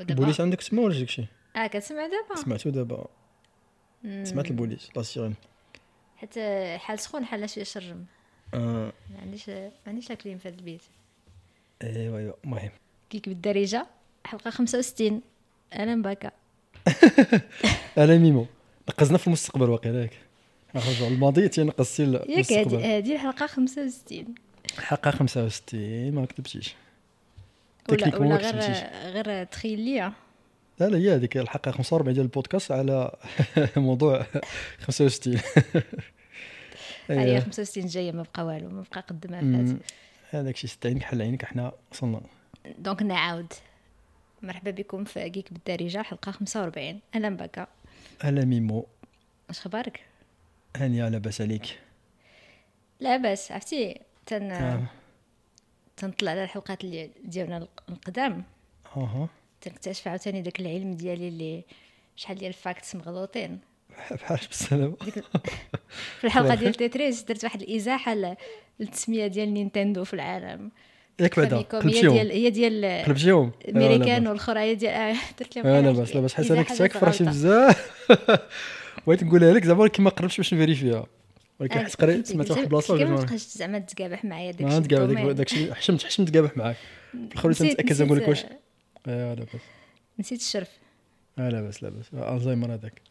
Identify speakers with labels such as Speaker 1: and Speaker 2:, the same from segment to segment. Speaker 1: البوليس عندك تما ولا داكشي
Speaker 2: اه كتسمع دابا
Speaker 1: سمعتو دابا
Speaker 2: مم.
Speaker 1: سمعت البوليس لا سيرين
Speaker 2: حيت آه، حال سخون حال شويه شرم
Speaker 1: آه.
Speaker 2: ما عنديش ما عنديش لا كليم في هذا البيت
Speaker 1: ايوا ايوا إيه، المهم
Speaker 2: كيك بالدارجه حلقه 65 انا مباكا
Speaker 1: انا ميمو نقزنا في المستقبل واقيلا ياك نرجعوا للماضي تينقص سي
Speaker 2: ياك هادي آه.
Speaker 1: المستقبل
Speaker 2: هادي الحلقه 65
Speaker 1: حلقه 65 ما كتبتيش
Speaker 2: ولا
Speaker 1: Techniquement
Speaker 2: ولا
Speaker 1: ما
Speaker 2: غير
Speaker 1: كتبتيش.
Speaker 2: غير تخيليه
Speaker 1: لا لا هي هذيك الحلقه 45 ديال البودكاست على موضوع 65
Speaker 2: هي
Speaker 1: أيوة.
Speaker 2: 65 جايه ما بقى والو ما بقى قد ما
Speaker 1: أمم،
Speaker 2: فات
Speaker 1: هذاك الشيء ست عينك حل عينك احنا وصلنا
Speaker 2: دونك نعاود مرحبا بكم في كيك بالدارجه حلقه 45 انا مباكا
Speaker 1: الا ميمو
Speaker 2: واش خبارك
Speaker 1: هانيه لاباس عليك
Speaker 2: لا باس عرفتي تن
Speaker 1: آه.
Speaker 2: تنطلع على الحلقات اللي ديالنا الق- القدام
Speaker 1: اها
Speaker 2: تنكتشف عاوتاني داك العلم ديالي اللي شحال ديال الفاكتس مغلوطين
Speaker 1: بحال بحال بالسلامه
Speaker 2: في الحلقه
Speaker 1: صراحة.
Speaker 2: ديال تيتريس درت واحد الازاحه ل- للتسميه ديال نينتندو في العالم
Speaker 1: ياك بعدا
Speaker 2: فاميكوم هي
Speaker 1: قلبتيهم
Speaker 2: ديال هي ديال
Speaker 1: قلبتيهم
Speaker 2: امريكان والاخرى هي ديال آه، درت لهم
Speaker 1: لا
Speaker 2: واحد
Speaker 1: لاباس لاباس حيت انا
Speaker 2: إزاحة
Speaker 1: كنت هاك
Speaker 2: بس
Speaker 1: فرحتي
Speaker 2: غلطة.
Speaker 1: بزاف بغيت نقولها لك زعما ولكن ما قربتش باش نفيريفيها ولكن
Speaker 2: آه،
Speaker 1: حيت قريت
Speaker 2: قلت لك
Speaker 1: سمعت واحد
Speaker 2: زعما-
Speaker 1: البلاصه
Speaker 2: كيما ما
Speaker 1: وقلت
Speaker 2: تبقاش زعما تقابح معايا داك
Speaker 1: ما نتقابل ديك داكشي حشمت حشمت تقابح معاك في الاخر تنتاكد نقول لك واش اه لاباس
Speaker 2: نسيت الشرف
Speaker 1: اه لاباس لاباس آه، الزهايمر هذاك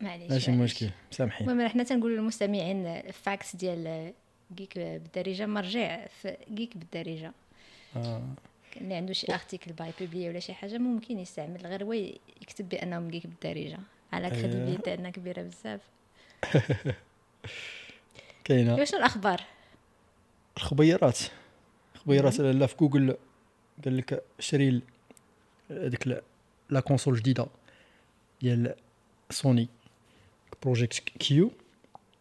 Speaker 2: معليش
Speaker 1: ماشي
Speaker 2: معليش.
Speaker 1: مشكل سامحين
Speaker 2: المهم حنا تنقولوا للمستمعين الفاكس ديال جيك بالدارجه مرجع في جيك بالدارجه
Speaker 1: آه.
Speaker 2: اللي عنده شي ارتيكل باي بوبلي ولا شي حاجه ممكن يستعمل غير هو يكتب بانهم جيك بالدارجه على
Speaker 1: إيه.
Speaker 2: كريديبيليتي عندنا كبيره بزاف
Speaker 1: كاينه
Speaker 2: إيوا شنو الاخبار
Speaker 1: الخبيرات الخبيرات لا في جوجل قال لك شري ال- هذيك ال- لا كونسول جديده ديال سوني بروجيكت كيو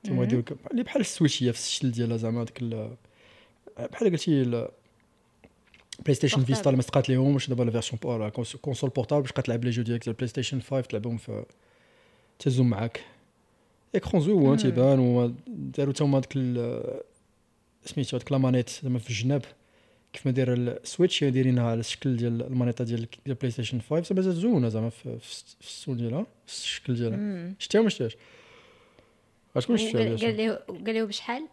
Speaker 1: تما يدير لك اللي بحال السويتشيه في الشكل ديالها زعما هذيك ال- بحال قلتي ال- بلاي ستيشن
Speaker 2: بورتابل.
Speaker 1: فيستا اللي ما تقات ليهمش دابا لا فيرسيون بو- لا كونس- كونسول بورتابل باش تبقى تلعب لي جو ديالك ديال بلاي ستيشن 5 تلعبهم في تهزهم معاك اكرون زوين تيبان وداروا تا هما ديك ال- سميتو هذيك لامانيت زعما في الجناب كيف ما داير السويتش هي دايرينها على الشكل ديال المانيطه ديال ديال بلاي ستيشن 5 زعما زوينه زعما في في الس- في السول ديالها في الشكل ديالها
Speaker 2: مم.
Speaker 1: شتيها وما شتيهاش غتكون
Speaker 2: وقال- قال
Speaker 1: شتيها
Speaker 2: ليه قال ليه بشحال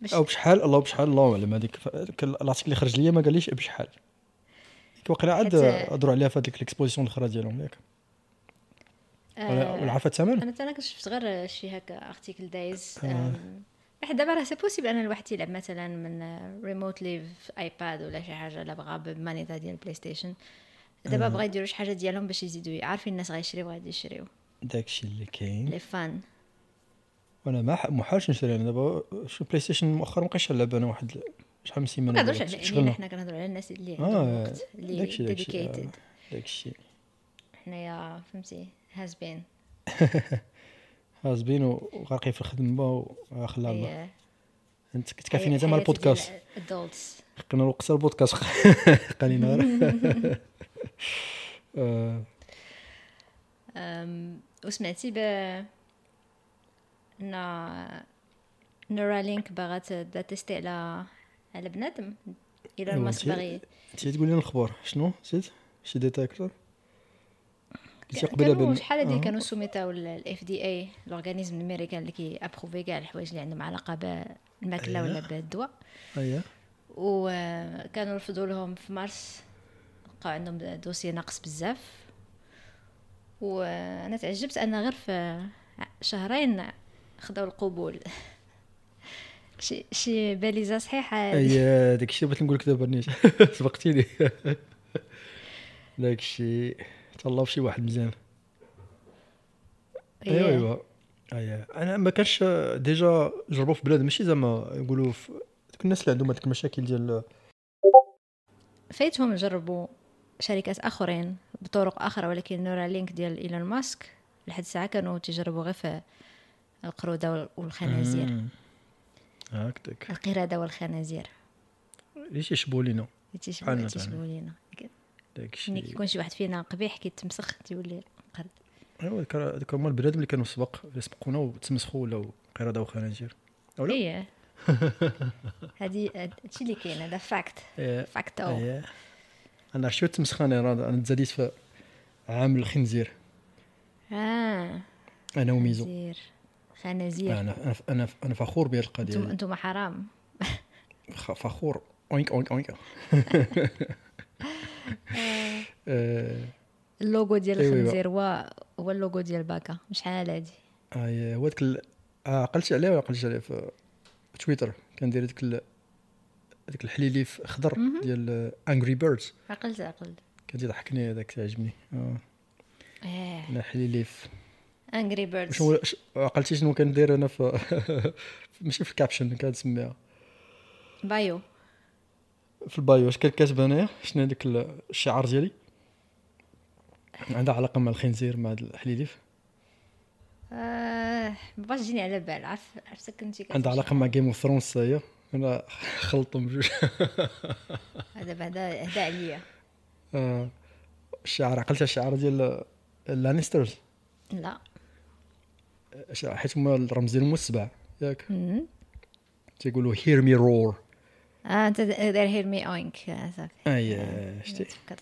Speaker 2: باش
Speaker 1: او بشحال الله بشحال الله اعلم هذيك ف- هذاك الارتيكل اللي خرج ليا ما قاليش بشحال ديك وقيلا عاد
Speaker 2: حيت-
Speaker 1: هضروا عليها في هذيك الاكسبوزيسيون الاخرى ديالهم ياك ولا
Speaker 2: آه،
Speaker 1: ولا عارفه الثمن
Speaker 2: انا انا كنت شفت غير شي هكا ارتيكل دايز
Speaker 1: آه.
Speaker 2: آم، واحد دابا راه سي بوسيبل ان الواحد يلعب مثلا من ريموتلي في ايباد ولا شي حاجه لا بغا بالمانيطه ديال البلاي ستيشن
Speaker 1: إيه.
Speaker 2: دابا بغا يديروا شي حاجه ديالهم باش يزيدوا عارفين الناس غيشريو غادي يشريو
Speaker 1: داكشي اللي كاين
Speaker 2: لي فان
Speaker 1: وانا ما ح- محالش نشري انا دابا شو بلاي ستيشن مؤخرا ما بقيتش نلعب انا واحد شحال من
Speaker 2: ما
Speaker 1: سيمانه
Speaker 2: كنهضروش
Speaker 1: ولا
Speaker 2: على
Speaker 1: شغلنا.
Speaker 2: علينا حنا كنهضروا على الناس اللي عندهم
Speaker 1: اه
Speaker 2: وقت اللي
Speaker 1: داكشي داكشي
Speaker 2: ديديكيتد
Speaker 1: آه، داكشي
Speaker 2: حنايا فهمتي هاز بين
Speaker 1: هازبين وغرقي في الخدمه وخلا الله
Speaker 2: إيه.
Speaker 1: انت كنت كافيني
Speaker 2: حياتي
Speaker 1: تما البودكاست
Speaker 2: ديال adults.
Speaker 1: حقنا الوقت البودكاست قالينا غير آه،
Speaker 2: أم، وسمعتي ب ان نورالينك باغا ت- دا تيستي على على بنادم الا
Speaker 1: إيوا
Speaker 2: ماسك
Speaker 1: انتي-
Speaker 2: باغي
Speaker 1: انت تقول لنا الخبر شنو نسيت شي ديتاي اكثر قلتي قبيله
Speaker 2: كانوا
Speaker 1: بان
Speaker 2: شحال هادي
Speaker 1: آه،
Speaker 2: كانوا سوميتاو الاف دي اي لورغانيزم الامريكان اللي كيابروفي كاع الحوايج اللي عندهم علاقه بالماكله ولا بالدواء
Speaker 1: اييه
Speaker 2: وكانوا رفضوا لهم في مارس لقاو عندهم دوسي ناقص بزاف وانا تعجبت ان غير في شهرين خداو القبول شي شي باليزه صحيحه هادي.
Speaker 1: اييه داك الشيء بغيت نقول لك دابا نيت سبقتيني داك الشيء تهلاو بشي واحد مزيان
Speaker 2: إيه.
Speaker 1: ايوا ايوا ايوا انا أيوة. ما كانش ديجا جربوا في بلاد ماشي زعما يقولوا في دوك الناس اللي عندهم هذيك المشاكل ديال
Speaker 2: فايتهم جربوا شركات اخرين بطرق اخرى ولكن نورالينك ديال ايلون ماسك لحد الساعه كانوا تجربوا غير في القرودة وال- والخنازير
Speaker 1: مم. هكذاك
Speaker 2: القردة والخنازير
Speaker 1: ليش يشبوا لينا
Speaker 2: تيشبهوا
Speaker 1: سبحان
Speaker 2: تيشبهوا لينا
Speaker 1: داك
Speaker 2: ملي
Speaker 1: الشيء
Speaker 2: كيكون شي واحد فينا قبيح كيتمسخ تيولي قرد
Speaker 1: ايوا هذوك- هذوك هما البنادم اللي كانوا سبق اللي سبقونا وتمسخوا ولا قرده وخنازير أو لا؟
Speaker 2: ايه هادي هادشي اللي كاين هذا فاكت
Speaker 1: إيه.
Speaker 2: فاكت او
Speaker 1: اييه انا شو تمسخاني راه انا تزاديت في عام الخنزير
Speaker 2: اه
Speaker 1: انا وميزو آه،
Speaker 2: خنازير خنازير
Speaker 1: انا انا انا, أنا فخور بهذه القضيه
Speaker 2: انتم
Speaker 1: هذه.
Speaker 2: انتم حرام
Speaker 1: خ- فخور اوينك اوينك اوينك آه،
Speaker 2: اللوغو ديال
Speaker 1: إيوا.
Speaker 2: الخنزير هو هو اللوغو ديال باكا شحال هادي
Speaker 1: آه، هو داك ال- آه، عقلت عليه ولا عقلت عليه في في تويتر كندير ديك ال- ديك الحليليف اخضر ديال انجري بيردز
Speaker 2: عقلت عقلت
Speaker 1: كتضحكني هذاك تعجبني آه،
Speaker 2: اه
Speaker 1: لا حليليف
Speaker 2: انجري بيردز
Speaker 1: شنو ش- عقلتي شنو كندير انا في ماشي في الكابشن كنسميها
Speaker 2: بايو
Speaker 1: في البايو اش كان كاتب انايا شنو هذاك ال- الشعار ديالي عندها علاقه مع الخنزير مع هاد الحليليف
Speaker 2: آه مابقاش تجيني على بال عرف عرفتك كنتي كتمشي.
Speaker 1: عندها علاقه مع جيم اوف ثرونز هي انا خلطهم بجوج
Speaker 2: هذا بعدا هدا عليا
Speaker 1: آه، الشعار عقلت على الشعار ديال اللانسترز
Speaker 2: لا
Speaker 1: حيت هما الرمز ديالهم هو السبع ياك
Speaker 2: مم.
Speaker 1: تيقولوا هير مي رور
Speaker 2: اه انت داير هير مي اوينك آه، صافي
Speaker 1: اي شتي
Speaker 2: تفكرت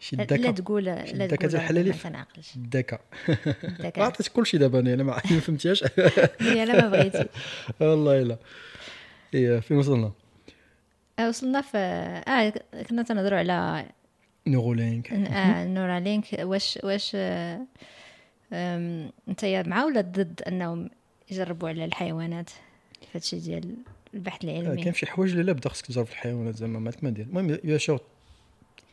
Speaker 1: شي
Speaker 2: لا
Speaker 1: الدكا
Speaker 2: تقول لا
Speaker 1: شدك
Speaker 2: تقول
Speaker 1: هذا الحلالي
Speaker 2: ما
Speaker 1: في-
Speaker 2: تنعقلش
Speaker 1: الدكا
Speaker 2: الذكاء
Speaker 1: عطيت كلشي دابا انا أنا ما ما فهمتهاش
Speaker 2: هي لا ما بغيتي
Speaker 1: والله الا اي فين وصلنا
Speaker 2: آه، وصلنا في اه كنا تنهضروا على
Speaker 1: نورولينك
Speaker 2: آه نورا لينك واش واش آه آم، انت يا مع ولا ضد انهم يجربوا على الحيوانات في هادشي ديال البحث
Speaker 1: آه،
Speaker 2: العلمي
Speaker 1: كاين شي حوايج اللي لا بدا خصك تجرب في الحيوانات زعما مالك ما دير المهم يا شوط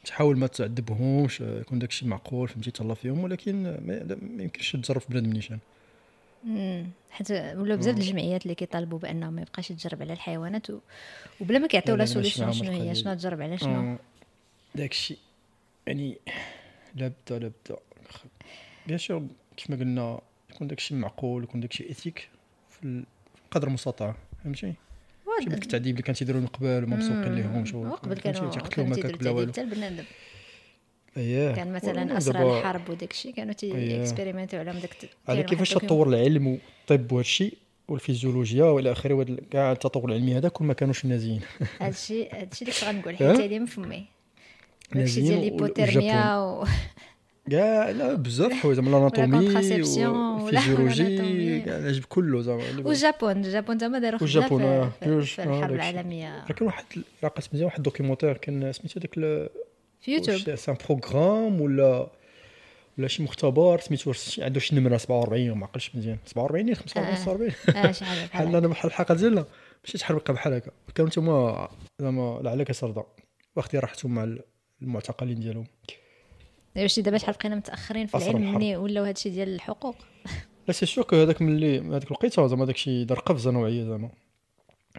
Speaker 1: تحاول ما تعذبهمش آه، يكون داكشي معقول فهمتي تهلا فيهم ولكن آه، ما لا- ما يمكنش تجرب في بنادم نيشان
Speaker 2: مم، حيت ولاو بزاف د الجمعيات اللي كيطالبوا بانه ما يبقاش يتجرب على الحيوانات و... وبلا ما كيعطيو
Speaker 1: لا،
Speaker 2: لا
Speaker 1: لا، ماشي
Speaker 2: سوليسيون شنو
Speaker 1: معاهم القضية
Speaker 2: هي
Speaker 1: دي.
Speaker 2: شنو تجرب على شنو
Speaker 1: آه، داكشي يعني لا بدا لا بدا بيان سور كيف ما قلنا يكون داكشي معقول يكون داكشي اثيك في ال- في قدر المستطاع فهمتي
Speaker 2: واد-
Speaker 1: كيما ديك التعذيب اللي كانت يديروا من قبل وما مسوقين ليهمش
Speaker 2: مم، وقبل كانوا
Speaker 1: تيقتلوا
Speaker 2: كانوا
Speaker 1: ما
Speaker 2: تيديروا
Speaker 1: كتبلا والو إيه.
Speaker 2: التعذيب حتى البنادم
Speaker 1: اييه
Speaker 2: كان
Speaker 1: والله
Speaker 2: مثلا اسرى
Speaker 1: دابا-
Speaker 2: الحرب وداك الشيء كانوا
Speaker 1: إيه.
Speaker 2: تيكسبيريمنتيو على داك الت-
Speaker 1: على
Speaker 2: كاين
Speaker 1: كيفاش
Speaker 2: واحد دوكيوم-
Speaker 1: تطور العلم والطب وهذا الشيء والفيزيولوجيا والى اخره وهاد ال- كاع التطور العلمي هذا كون ما كانوش نازيين
Speaker 2: هادشي هادشي اللي كنت غنقول
Speaker 1: ها؟
Speaker 2: حيت هادي من فمي داكشي
Speaker 1: نازيين
Speaker 2: ديال
Speaker 1: وال-
Speaker 2: ليبوتيرميا و
Speaker 1: كاع لا بزاف حوايج زعما الاناتومي
Speaker 2: contraception ولا
Speaker 1: والفيزيولوجي
Speaker 2: الأناتومي.
Speaker 1: كاع العجب كله زعما
Speaker 2: والجابون الجابون زعما داروا خدمه
Speaker 1: والجابون، آه،
Speaker 2: في, في,
Speaker 1: كلش،
Speaker 2: في
Speaker 1: آه،
Speaker 2: الحرب
Speaker 1: داكشي.
Speaker 2: العالميه
Speaker 1: راه كان واحد ال- راه قسم مزيان واحد دوكيمونتير كان سميتو داك ال-
Speaker 2: في يوتيوب
Speaker 1: واش سان بروغرام ولا ولا شي مختبر سميتو شي- عنده شي نمره 47 ما عقلتش مزيان 47 يا 45
Speaker 2: آه.
Speaker 1: 46
Speaker 2: اه شي حاجه بحال
Speaker 1: بحال
Speaker 2: هكا.
Speaker 1: انا بحال الحلقه ديالنا مشيت حربقه بحال هكا كانوا تما زعما لعل كيسردا واخدين راحتهم مع ال- المعتقلين ديالهم
Speaker 2: واش دابا شحال بقينا متاخرين في
Speaker 1: أسرى
Speaker 2: العلم
Speaker 1: الحرب.
Speaker 2: ملي ولاو هادشي ديال الحقوق
Speaker 1: لا سي سيغ كو هذاك ملي هذيك الوقيته زعما داكشي دار قفزه نوعيه زعما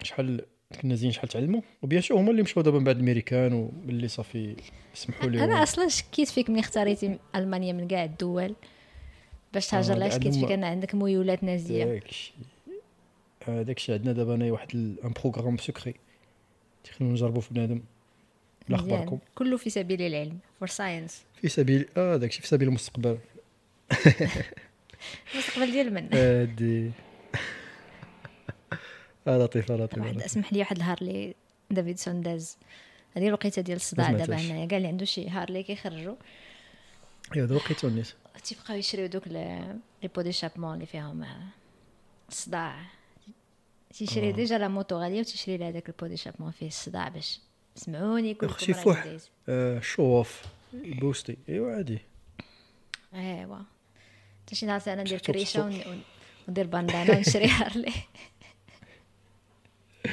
Speaker 1: شحال ديك النازيين شحال تعلموا وبيان سور هما اللي مشاو دابا من بعد الامريكان وملي صافي سمحوا لهم
Speaker 2: انا اصلا شكيت فيك ملي اختاريتي المانيا من كاع الدول باش تهاجر
Speaker 1: آه، إيه،
Speaker 2: لها شكيت
Speaker 1: عندهم-
Speaker 2: فيك ان عندك ميولات نازيه
Speaker 1: داكشي آه، داكشي عندنا دابا هنايا واحد ال- ان بروغرام سكري تيخلونا نجربوا في بنادم لا
Speaker 2: مزيان.
Speaker 1: اخباركم
Speaker 2: كله في سبيل العلم فور ساينس
Speaker 1: في سبيل اه داكشي في سبيل المستقبل
Speaker 2: المستقبل ديال من
Speaker 1: إيه. هادي اه لطيفه لطيفه
Speaker 2: واحد
Speaker 1: لطيفة.
Speaker 2: اسمح لي واحد الهار لي دافيدسون داز هذه الوقيته ديال الصداع
Speaker 1: ما
Speaker 2: دابا
Speaker 1: سمعتهاش.
Speaker 2: هنايا كاع اللي عنده شي هار لي كيخرجوا
Speaker 1: يا هذا لقيتو الناس
Speaker 2: تيبقاو يشريو دوك ال- لي بو ديشابمون اللي فيهم آه، الصداع تيشري ديجا لا موتو غاليه وتيشري لها داك البو ديشابمون فيه الصداع باش سمعوني كلكم
Speaker 1: اختي
Speaker 2: راني
Speaker 1: فوح
Speaker 2: دايز.
Speaker 1: آه، شو اوف بوستي ايوا عادي
Speaker 2: ايوا إيه، حتى شي نهار انا ندير
Speaker 1: بصح-
Speaker 2: كريشه ون- ون- وندير باندانا ونشري هارلي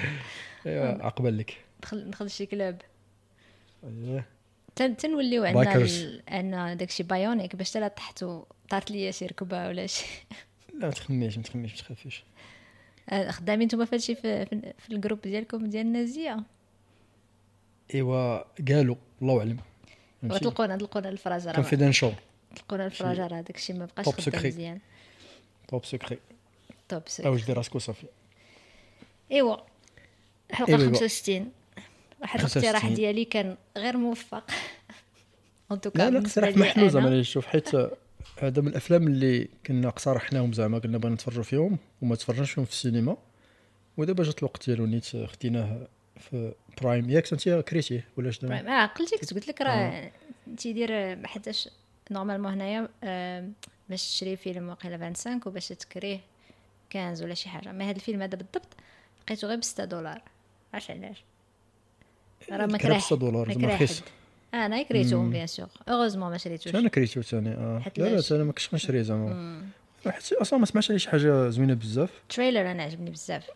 Speaker 1: ايوا عقبال لك
Speaker 2: ندخل ندخل شي كلوب
Speaker 1: أيوة.
Speaker 2: تن- تنوليو عندنا
Speaker 1: Bikers.
Speaker 2: ال- عندنا داكشي بايونيك باش تلا طحت طارت ليا شي ركبه ولا شي
Speaker 1: لا ما تخميش ما تخميش ما تخافيش
Speaker 2: آه، خدامين نتوما في هادشي في, في, في الجروب ديالكم ديال النازيه
Speaker 1: ايوا قالوا الله اعلم فهمتي؟
Speaker 2: وتلقونا تلقونا الفراجه راه ما-
Speaker 1: كونفيدنشال
Speaker 2: تلقونا الفراجه راه داكشي ما بقاش
Speaker 1: Top
Speaker 2: خدام
Speaker 1: secret.
Speaker 2: مزيان
Speaker 1: توب سكري
Speaker 2: توب سيك
Speaker 1: اوج دير راسك وصافي
Speaker 2: ايوا حلقه
Speaker 1: إيوا، إيوا.
Speaker 2: 65 واحد
Speaker 1: 65.
Speaker 2: الاقتراح ديالي كان غير موفق ان توكا
Speaker 1: لا لا اقتراح محلو زعما اللي شوف حيت آه، هذا من الافلام اللي كنا اقترحناهم زعما قلنا بغينا نتفرجوا فيهم وما تفرجناش فيهم في السينما ودابا جات الوقت ديالو نيت خديناه في برايم ياك انت كريتيه ولا شنو آه.
Speaker 2: ما عقلتك قلت لك راه تيدير حتى نورمالمون هنايا آه، باش تشري فيلم واقيلا 25 وباش تكريه 15 ولا شي حاجه ما هذا الفيلم هذا بالضبط لقيته غير ب 6 دولار عرفت علاش راه ما
Speaker 1: إيه، كرا
Speaker 2: كراه
Speaker 1: 6 دولار زعما رخيص
Speaker 2: آه، انا كريتهم بيان سور اوغوزمون ما
Speaker 1: شنو
Speaker 2: شريتوش
Speaker 1: انا كريتو ثاني اه
Speaker 2: حيت
Speaker 1: لا لا
Speaker 2: باش-
Speaker 1: ثاني ما كنتش غنشري زعما حيت اصلا ما سمعتش عليه شي حاجه زوينه بزاف
Speaker 2: التريلر انا عجبني بزاف
Speaker 1: آه.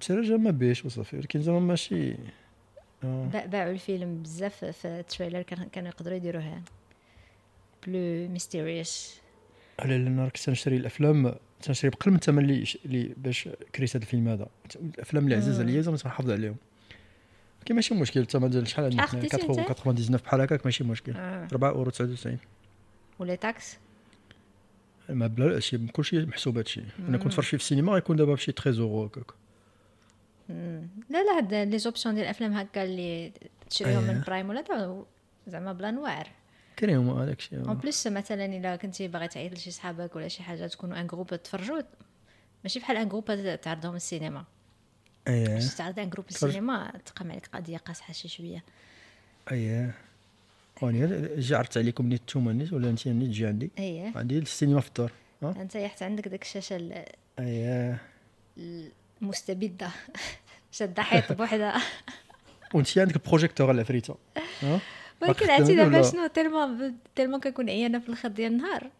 Speaker 1: الترجمه ما بيش وصافي ولكن زعما ماشي آه.
Speaker 2: با- باعوا الفيلم بزاف في التريلر كان- كانوا يقدروا يديروها بلو ميستيريوس
Speaker 1: على لان راه كنت نشري الافلام تنشري بقل من الثمن اللي اللي باش كريت هذا الفيلم هذا الافلام اللي عزاز عليا زعما تنحافظ عليهم كي ماشي مشكل الثمن ديال شحال عندنا
Speaker 2: شحال
Speaker 1: حنا
Speaker 2: خديتي
Speaker 1: 4
Speaker 2: أنت؟
Speaker 1: 99 بحال هكاك ماشي مشكل
Speaker 2: آه.
Speaker 1: 4 اورو 99
Speaker 2: ولي تاكس
Speaker 1: ما بلا شي كلشي محسوب هادشي انا كنت فرشي في السينما يكون دابا بشي 13 اورو هكاك
Speaker 2: لا لا هاد لي زوبسيون ديال الافلام هكا اللي تشريهم من
Speaker 1: أيه.
Speaker 2: برايم ولا تا- زعما بلا نوار
Speaker 1: كريم هذاك الشيء
Speaker 2: اون بليس مثلا الا كنتي باغي تعيط لشي صحابك ولا شي حاجه تكونوا ان جروب تفرجوا ماشي بحال ان جروب تعرضهم السينما
Speaker 1: ايه
Speaker 2: باش تعرض ان جروب السينما تقام عليك قضيه قاصحه شي شويه
Speaker 1: ايه وانا جا عرفت عليكم نيت نتوما نيت ولا انت نيت جا عندي
Speaker 2: ايه
Speaker 1: عندي السينما في الدار ها
Speaker 2: انت يحت عندك ديك الشاشه ال-
Speaker 1: ايه
Speaker 2: المستبده شاده حيط بوحدها
Speaker 1: وانت عندك البروجيكتور على العفريته ها
Speaker 2: ولكن
Speaker 1: باقي
Speaker 2: عرفتي
Speaker 1: خدامين
Speaker 2: دابا
Speaker 1: ولا-
Speaker 2: شنو تيلمون تيلمون كنكون عيانه في الاخر ديال النهار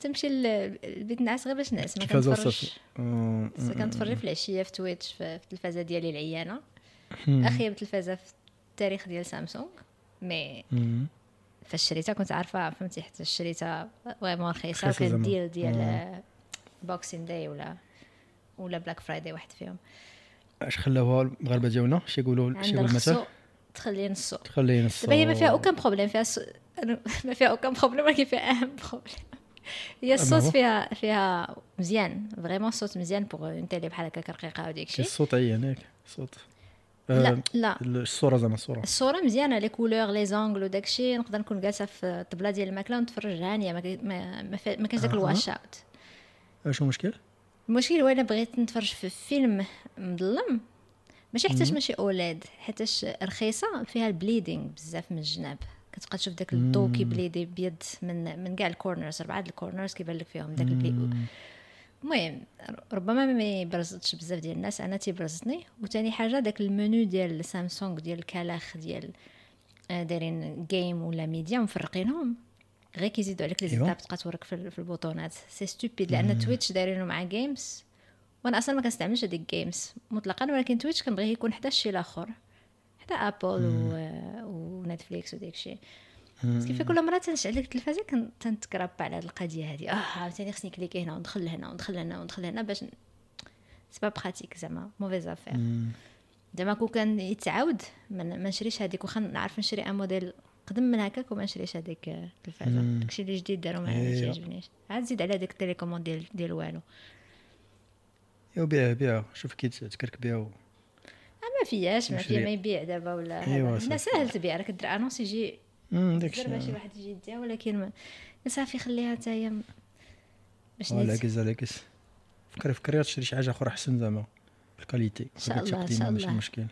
Speaker 2: تمشي ل- للبيت نعس غير باش نعس ما
Speaker 1: التلفازه
Speaker 2: كنتفرجش
Speaker 1: وصافي أم،
Speaker 2: بس كنتفرج في العشيه في تويتش في في التلفازه ديالي العيانه اخيب تلفازه في التاريخ ديال سامسونج مي
Speaker 1: أم.
Speaker 2: فاش شريتها كنت عارفه فهمتي حتى شريتها فريمون رخيصه
Speaker 1: رخيصة
Speaker 2: وكان
Speaker 1: زعما.
Speaker 2: ديل ديال
Speaker 1: آه.
Speaker 2: بوكسين داي ولا ولا بلاك فرايداي واحد فيهم
Speaker 1: آه، اش خلاوها المغاربه ديالنا شي يقولوا شي
Speaker 2: عند
Speaker 1: يقول
Speaker 2: الخسو
Speaker 1: المثل
Speaker 2: تخلي نصو
Speaker 1: تخلينا نص
Speaker 2: دابا هي ما فيها اوكان بروبليم فيها س... ما فيها اوكان بروبليم ولكن فيها اهم بروبليم هي الصوت
Speaker 1: آه، هو؟
Speaker 2: فيها فيها مزيان فريمون الصوت مزيان بوغ اون تيلي بحال هكاك رقيقه وديك
Speaker 1: شي
Speaker 2: الشيء
Speaker 1: الصوت عيان ياك الصوت آه،
Speaker 2: لا لا
Speaker 1: الصوره زعما الصوره
Speaker 2: الصوره مزيانه لي كولور لي زونغل وداك الشيء نقدر نكون جالسه في الطبله ديال الماكله ونتفرج هانيه ما كاين- ما ما فيه- ما كاينش داك
Speaker 1: أها.
Speaker 2: الواش اوت
Speaker 1: اش المشكل
Speaker 2: المشكل هو انا بغيت نتفرج في فيلم مظلم ماشي حيتاش ماشي اولاد حيتاش رخيصه فيها البليدينغ بزاف من الجناب كتبقى تشوف داك الضو كيبليدي بيض من من كاع الكورنرز اربعه د الكورنرز كيبان لك فيهم داك البلي المهم ربما ما برزتش بزاف ديال الناس انا تيبرزتني وتاني حاجه داك المنيو ديال سامسونج ديال الكلاخ ديال آه، دايرين جيم ولا ميديا مفرقينهم غير كيزيدوا عليك لي
Speaker 1: إيوا.
Speaker 2: زيتاب تبقى تورك في, ال- في البوطونات سي ستوبيد لان تويتش دايرينو مع جيمز وانا اصلا ما كنستعملش هذيك جيمز مطلقا ولكن تويتش كنبغيه يكون حدا الشيء الاخر حدا ابل و... ونتفليكس وداك الشيء بس كيف كل مره تنشعل لك التلفازه كن- تنتكرب على هاد القضيه هذه اه عاوتاني خصني كليكي هنا وندخل هنا وندخل هنا وندخل هنا باش ن- سي با براتيك زعما موفيز افير زعما كون كان يتعاود ما ما نشريش هذيك واخا نعرف نشري ان موديل قدم من هكاك وما نشريش هذيك التلفازه داكشي اللي جديد داروا معايا ما
Speaker 1: إيه.
Speaker 2: تيعجبنيش عاد زيد على داك التليكوموند ديال ديال والو
Speaker 1: يا بيعها بيعها شوف كي تكرك بيها و-
Speaker 2: ما فياش ما فيا
Speaker 1: نشري. إيه،
Speaker 2: ما يبيع دابا ولا
Speaker 1: إيوا
Speaker 2: هذا. هنا
Speaker 1: صافي.
Speaker 2: ساهل تبيع راك دير انونس يجي
Speaker 1: أم، داك
Speaker 2: زربه شي
Speaker 1: الشيء
Speaker 2: واحد يجي يديها ولكن ما صافي خليها حتى هي م- باش
Speaker 1: اه
Speaker 2: نيت-
Speaker 1: لاكز لاكز فكري فكري تشري شي حاجه اخرى احسن زعما الكاليتي ان
Speaker 2: شاء الله، إن شاء
Speaker 1: ماشي
Speaker 2: الله.
Speaker 1: مشكل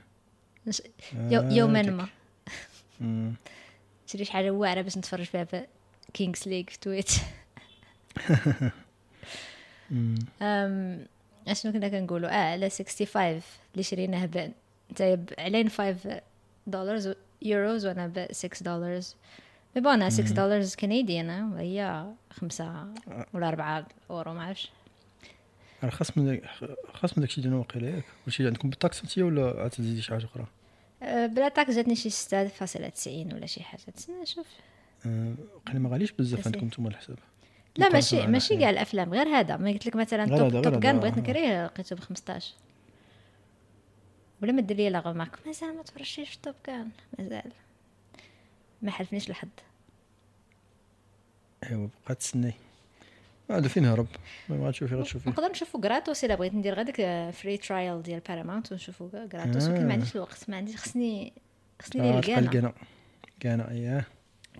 Speaker 2: نش-
Speaker 1: آه،
Speaker 2: يو- يوما
Speaker 1: داك-
Speaker 2: ما
Speaker 1: أم.
Speaker 2: شري شي حاجه واعره باش نتفرج فيها في كينغز ليك في تويتش أم، اشنو كنا كنقولوا اه على 65 اللي شريناه ب نتايا ب- علين 5 دولار يوروز وانا ب 6 دولار مي بون انا 6 دولار كنديان آه، هي 5 ولا 4 اورو ما عرفتش
Speaker 1: رخص من داك رخص من داكشي ديالنا واقيلا ياك وشي عندكم بالطاكس انت ولا عاد تزيدي شي حاجه اخرى
Speaker 2: أه، بلا تاكس جاتني شي 6.90 ولا شي حاجه تسنى نشوف
Speaker 1: آه، وقيلا ما غاليش بزاف
Speaker 2: أسي.
Speaker 1: عندكم نتوما الحساب
Speaker 2: لا
Speaker 1: مقارنة مع
Speaker 2: ماشي
Speaker 1: هنا
Speaker 2: ماشي
Speaker 1: حنا.
Speaker 2: كاع الافلام غير هذا ما قلت لك مثلا
Speaker 1: إيه. غير هذا،
Speaker 2: توب
Speaker 1: غير
Speaker 2: توب
Speaker 1: هذا،
Speaker 2: كان
Speaker 1: آه.
Speaker 2: بغيت نكريه لقيته ب 15 ولا ما دير لي لا غومارك مازال ما تفرجتيش في توب كان مازال ما حلفنيش الحظ
Speaker 1: ايوا بقى تسناي هذا فين هرب ما عاد شوفي غتشوفي
Speaker 2: نقدر نشوفو غراتوس الا بغيت ندير غاديك فري ترايل ديال باراماونت ونشوفو غراتوس ولكن ما
Speaker 1: آه.
Speaker 2: عنديش الوقت ما عنديش خصني خصني
Speaker 1: آه،
Speaker 2: ندير
Speaker 1: تبقى
Speaker 2: كان
Speaker 1: لقينا لقينا اياه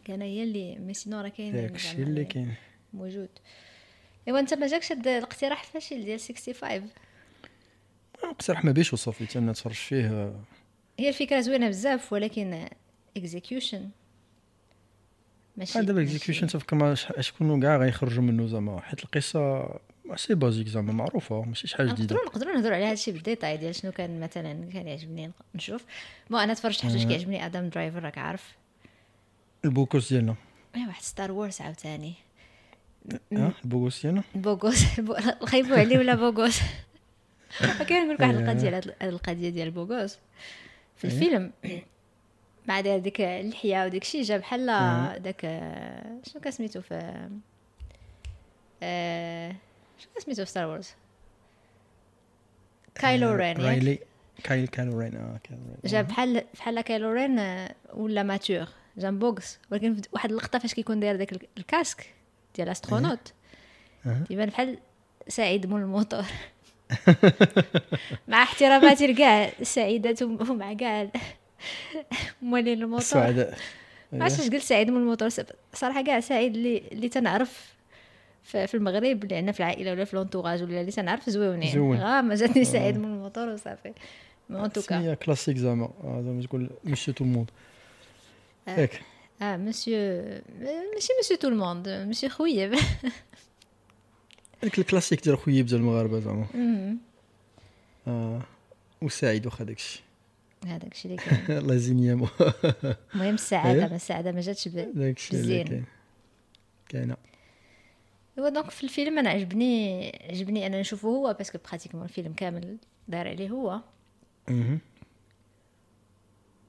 Speaker 2: كان هي اللي مي سينو راه كاين
Speaker 1: إيه. داكشي
Speaker 2: زعما
Speaker 1: اللي
Speaker 2: اللي
Speaker 1: كاين
Speaker 2: موجود ايوا انت ما جاكش هاد الاقتراح الفاشل ديال 65
Speaker 1: بصراحه آه، ما بيش وصافي حتى انا تفرج فيه آه،
Speaker 2: هي الفكره زوينه بزاف ولكن اكزيكيوشن ماشي
Speaker 1: آه، دابا
Speaker 2: ماشي-
Speaker 1: الاكزيكيوشن تفكر ما شح- شكون كاع غيخرجوا منه زعما حيت القصه سي بازيك زعما معروفه ماشي شي حاجه جديده
Speaker 2: نقدروا نقدروا نهضروا على هذا الشيء بالديتاي ديال شنو كان مثلا كان يعجبني نق- نشوف بون انا تفرجت حاجه كيعجبني ادم درايفر راك عارف
Speaker 1: البوكوس ديالنا
Speaker 2: اي واحد ستار وورز عاوتاني
Speaker 1: ها البوكوس ديالنا
Speaker 2: بوغوس بو- خيبوا عليه ولا بوغوس كاين لك واحد القضيه على هاد القضيه ديال بوغوس في الفيلم مع داير ديك اللحيه وداك الشيء جا بحال داك آه، شنو كان سميتو في آه، شنو كان سميتو في ستار وورز كايلو
Speaker 1: آه،
Speaker 2: رين ياك؟
Speaker 1: رايلي كايل كايلو رين اه كايلو رين
Speaker 2: جا بحال بحال كايلو رين آه، ولا ماتور جان بوكس ولكن في واحد اللقطه فاش كيكون داير داك ال- الكاسك ديال استرونوت
Speaker 1: أها.
Speaker 2: تيبان بحال سعيد مول الموتور مع احتراماتي لكاع السعيدات وم- ومع كاع مولين الموتور
Speaker 1: السعداء
Speaker 2: ما عرفتش اش قلت سعيد مول الموتور س- صراحه كاع سعيد اللي اللي تنعرف ف- في المغرب اللي عندنا في العائله ولا في لونتوراج ولا اللي تنعرف زويونين
Speaker 1: زوين.
Speaker 2: غا ما جاتني سعيد مول الموتور وصافي ما ان توكا
Speaker 1: سميه كلاسيك زعما آه، زعما تقول مشي تو الموند ياك
Speaker 2: اه مسيو ماشي مسيو تو الموند مسيو خويب
Speaker 1: هذيك الكلاسيك ديال خويا بزاف المغاربه زعما
Speaker 2: أمم.
Speaker 1: آه، وسعيد واخا داكشي
Speaker 2: هذاك الشيء اللي كاين
Speaker 1: لازم يامو
Speaker 2: المهم
Speaker 1: إيه.
Speaker 2: السعاده ما السعاده ما جاتش ب...
Speaker 1: داكشي اللي
Speaker 2: زين.
Speaker 1: كاين كاينه
Speaker 2: هو دونك في الفيلم انا عجبني عجبني انا نشوفه هو باسكو براتيكمون الفيلم كامل داير عليه هو
Speaker 1: مهم.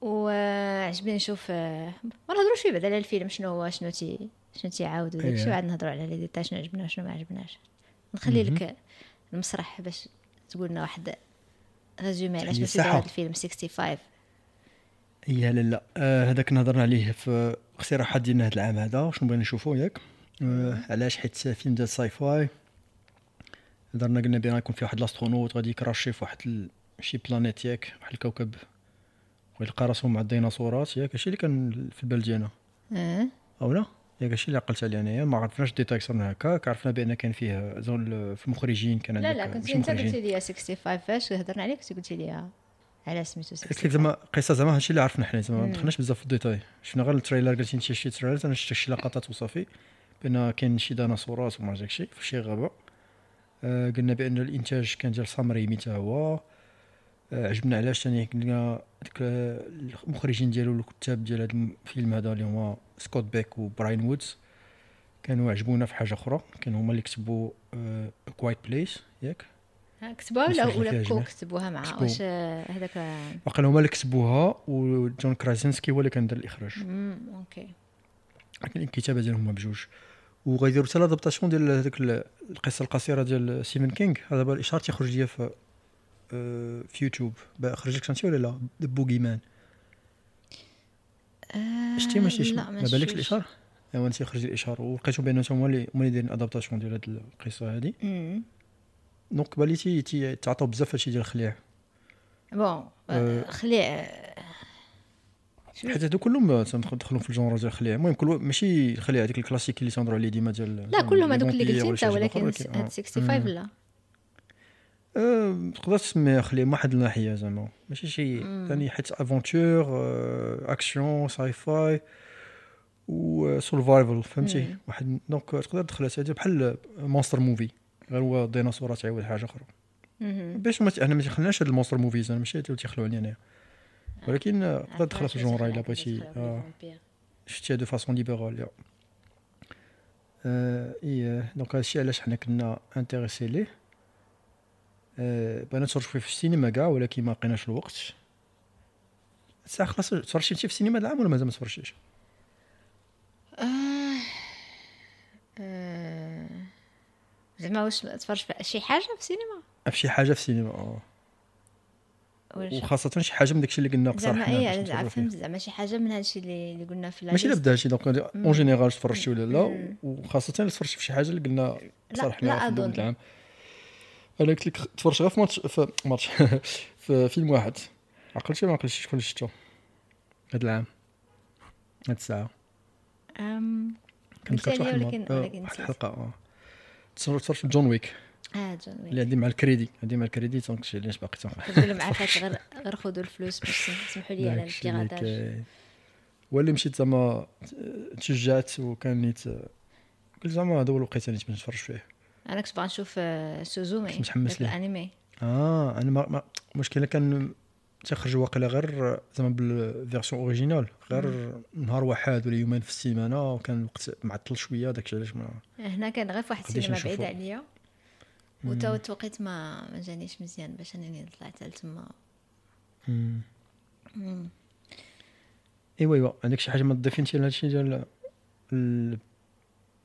Speaker 2: وعجبني نشوف آه، ما نهضروش فيه بعد على الفيلم شنو هو شنو تي شنو تيعاود وداك الشيء
Speaker 1: إيه.
Speaker 2: وعاد نهضروا على لي ديتا شنو عجبنا وشنو ما عجبناش نخلي لك المسرح باش تقول لنا واحد ريزومي علاش
Speaker 1: خلي
Speaker 2: مسيو
Speaker 1: ساحة.
Speaker 2: هذا الفيلم 65
Speaker 1: يا لا لا آه، هذاك نهضرنا عليه في اقتراحات ديالنا هذا العام هذا وشنو بغينا نشوفو ياك آه، علاش حيت فيلم ديال ساي فاي هضرنا قلنا بان غيكون فيه واحد لاسترونوت غادي يكراشي في واحد ال- شي بلانيت ياك واحد الكوكب ويلقى راسو مع الديناصورات ياك هادشي اللي كان في البال ديالنا
Speaker 2: اه
Speaker 1: او لا ياك هادشي اللي عقلت عليه انايا ما عرفناش ديتاي صرنا هكاك عرفنا بان كان فيه زون في المخرجين كان
Speaker 2: لا
Speaker 1: عندك
Speaker 2: لا
Speaker 1: مش
Speaker 2: كنت انت
Speaker 1: مخرجين.
Speaker 2: قلتي لي 65 فاش هضرنا عليك كنت قلتي لي على سميتو
Speaker 1: قلت لك
Speaker 2: 65
Speaker 1: زعما قصه زعما هادشي اللي عرفنا حنا زعما ما دخلناش بزاف في الديتاي شفنا غير التريلر قلت انت شي تريلر انا شفت شي لقطات وصافي بان كاين شي ديناصورات وما عرفت داكشي في شي غابه آه قلنا بان الانتاج كان ديال سام ريمي تا هو آه عجبنا علاش ثاني قلنا ديك آه، المخرجين ديالو الكتاب ديال هذا الفيلم هذا اللي هما سكوت بيك وبراين وودز كانوا عجبونا في حاجه اخرى كانوا هما اللي كتبوا آه، كوايت بليس ياك
Speaker 2: ها، كتبوها ولا
Speaker 1: مسجلة فيها
Speaker 2: ولا كو
Speaker 1: جميع.
Speaker 2: كتبوها مع
Speaker 1: كتبوها.
Speaker 2: واش آه، هذاك آه،
Speaker 1: وقال هما اللي كتبوها وجون كرازينسكي هو اللي كان دار الاخراج
Speaker 2: مم، اوكي
Speaker 1: لكن الكتابه ديالهم هما بجوج وغيديروا حتى لادابتاسيون ديال هذيك ال- القصه القصيره ديال سيمن كينغ هذا دابا الاشهار تيخرج ليا في آه، في يوتيوب بقى خرج لك انت ولا لا ذا بوغي مان
Speaker 2: آه،
Speaker 1: شتي ما شتيش
Speaker 2: لا،
Speaker 1: ما بالكش
Speaker 2: شفتش.
Speaker 1: الاشهار ايوا انت خرج الاشهار ولقيتو بان هما اللي هما اللي دايرين ادابتاسيون ديال هاد القصه هادي
Speaker 2: مم.
Speaker 1: دونك بالي تي- تي- تعطاو بزاف هادشي ديال الخليع
Speaker 2: بون آه، خلي آه، شوف.
Speaker 1: حيت هادو كلهم تندخل- دخلوا في الجونر ديال الخليع المهم كل ماشي الخليع هذيك الكلاسيك اللي تنهضروا عليه ديما ديال
Speaker 2: لا كلهم هذوك اللي
Speaker 1: الفامبير
Speaker 2: قلتي
Speaker 1: ولا
Speaker 2: انت
Speaker 1: شي حاجة أخرى،
Speaker 2: ولكن
Speaker 1: آه.
Speaker 2: هاد 65 لا
Speaker 1: أه، تقدر تسمي خلي من واحد الناحيه زعما ماشي شي يعني حيت افونتور أه، اكشن ساي فاي و سرفايفل فهمتي واحد دونك تقدر تدخل هادي بحال مونستر موفي غير هو ديناصورات عوض حاجه اخرى
Speaker 2: مهم.
Speaker 1: باش ما ت- انا ما تيخلناش هاد المونستر موفيز انا ماشي هادو اللي تيخلعوني انايا ولكن
Speaker 2: آه،
Speaker 1: أه، تقدر تدخل في الجونر الا بغيتي آه. شفتيها دو فاسون ليبرال آه ايه دونك هادشي علاش حنا كنا انتريسي ليه آه بغينا نتفرج فيه في السينما كاع ولكن ما لقيناش الوقت ساعة خلاص تفرجتي انت في السينما هاد العام ولا مازال ما تفرجتيش
Speaker 2: آه. آه. زعما واش تفرج في شي حاجه في السينما
Speaker 1: في شي حاجة في السينما اه
Speaker 2: ولا شي-
Speaker 1: وخاصة شي حاجة من داكشي اللي قلنا
Speaker 2: زعما
Speaker 1: اقترحناه
Speaker 2: ايه
Speaker 1: باش
Speaker 2: على-
Speaker 1: نتفرجوا فيه.
Speaker 2: فهمت زعما شي حاجه من هادشي اللي اللي قلنا في لا
Speaker 1: ماشي
Speaker 2: list.
Speaker 1: لابد هادشي دونك اون جينيرال واش تفرجتي ولا لا وخاصة الا تفرجتي في شي حاجة اللي قلنا
Speaker 2: لا
Speaker 1: صرحنا في
Speaker 2: أظن.
Speaker 1: الأول العام انا قلت لك تفرجت غير في ماتش في ماتش في فيلم واحد عقلتي ولا ما عقلتش شكون اللي شفتو هاد العام هاد الساعة
Speaker 2: أم،
Speaker 1: كنت
Speaker 2: قلتها
Speaker 1: كنت واحد
Speaker 2: لي
Speaker 1: الم-
Speaker 2: ولكن-
Speaker 1: آه،
Speaker 2: ولكن
Speaker 1: واحد
Speaker 2: نسيت.
Speaker 1: الحلقة اه تفرجت تفرجت في جون ويك
Speaker 2: اه جون ويك
Speaker 1: اللي عندي مع الكريدي عندي مع الكريدي تنقش علاش باقي تنقش
Speaker 2: كتقول لهم عافاك غير غير خذوا الفلوس باش سمحوا لي على
Speaker 1: داكشي اللي
Speaker 2: البيراتاج
Speaker 1: كاين. هو اللي مشيت زعما تشجعت وكان نيت قلت زعما هذا هو الوقت اللي كنت نتفرج فيه
Speaker 2: انا كنت باغا نشوف آه، سوزومي
Speaker 1: كنت متحمس
Speaker 2: داك
Speaker 1: ليه.
Speaker 2: الانمي
Speaker 1: اه انا ما ما- المشكله كان تيخرجوا واقيلا غير زعما بالفيرسيون اوريجينال غير نهار واحد ولا يومين في السيمانه وكان الوقت معطل شويه داكشي علاش ما
Speaker 2: هنا كان غير في واحد
Speaker 1: قداش
Speaker 2: السينما
Speaker 1: نشوفو؟
Speaker 2: بعيده عليا وتا توقيت ما ما جانيش مزيان باش انني طلعت لتما
Speaker 1: مم. ايوا ايوا عندك شي حاجه ما تضيفي انت لهادشي ديال ال-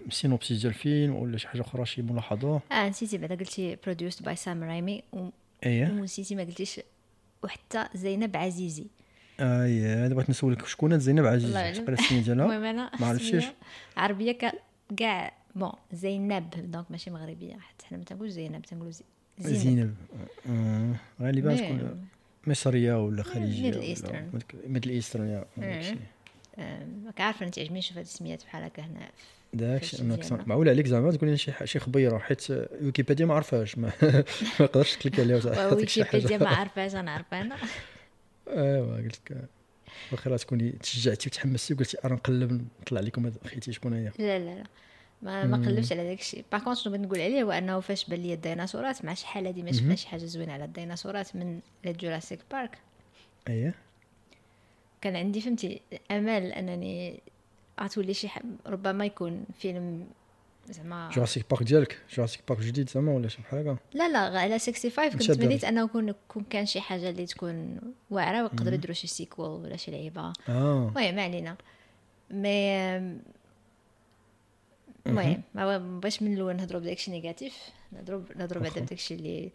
Speaker 1: السينوبسيس ديال الفيلم ولا شي حاجه اخرى شي ملاحظه
Speaker 2: اه نسيتي بعدا قلتي produced by سام رايمي و-
Speaker 1: ايه
Speaker 2: ونسيتي ما قلتيش وحتى زينب عزيزي
Speaker 1: ايه هذا بغيت نسولك شكون هاد زينب عزيز
Speaker 2: الله يعلم.
Speaker 1: تقرا السميه ديالها
Speaker 2: المهم انا
Speaker 1: ما عرفتيش.
Speaker 2: سمية عربيه ك- كاع بون زينب دونك ماشي مغربيه حتى حنا ما تنقولوش زينب تنقولوا زي- زينب
Speaker 1: زينب آه، غالبا تكون
Speaker 2: مي-
Speaker 1: مصريه ولا خليجيه
Speaker 2: Middle
Speaker 1: ولا-
Speaker 2: Eastern.
Speaker 1: ميدل ايسترن يا داكشي.
Speaker 2: آم، راك عارفه انا تيعجبني نشوف هاد السميات بحال هكا هنا
Speaker 1: داكشي
Speaker 2: فاش
Speaker 1: انا
Speaker 2: مزيانة.
Speaker 1: كنت معول عليك زعما تقول لي شي ح- شي خبيره حيت ويكيبيديا ما عرفهاش ما ما نقدرش تكليك عليها وتعطيك شي
Speaker 2: ويكيبيديا
Speaker 1: حاجه
Speaker 2: ما عارفاش انا عارفه انا
Speaker 1: ايوا قلت لك واخيرا تكوني تشجعتي وتحمستي وقلتي راه نقلب نطلع لكم هاد- خيتي شكون هي
Speaker 2: لا لا لا ما ما قلبش على داك الشيء باغ كونت شنو بغيت نقول عليه هو انه فاش بان لي الديناصورات مع شحال هادي ما شفنا شي حاجه زوينه على الديناصورات من لا جوراسيك بارك
Speaker 1: اييه
Speaker 2: كان عندي فهمتي امل انني غتولي شي ح... ربما يكون فيلم زعما
Speaker 1: جوراسيك بارك ديالك جوراسيك بارك جديد زعما ولا شي بحال هكا
Speaker 2: لا لا غ- على 65 كنت
Speaker 1: متشدد.
Speaker 2: تمنيت انه يكون يكون كان شي حاجه اللي تكون واعره ويقدروا يديروا شي سيكول ولا شي لعيبه
Speaker 1: اه
Speaker 2: المهم ما علينا مي المهم ما ما بغيتش من الاول نهضروا بداكشي نيجاتيف نهضروا ب- نهضروا بعدا
Speaker 1: واخا.
Speaker 2: بداكشي اللي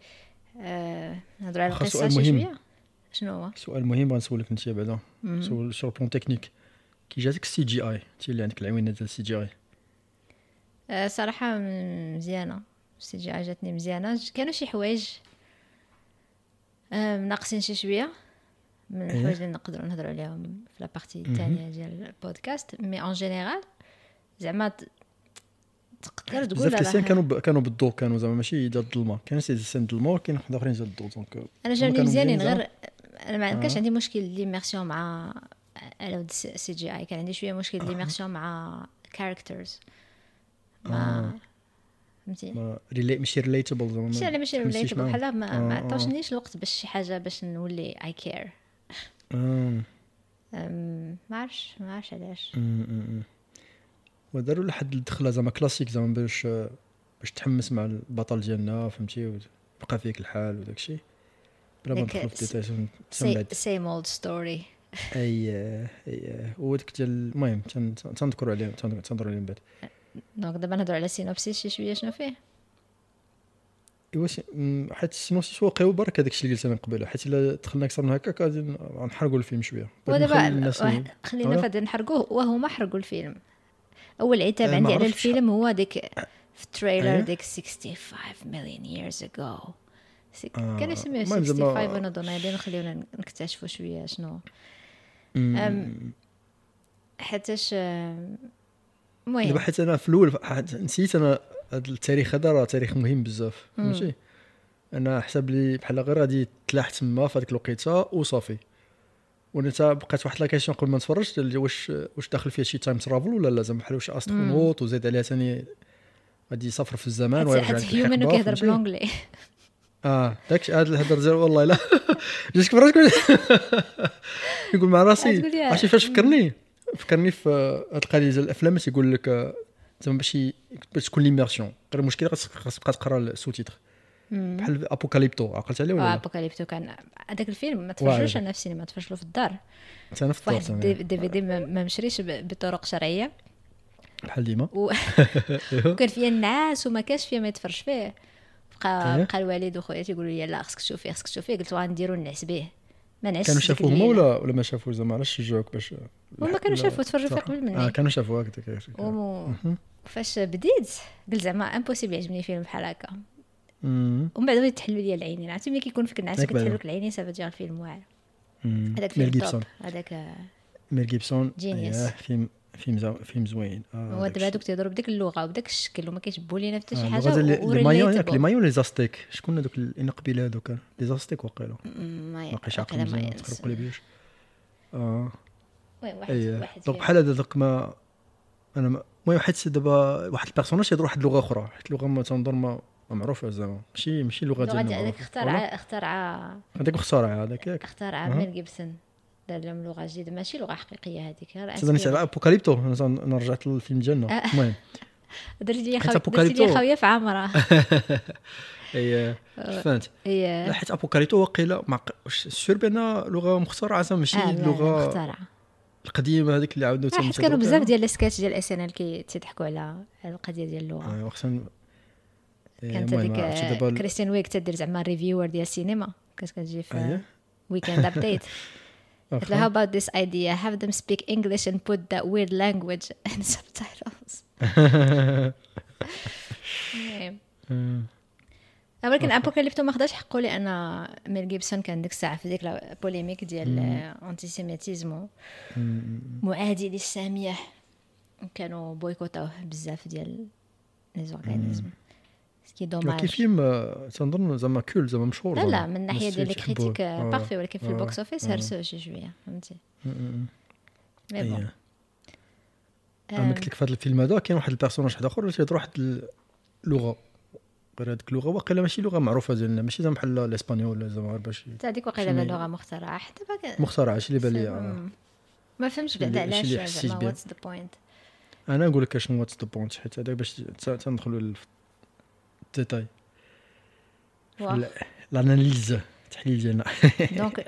Speaker 2: آه، نهضروا على
Speaker 1: واخا
Speaker 2: القصه
Speaker 1: سؤال
Speaker 2: شي
Speaker 1: مهم.
Speaker 2: شويه شنو هو
Speaker 1: سؤال مهم غنسولك انت بعدا سول سور بلون تكنيك كي جاتك السي جي اي انت اللي عندك العوينه ديال السي جي اي
Speaker 2: آه، صراحه م- مزيانه السي جي آي جاتني مزيانه ج- كانوا شي حوايج آه، ناقصين شي شويه من
Speaker 1: إيه.
Speaker 2: الحوايج اللي نقدروا نهضروا عليهم في لابارتي الثانيه ديال البودكاست مي اون جينيرال زعما ت- تقدر تقول
Speaker 1: بزاف
Speaker 2: راه-
Speaker 1: كاسين كانوا ب... كانوا بالضوء كانوا زعما ماشي ديال الظلمه كانوا سي سيستم الظلمه وكاين واحد اخرين ديال الضوء دونك
Speaker 2: انا
Speaker 1: هما
Speaker 2: جاني
Speaker 1: كانوا آه.
Speaker 2: مزيانين
Speaker 1: زعما.
Speaker 2: غير انا ما كانش عندي مشكل ليميرسيون مع على السي جي اي كان عندي شويه مشكل ليميرسيون مع كاركترز ما فهمتي
Speaker 1: آه. ما ريلي... ماشي ريليتابل زعما
Speaker 2: شي على ماشي ريليتابل بحال ما
Speaker 1: آه،
Speaker 2: ما
Speaker 1: آه.
Speaker 2: عطاوشنيش الوقت باش شي حاجه باش نولي اي كير
Speaker 1: آه،
Speaker 2: ما عرفش ما عرفش علاش
Speaker 1: آه، وداروا لحد الدخله زعما كلاسيك زعما باش باش تحمس مع البطل ديالنا فهمتي ويبقى فيك الحال وداك الشيء بلا ما
Speaker 2: داك
Speaker 1: ندخلو في
Speaker 2: س-
Speaker 1: ديتاي تنبعد
Speaker 2: سيم اولد ستوري
Speaker 1: اي اي وديك ديال المهم تن- تن- تنذكروا عليه تن- تنهضروا عليه من بعد
Speaker 2: دونك دابا نهضروا على سينوبسيس شي شويه شنو فيه
Speaker 1: ايوا سي- مم، حيت سينوسيس واقعي برك هذاك الشيء اللي قلت انا من قبل حيت الا دخلنا اكثر من هكاك غادي ن- غنحرقوا الفيلم شويه بغيت طيب، نخلي
Speaker 2: ودابا
Speaker 1: الناس
Speaker 2: واحد- خلينا
Speaker 1: أيوة.
Speaker 2: في هذا نحرقوه وهما حرقوا الفيلم اول عتاب
Speaker 1: آه، ما
Speaker 2: عندي على
Speaker 1: عرفتش.
Speaker 2: الفيلم هو ديك في التريلر
Speaker 1: أيوة.
Speaker 2: ديك 65 مليون years ago سك-
Speaker 1: آه،
Speaker 2: كان يسميوه
Speaker 1: المهم زعما-
Speaker 2: 65 انا ظن غادي نخليونا ن- نكتشفوا شويه شنو أم، حيتاش أم،
Speaker 1: دابا
Speaker 2: المهم
Speaker 1: حيت انا في الاول حيت نسيت انا هذا التاريخ هذا راه تاريخ مهم بزاف فهمتي انا حسب لي بحال غير غادي تلاح تما في هذيك الوقيته وصافي وانا تا بقات واحد لا كيسيون قبل ما نتفرج ديال واش واش داخل فيها شي تايم ترافل ولا لا زعما بحال واش استرونوت وزاد عليها ثاني غادي يسافر في الزمان ويرجع
Speaker 2: هاد
Speaker 1: للحقبة،
Speaker 2: هيومن وكيهضر
Speaker 1: فهمتي؟
Speaker 2: بالونجلي
Speaker 1: اه داك هاد الهضر ديال والله لا جاتك مرة تقول يقول مع راسي
Speaker 2: تقول لي-
Speaker 1: عرفتي فاش فكرني فكرني في آه، هاد القضيه ديال الافلام اللي تيقول لك آه، زعما باش ي- باش تكون ليميرسيون غير المشكل خاص خاص تبقى تقرا السو تيتر بحال ابوكاليبتو عقلت عليه ولا لا؟
Speaker 2: ابوكاليبتو آه، كان هذاك الفيلم ما تفرجوش
Speaker 1: واعر.
Speaker 2: انا في السينما تفرج له في الدار
Speaker 1: حتى انا في الدار
Speaker 2: واحد
Speaker 1: زعما.
Speaker 2: الدي في دي ما ما مشريش ب- بطرق شرعيه
Speaker 1: بحال ديما
Speaker 2: و...
Speaker 1: أيوه.
Speaker 2: وكان فيا النعاس وما كانش فيا ما يتفرج فيه بقى
Speaker 1: إيه.
Speaker 2: بقى الوالد وخويا تيقولوا لي لا خصك تشوفيه خصك تشوفيه قلت غنديرو نعس به ما نعسش
Speaker 1: كانوا
Speaker 2: ديك
Speaker 1: شافوه هما
Speaker 2: الليلة.
Speaker 1: ولا ولا ما شافوه زعما علاش شجعوك باش
Speaker 2: هما كانوا شافوه يعني. تفرجوا فيه قبل مني.
Speaker 1: اه كانوا شافوه هكذاك
Speaker 2: ومو- فاش بديت قلت زعما امبوسيبل يعجبني فيلم بحال هكا
Speaker 1: مم.
Speaker 2: ومن بعد بدات تحلوا لي العينين عرفتي ملي كيكون فيك النعاس
Speaker 1: ياك
Speaker 2: كتحلو
Speaker 1: باينة.
Speaker 2: لك العينين صافي تجي الفيلم واعر
Speaker 1: مم.
Speaker 2: هذاك
Speaker 1: ميل
Speaker 2: فيلم
Speaker 1: جيبسون
Speaker 2: توب هذاك آه،
Speaker 1: ميل جيبسون
Speaker 2: Genius.
Speaker 1: آه، فيلم فيلم زو- فيلم زوين آه،
Speaker 2: هو
Speaker 1: داك
Speaker 2: دابا هذوك تيهضروا بديك اللغه وبداك الشكل وما كيتبوا لينا حتى شي
Speaker 1: آه،
Speaker 2: حاجه
Speaker 1: الغزال
Speaker 2: و-
Speaker 1: اللي- لي مايون ياك
Speaker 2: وريليتابل.
Speaker 1: لي مايون لي زاستيك شكون هذوك الانقبيله هذوك لي زاستيك وقيلا
Speaker 2: ما
Speaker 1: باقيش
Speaker 2: وقيلا
Speaker 1: عاقل
Speaker 2: ما
Speaker 1: مزيان
Speaker 2: ينس.
Speaker 1: تخرقوا لي بيوش اه
Speaker 2: وي واحد
Speaker 1: اي
Speaker 2: واحد
Speaker 1: دونك
Speaker 2: فيهم.
Speaker 1: بحال هذا دوك ما انا ما- المهم حيت دابا واحد البيرسوناج تيهضر واحد اللغه اخرى حيت اللغه ما تنظن ما ما معروفه زعما ماشي ماشي اللغه
Speaker 2: اللغه
Speaker 1: ديالنا
Speaker 2: ديال هذاك
Speaker 1: معروفة.
Speaker 2: اخترع
Speaker 1: ولا؟
Speaker 2: اخترع
Speaker 1: هذاك اخترع هذاك ياك
Speaker 2: اخترع
Speaker 1: أها.
Speaker 2: ميل جيبسون دار لهم لغه جديده ماشي لغه حقيقيه هذيك غير
Speaker 1: تظنيت على
Speaker 2: inspired.
Speaker 1: ابوكاليبتو أنا تن- انا رجعت للفيلم ديالنا
Speaker 2: آه.
Speaker 1: المهم
Speaker 2: درت لي
Speaker 1: حيت
Speaker 2: خوي درت
Speaker 1: أبوكاليبتو.
Speaker 2: لي خويا في عمره
Speaker 1: اي
Speaker 2: آه.
Speaker 1: فهمت
Speaker 2: هي
Speaker 1: إيه. لا، حيت ابوكاليبتو وقيله ما ق- واش سور بان لغه مخترعه زعما ماشي
Speaker 2: آه،
Speaker 1: اللغه
Speaker 2: مخترعه
Speaker 1: القديمه هذيك اللي عاودوا
Speaker 2: حيت كانوا بزاف ديال السكاتش ديال اس ان ال كي تيضحكوا على على القضيه ديال اللغه
Speaker 1: وخصنا آه، إيه،
Speaker 2: كانت
Speaker 1: المهم،
Speaker 2: هذيك
Speaker 1: عرفتي
Speaker 2: آه،
Speaker 1: دابا ال-
Speaker 2: كريستيان ويك تدير زعما ريفيور ديال السينما كانت كتجي في
Speaker 1: أيه.
Speaker 2: ويكند ابديت قلت لها how about this idea have them speak English and put that weird language in subtitles إيه.
Speaker 1: آه.
Speaker 2: ولكن ابوكاليبتو ما خداش حقه لان ميل جيبسون كان ديك الساعه في ديك البوليميك ديال انتيسيميتيزم معادي للسامح كانوا بويكوتاوه بزاف ديال لي زورغانيزم سكي
Speaker 1: ما كاين
Speaker 2: دوماج
Speaker 1: فيلم آه، تنظن زعما كول زعما مشهور
Speaker 2: لا
Speaker 1: زعما.
Speaker 2: لا من ناحيه
Speaker 1: الناس
Speaker 2: ديال
Speaker 1: تيحبوه.
Speaker 2: الكريتيك
Speaker 1: آه.
Speaker 2: بارفي ولكن في
Speaker 1: آه.
Speaker 2: البوكس اوفيس
Speaker 1: آه.
Speaker 2: هرسوه شي شويه فهمتي
Speaker 1: مم.
Speaker 2: مي بون آه.
Speaker 1: أيه. انا قلت لك في هذا الفيلم هذا كاين واحد البيرسوناج واحد اخر اللي تيهضر واحد اللغه غير هذيك اللغه واقيلا ماشي لغه معروفه ديالنا ماشي زعما بحال الاسبانيول ولا زعما غير باش
Speaker 2: تاع ديك وقيله
Speaker 1: شنو هي؟
Speaker 2: لغه مخترعه حتى ما كان-
Speaker 1: مخترعه شي اللي بان لي آه.
Speaker 2: مم. ما فهمتش
Speaker 1: شي اللي-
Speaker 2: بعدا
Speaker 1: شي اللي
Speaker 2: علاش
Speaker 1: حسيت
Speaker 2: زعما
Speaker 1: بيه.
Speaker 2: واتس ذا بوينت
Speaker 1: انا نقول لك شنو واتس ذا بوينت حيت هذا باش ت- تندخلوا للديتاي لا- الاناليز التحليل ديالنا
Speaker 2: دونك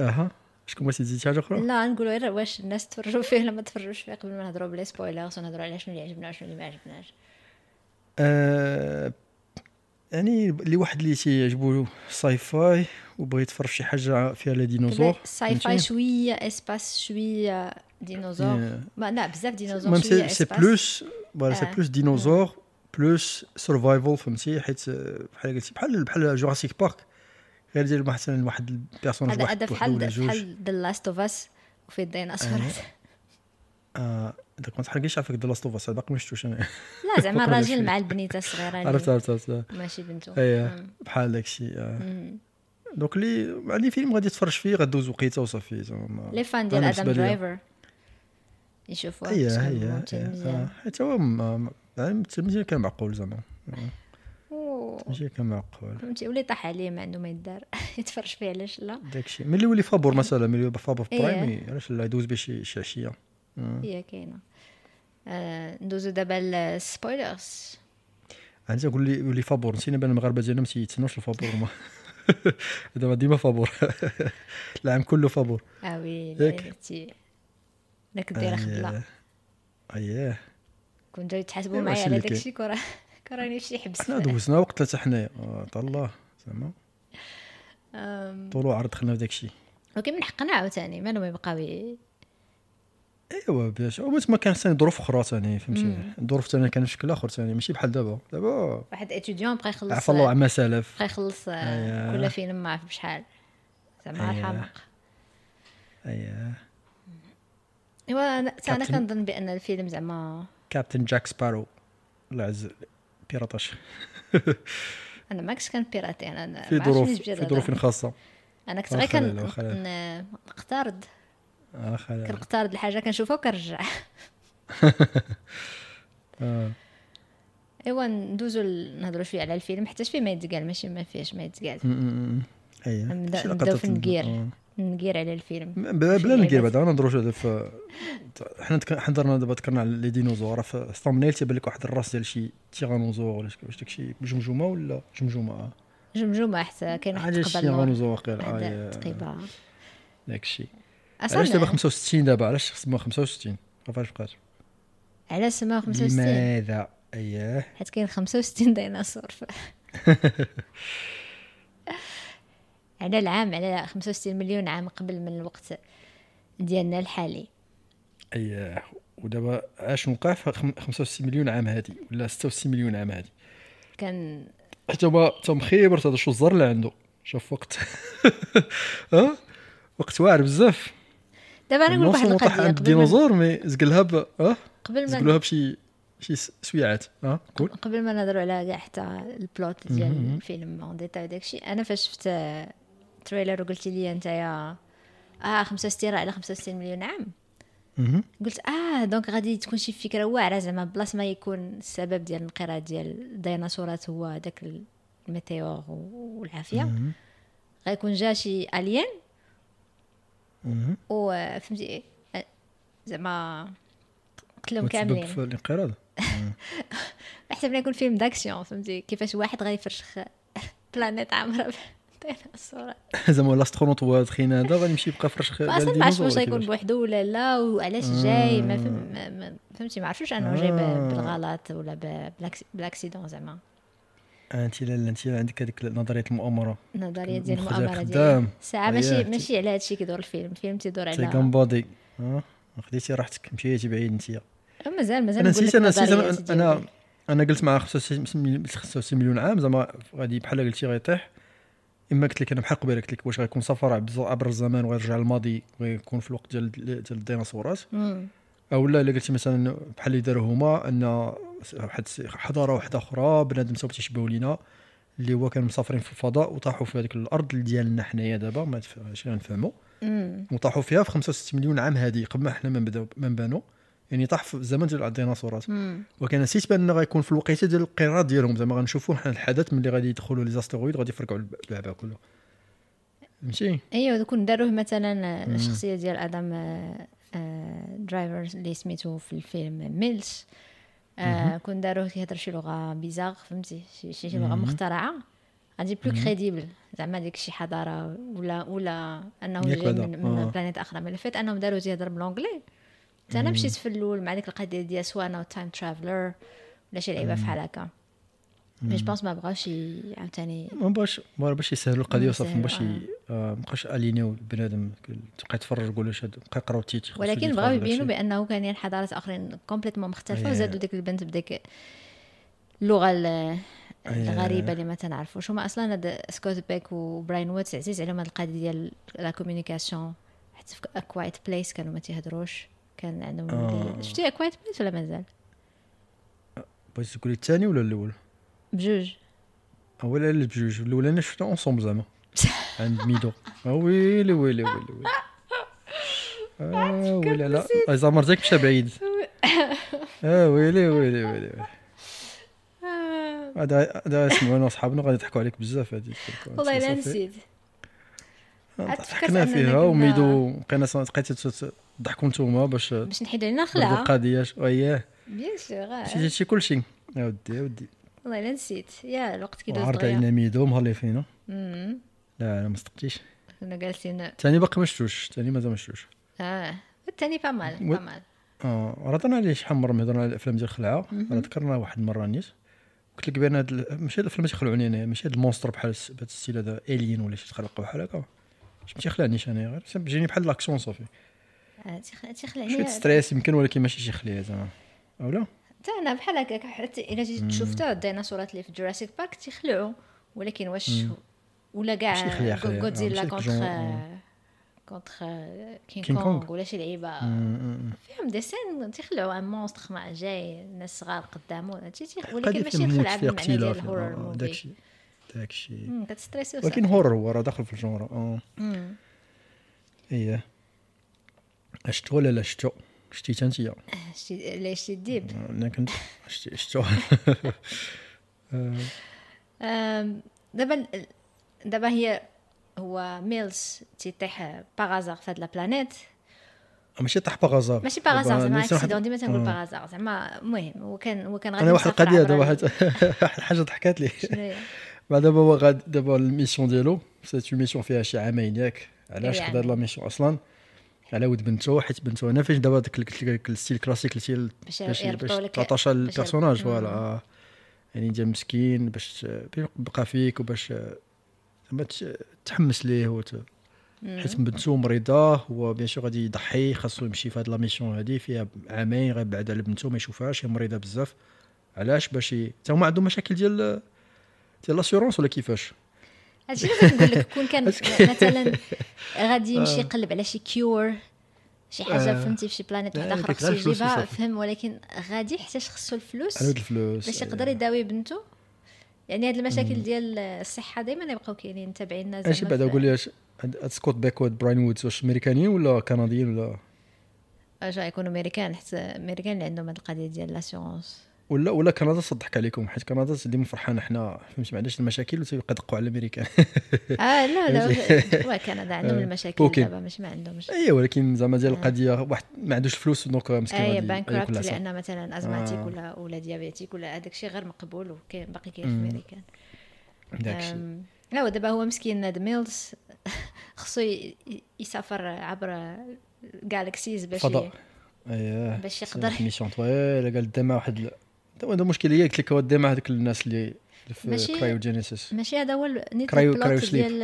Speaker 1: اها شكون بغيتي تزيد شي حاجه اخرى
Speaker 2: لا نقولوا غير واش الناس تفرجوا فيه ولا ما تفرجوش فيه قبل ما نهضروا بلي سبويلرز ونهضروا على شنو اللي عجبنا وشنو اللي ما عجبناش
Speaker 1: آه، يعني اللي واحد اللي تيعجبو الساي فاي وبغى يتفرج شي حاجه فيها لا ديناصور
Speaker 2: ساي فاي
Speaker 1: فهمتي؟
Speaker 2: شويه اسباس شويه ديناصور
Speaker 1: Yeah.
Speaker 2: ما لا بزاف ديناصور
Speaker 1: المهم
Speaker 2: شويه
Speaker 1: سي سي
Speaker 2: اسباس
Speaker 1: بلوس فوالا سي
Speaker 2: آه.
Speaker 1: بلوس ديناصور بلوس سرفايفل فهمتي حيت آه، بحال قلتي بحال بحال جوراسيك بارك غير ديال مثلا واحد البيرسوناج
Speaker 2: هذا
Speaker 1: واحد
Speaker 2: هذا
Speaker 1: بوحدو ولا
Speaker 2: بحال
Speaker 1: جوج أيوة.
Speaker 2: بحال ذا لاست اوف اس وفي الديناصورات
Speaker 1: آه، داك ما تحرقيش عافاك ذا لاست اوف اس باقي ما شفتوش انا
Speaker 2: لا زعما
Speaker 1: فكرنا
Speaker 2: الراجل
Speaker 1: شوية.
Speaker 2: مع البنيته الصغيره اللي
Speaker 1: عرفت عرفت عرفت آه.
Speaker 2: ماشي بنته
Speaker 1: ايه
Speaker 2: مم.
Speaker 1: بحال داكشي آه.
Speaker 2: مم.
Speaker 1: دونك اللي يعني فيلم غادي تفرج فيه غدوز وقيته وصافي زعما
Speaker 2: لي فان
Speaker 1: أنا
Speaker 2: ديال ادم
Speaker 1: بالنسبة ليا-
Speaker 2: درايفر يشوفوه
Speaker 1: اييه
Speaker 2: باسكو
Speaker 1: اييه
Speaker 2: ممثل
Speaker 1: اييه آه،
Speaker 2: مزيان
Speaker 1: حيت هو م- م- يعني التمثيل كان معقول زعما
Speaker 2: أوه.
Speaker 1: التمثيل كان معقول
Speaker 2: فهمتي واللي طاح عليه ما عنده ما يدار يتفرج فيه علاش لا
Speaker 1: داكشي ملي يولي فابور مثلا ملي يولي فابور في
Speaker 2: إيه.
Speaker 1: برايمي علاش لا يدوز به شي شي عشيه آه.
Speaker 2: هي كاينه آه، ندوزو دابا للسبويلرز
Speaker 1: انت قول لي يولي فابور نسينا بان المغاربه ديالنا ما تيتسناوش الفابور هما دابا ديما فابور العام كله فابور
Speaker 2: اه وي
Speaker 1: ياك.
Speaker 2: لعبتي راك دايره خبله
Speaker 1: آه، إيه. اييه
Speaker 2: كون جاي تحاسبوا
Speaker 1: إيوا
Speaker 2: معايا
Speaker 1: شي
Speaker 2: على
Speaker 1: اللي
Speaker 2: داك
Speaker 1: كاين.
Speaker 2: الشيء كره كراني في شي حبس
Speaker 1: حنا دوزنا وقت ثلاثه حنايا آه، طالله زعما
Speaker 2: آم،
Speaker 1: طول وعرض دخلنا في داكشي
Speaker 2: ولكن من حقنا عاوتاني مالهم يبقاو ي-
Speaker 1: ايوا أيوة، باش هو ما كان ثاني ظروف اخرى ثاني فهمتي الظروف ثاني كان شكل اخر ثاني ماشي بحال دابا دابا
Speaker 2: واحد اتيديون بقى يخلص
Speaker 1: عفى الله عما سالف
Speaker 2: بقى يخلص آه،
Speaker 1: أيا.
Speaker 2: كل فيلم ما عرف بشحال زعما
Speaker 1: أيا.
Speaker 2: الحمق
Speaker 1: اييه
Speaker 2: ايوا انا تا انا
Speaker 1: كابتن-
Speaker 2: كنظن بان الفيلم زعما
Speaker 1: كابتن جاك سبارو الله يعز بيرطاش
Speaker 2: انا ما كنتش كنبيراتي انا ما
Speaker 1: في
Speaker 2: عرفتش
Speaker 1: ظروف
Speaker 2: منين جبت هاد
Speaker 1: في
Speaker 2: الهضرة.
Speaker 1: ظروف خاصه
Speaker 2: انا كنت غير
Speaker 1: واخا لا،
Speaker 2: كن-
Speaker 1: واخا لا.
Speaker 2: ن- نقترض
Speaker 1: اخ لا.
Speaker 2: كنقترض الحاجه كنشوفها وكنرجع
Speaker 1: آه.
Speaker 2: ايوا ندوزو ل- نهضروا شويه على الفيلم حتى فيه ما يتقال ماشي ما فيهش ما يتقال
Speaker 1: م- م- م. اييه
Speaker 2: نبدا-
Speaker 1: شي
Speaker 2: نبداو
Speaker 1: لقطات
Speaker 2: في
Speaker 1: ال-
Speaker 2: نقير.
Speaker 1: آه.
Speaker 2: نقير على الفيلم
Speaker 1: م- بلا
Speaker 2: في
Speaker 1: بلا نقير
Speaker 2: العيبات.
Speaker 1: بعدا نهضروا شويه في حنا تك- حنا درنا دابا تكرنا على لي دينوزور في الثامنيل تيبان لك واحد الراس ديال شي تيغانوزور ولا شك- واش داكشي جمجمه ولا جمجمه آه.
Speaker 2: جمجمه حتى كاين واحد
Speaker 1: حاجه شي
Speaker 2: تقبل نور
Speaker 1: تيغانوزور واقيلا آه،
Speaker 2: واحد طيب.
Speaker 1: يا-
Speaker 2: تقيبه
Speaker 1: داكشي علاش دابا
Speaker 2: اصلا
Speaker 1: 65 دابا علاش خصنا 65 عرفاش بقات
Speaker 2: على سما 65
Speaker 1: لماذا اييه
Speaker 2: حيت كاين 65 ديناصور ف... على العام على 65 مليون عام قبل من الوقت ديالنا الحالي
Speaker 1: اييه ودابا اش وقع في خم- 65 مليون عام هادي ولا 66 مليون عام هادي
Speaker 2: كان
Speaker 1: حتى هو تم خيبر هذا شو الزر اللي عنده شوف وقت ها وقت واعر بزاف
Speaker 2: دابا انا نقول لك واحد
Speaker 1: نوصل طاح
Speaker 2: القضيه قبل
Speaker 1: عند
Speaker 2: ما
Speaker 1: الديناصور مي زقلها ب ها
Speaker 2: قبل ما
Speaker 1: زقلوها بشي شي س- سويعات ها قول
Speaker 2: قبل ما نهضروا على كاع حتى البلوت ديال الفيلم اون ديتاي داكشي انا فاش شفت آه، تريلر وقلتي لي نتايا اه 65 راه على 65 مليون عام
Speaker 1: مهم.
Speaker 2: قلت اه دونك غادي تكون شي فكره واعره زعما بلاص ما يكون السبب ديال الانقراض ديال الديناصورات هو داك الميتيور و- والعافيه
Speaker 1: مهم.
Speaker 2: غيكون جا شي الين
Speaker 1: مهم.
Speaker 2: و فهمتي آه، زعما قتلهم
Speaker 1: وتسبب
Speaker 2: كاملين
Speaker 1: في الانقراض
Speaker 2: حتى بلا يكون فيلم داكسيون فهمتي كيفاش واحد غادي يفرشخ بلانيت عامره بالديناصورات
Speaker 1: زعما لاسترونوت هو دخين هذا غادي يمشي يبقى فرش
Speaker 2: اصلا ما عرفتش واش غيكون بوحدو ولا لا وعلاش جاي ما فهم ما- ما- فهمتي ما عرفتش انه جاي
Speaker 1: آه.
Speaker 2: ب- بالغلط ولا ب- بالأكس- بالاكسيدون زعما
Speaker 1: انت لا انت عندك هذيك نظريه المؤامره
Speaker 2: النظريه ديال
Speaker 1: مخرجها
Speaker 2: المؤامره ديال
Speaker 1: خدام.
Speaker 2: ساعه ماشي
Speaker 1: أييه.
Speaker 2: ماشي على هادشي كيدور الفيلم الفيلم تيدور
Speaker 1: تي
Speaker 2: على
Speaker 1: كنبادي ها خديتي راحتك مشيتي بعيد انت
Speaker 2: أه، مازال مازال
Speaker 1: انا
Speaker 2: نقول
Speaker 1: نسيت
Speaker 2: لك
Speaker 1: انا نسيت
Speaker 2: نظريات
Speaker 1: أنا-
Speaker 2: ديالي.
Speaker 1: انا انا قلت مع 65 مليون- 65 مليون عام زعما غادي بحال قلتي غيطيح اما قلت لك انا بحال قبيله قلت لك واش غيكون سفر عبز- عبر الزمان وغيرجع للماضي وغيكون في الوقت ديال ديال الديناصورات
Speaker 2: مم.
Speaker 1: او لا الا قلتي مثلا بحال اللي داروا هما ان واحد الس- حضاره واحده اخرى بنادم سوف تشبهوا لينا اللي هو كانوا مسافرين في الفضاء وطاحوا في هذيك الارض ديالنا حنايا دابا ما تفهمش غنفهموا
Speaker 2: مم.
Speaker 1: وطاحوا فيها في 65 مليون عام هذه قبل ما حنا ما نبداو ما نبانو يعني طاح في الزمن ديال الديناصورات
Speaker 2: مم.
Speaker 1: ولكن نسيت بان غيكون في الوقيته ديال القراء ديالهم زعما غنشوفوا حنا الحدث ملي غادي يدخلوا لي زاسترويد غادي يفرقعوا الب- البعبع كله فهمتي
Speaker 2: ايوا كون إيوه، داروه مثلا الشخصيه ديال ادم آه، آه، درايفر اللي سميتو في الفيلم ميلس آه، كون داروه كيهضر شي لغه بيزاغ فهمتي شي شي شي لغه
Speaker 1: مهم.
Speaker 2: مخترعه غادي بلو كريديبل زعما ديك شي حضاره ولا ولا انه
Speaker 1: ياك
Speaker 2: جاي
Speaker 1: بعدا،
Speaker 2: من, من
Speaker 1: آه.
Speaker 2: بلانيت اخرى من الفات انهم داروه تيهضر بالانجلي حتى انا مشيت في الاول مع ديك القضيه ديال سوا انا تايم ترافلر ولا شي لعيبه بحال هكا مي جو بونس ما بغاش ي- عاوتاني
Speaker 1: ما باش ما باش يسهلوا القضيه وصافي ما باش
Speaker 2: يسهلوا،
Speaker 1: مابقاش الينيو البنادم تبقى يتفرج يقول واش هاد- بقى يقراو التيتر خصو
Speaker 2: ولكن
Speaker 1: يجي
Speaker 2: بغاو
Speaker 1: يتفرج
Speaker 2: يبينوا
Speaker 1: داكشي.
Speaker 2: بانه كاينين حضارات اخرين كومبليتمون مختلفه
Speaker 1: أيه.
Speaker 2: وزادوا ديك البنت بديك اللغه ال-
Speaker 1: أيه.
Speaker 2: الغريبه اللي ما تنعرفوش هما اصلا هاد سكوت بيك وبراين واتس عزيز عليهم هاد القضيه ديال لا كوميونيكاسيون حتى في كوايت بليس كانوا ما تيهضروش كان عندهم
Speaker 1: آه.
Speaker 2: شتي كوايت بليس ولا مازال
Speaker 1: بغيتي تقولي الثاني ولا الاول
Speaker 2: بجوج
Speaker 1: اولا اللي بجوج الاولاني شفته اونصومبل زعما عند ميدو آه ويلي ويلي ويلي ويلي اه ويلي لا زعما مرتك مشى بعيد اه ويلي ويلي ويلي ويلي
Speaker 2: آه،
Speaker 1: هذا هذا سمعونا اصحابنا غادي يضحكوا عليك بزاف هذه
Speaker 2: والله الا نسيت عاد فكرت
Speaker 1: ضحكنا
Speaker 2: أننا
Speaker 1: فيها
Speaker 2: كنا-
Speaker 1: وميدو بقينا صا- بقيتي ت- ت- تضحكوا نتوما باش تردوا
Speaker 2: باش نحيدو علينا خلعه
Speaker 1: القضيه ش- اييه
Speaker 2: بيان سور
Speaker 1: نسيت هادشي كلشي يا ودي يا ودي
Speaker 2: آه. والله الا نسيت يا الوقت كيدوز
Speaker 1: وعرض
Speaker 2: دغيا.
Speaker 1: علينا ميدو نهار اللي فينا
Speaker 2: أمم.
Speaker 1: لا انا ما صدقتيش
Speaker 2: كنا جالسين
Speaker 1: ثاني باقي ما شفتوش ثاني مازال ما شفتوش
Speaker 2: اه الثاني با مال
Speaker 1: و-
Speaker 2: با مال
Speaker 1: اه هضرنا عليه شحال من مره ملي هضرنا على الافلام ديال الخلعه راه ذكرنا واحد المره نيت قلت لك بان هاد ال- ماشي هاد الافلام اللي تخلعوني انا ماشي هاد المونستر بحال الس- بهاد الستيل هذا الين ولا شي تخلق بحال هكا ماشي ما تيخلعنيش انا غير سم- جيني بحال لاكسيون صافي
Speaker 2: آه، تيخ- تيخلعني
Speaker 1: شويه
Speaker 2: حتى
Speaker 1: ستريس يمكن ولكن ماشي شي خليه زعما اولا
Speaker 2: انا بحال هكاك حتى الا جيت تشوف تا الديناصورات اللي في جوراسيك بارك تيخلعوا ولكن واش ولا
Speaker 1: ماشي يخلع-
Speaker 2: كاع
Speaker 1: يخلع. آه،
Speaker 2: غودزيلا
Speaker 1: ماشي
Speaker 2: كونتخ
Speaker 1: الجون-
Speaker 2: كونتخ كين
Speaker 1: كين كونغ.
Speaker 2: آه، كونغ ولا شي لعيبه فيهم دي سين تيخلعوا ان مونستر مع جاي الناس صغار قدامه هادشي تيخ- ولكن ماشي يخلع بالمعنى ديال الهورر موفي
Speaker 1: آه، داكشي داكشي
Speaker 2: أمم، كتستريسي
Speaker 1: ولكن هورر هو راه داخل في الجونر اه
Speaker 2: هو
Speaker 1: ايه شتو ولا لا شتو شتي انت
Speaker 2: شتي ليش شتي ديب
Speaker 1: انا كنت شتي شتو
Speaker 2: أم، دابا ال- دابا هي هو ميلز تيطيح باغازار في هاد لابلانيت
Speaker 1: ماشي طاح باغازار
Speaker 2: ماشي باغازار زعما اكسيدون ديما تنقول
Speaker 1: باغازار
Speaker 2: باغازار زعما المهم هو كان هو كان غادي
Speaker 1: انا واحد
Speaker 2: مسافر
Speaker 1: القضيه
Speaker 2: عبر
Speaker 1: دابا
Speaker 2: ال-
Speaker 1: واحد واحد الحاجه ضحكات لي
Speaker 2: شنو هي؟
Speaker 1: بعد دابا هو غاد دابا الميسيون ديالو سيت اون ميسيون فيها شي عامين ياك علاش
Speaker 2: يعني.
Speaker 1: خدا هاد لا ميسيون اصلا على ود بنته حيت بنته انا فاش دابا داك ال- داك الستيل كلاسيك اللي تيل-
Speaker 2: باش
Speaker 1: باش
Speaker 2: يربطوا
Speaker 1: باش
Speaker 2: لك-
Speaker 1: تعطاش على
Speaker 2: باش يربط-
Speaker 1: البيرسوناج
Speaker 2: مم.
Speaker 1: فوالا آه. يعني ديال مسكين باش باش يبقى فيك وباش آه، زعما تش- تحمس ليه وت... حيت بنته مريضه هو بيان سور غادي يضحي خاصو يمشي في هاد لا ميسيون هادي فيها عامين غيبعد على بنته ما يشوفهاش هي مريضه بزاف علاش باش ي... تا هما عندهم مشاكل ديال ديال لاسيورونس ولا كيفاش
Speaker 2: هادشي اللي كنقول لك كون كان مثلا غادي يمشي يقلب على شي كيور شي
Speaker 1: آه.
Speaker 2: حاجه فهمتي في شي بلانيت
Speaker 1: لا،
Speaker 2: وحده اخرى
Speaker 1: كيك
Speaker 2: خصو
Speaker 1: غير الفلوس
Speaker 2: يجيبها
Speaker 1: وصافي.
Speaker 2: فهم ولكن غادي يحتاج خصو الفلوس
Speaker 1: على ود الفلوس
Speaker 2: باش
Speaker 1: أيوة.
Speaker 2: يقدر يداوي بنته يعني هاد المشاكل ديال الصحه ديما يبقاو كاينين تابعين الناس
Speaker 1: اش بعدا قول لي اش هاد هاد سكوت باكوود براين وودز واش امريكانيين ولا كنديين ولا
Speaker 2: اجا آه، يكونوا امريكان حيت امريكان اللي عندهم هاد القضيه ديال لاسيغونس
Speaker 1: ولا ولا كندا تصدق عليكم حيت كندا ديما فرحانه حنا فهمتي ما عندناش المشاكل وتيبقى دقوا على الامريكان
Speaker 2: اه لا لا هو كندا عندهم المشاكل
Speaker 1: يعني. آه، أوكي.
Speaker 2: دابا ماشي ما عندهمش
Speaker 1: اي أيوة، ولكن زعما ديال القضيه واحد ما عندوش فلوس دونك مسكين
Speaker 2: اي
Speaker 1: غادي أيوة،
Speaker 2: بانكرابت
Speaker 1: ياكل العسل.
Speaker 2: لان مثلا ازماتيك
Speaker 1: آه.
Speaker 2: ولا ولا ديابيتيك ولا هذاك الشيء غير مقبول وكاين باقي كاين في
Speaker 1: مم.
Speaker 2: امريكان
Speaker 1: داك الشيء
Speaker 2: أم، لا ودابا هو مسكين ناد ميلز خصو ي- ي- يسافر عبر جالكسيز باش
Speaker 1: فضاء أيوة،
Speaker 2: ي-
Speaker 1: اييه
Speaker 2: باش
Speaker 1: سي
Speaker 2: يقدر
Speaker 1: واحد ميسيون طويله قال ديما واحد ال- دابا هذا المشكل هي قلت لك هو ديما هذوك الناس اللي في
Speaker 2: ماشي-
Speaker 1: كرايوجينيسيس
Speaker 2: ماشي هذا هو ال- نيت
Speaker 1: كرايو-
Speaker 2: البلوت
Speaker 1: كرايو شليب.
Speaker 2: ديال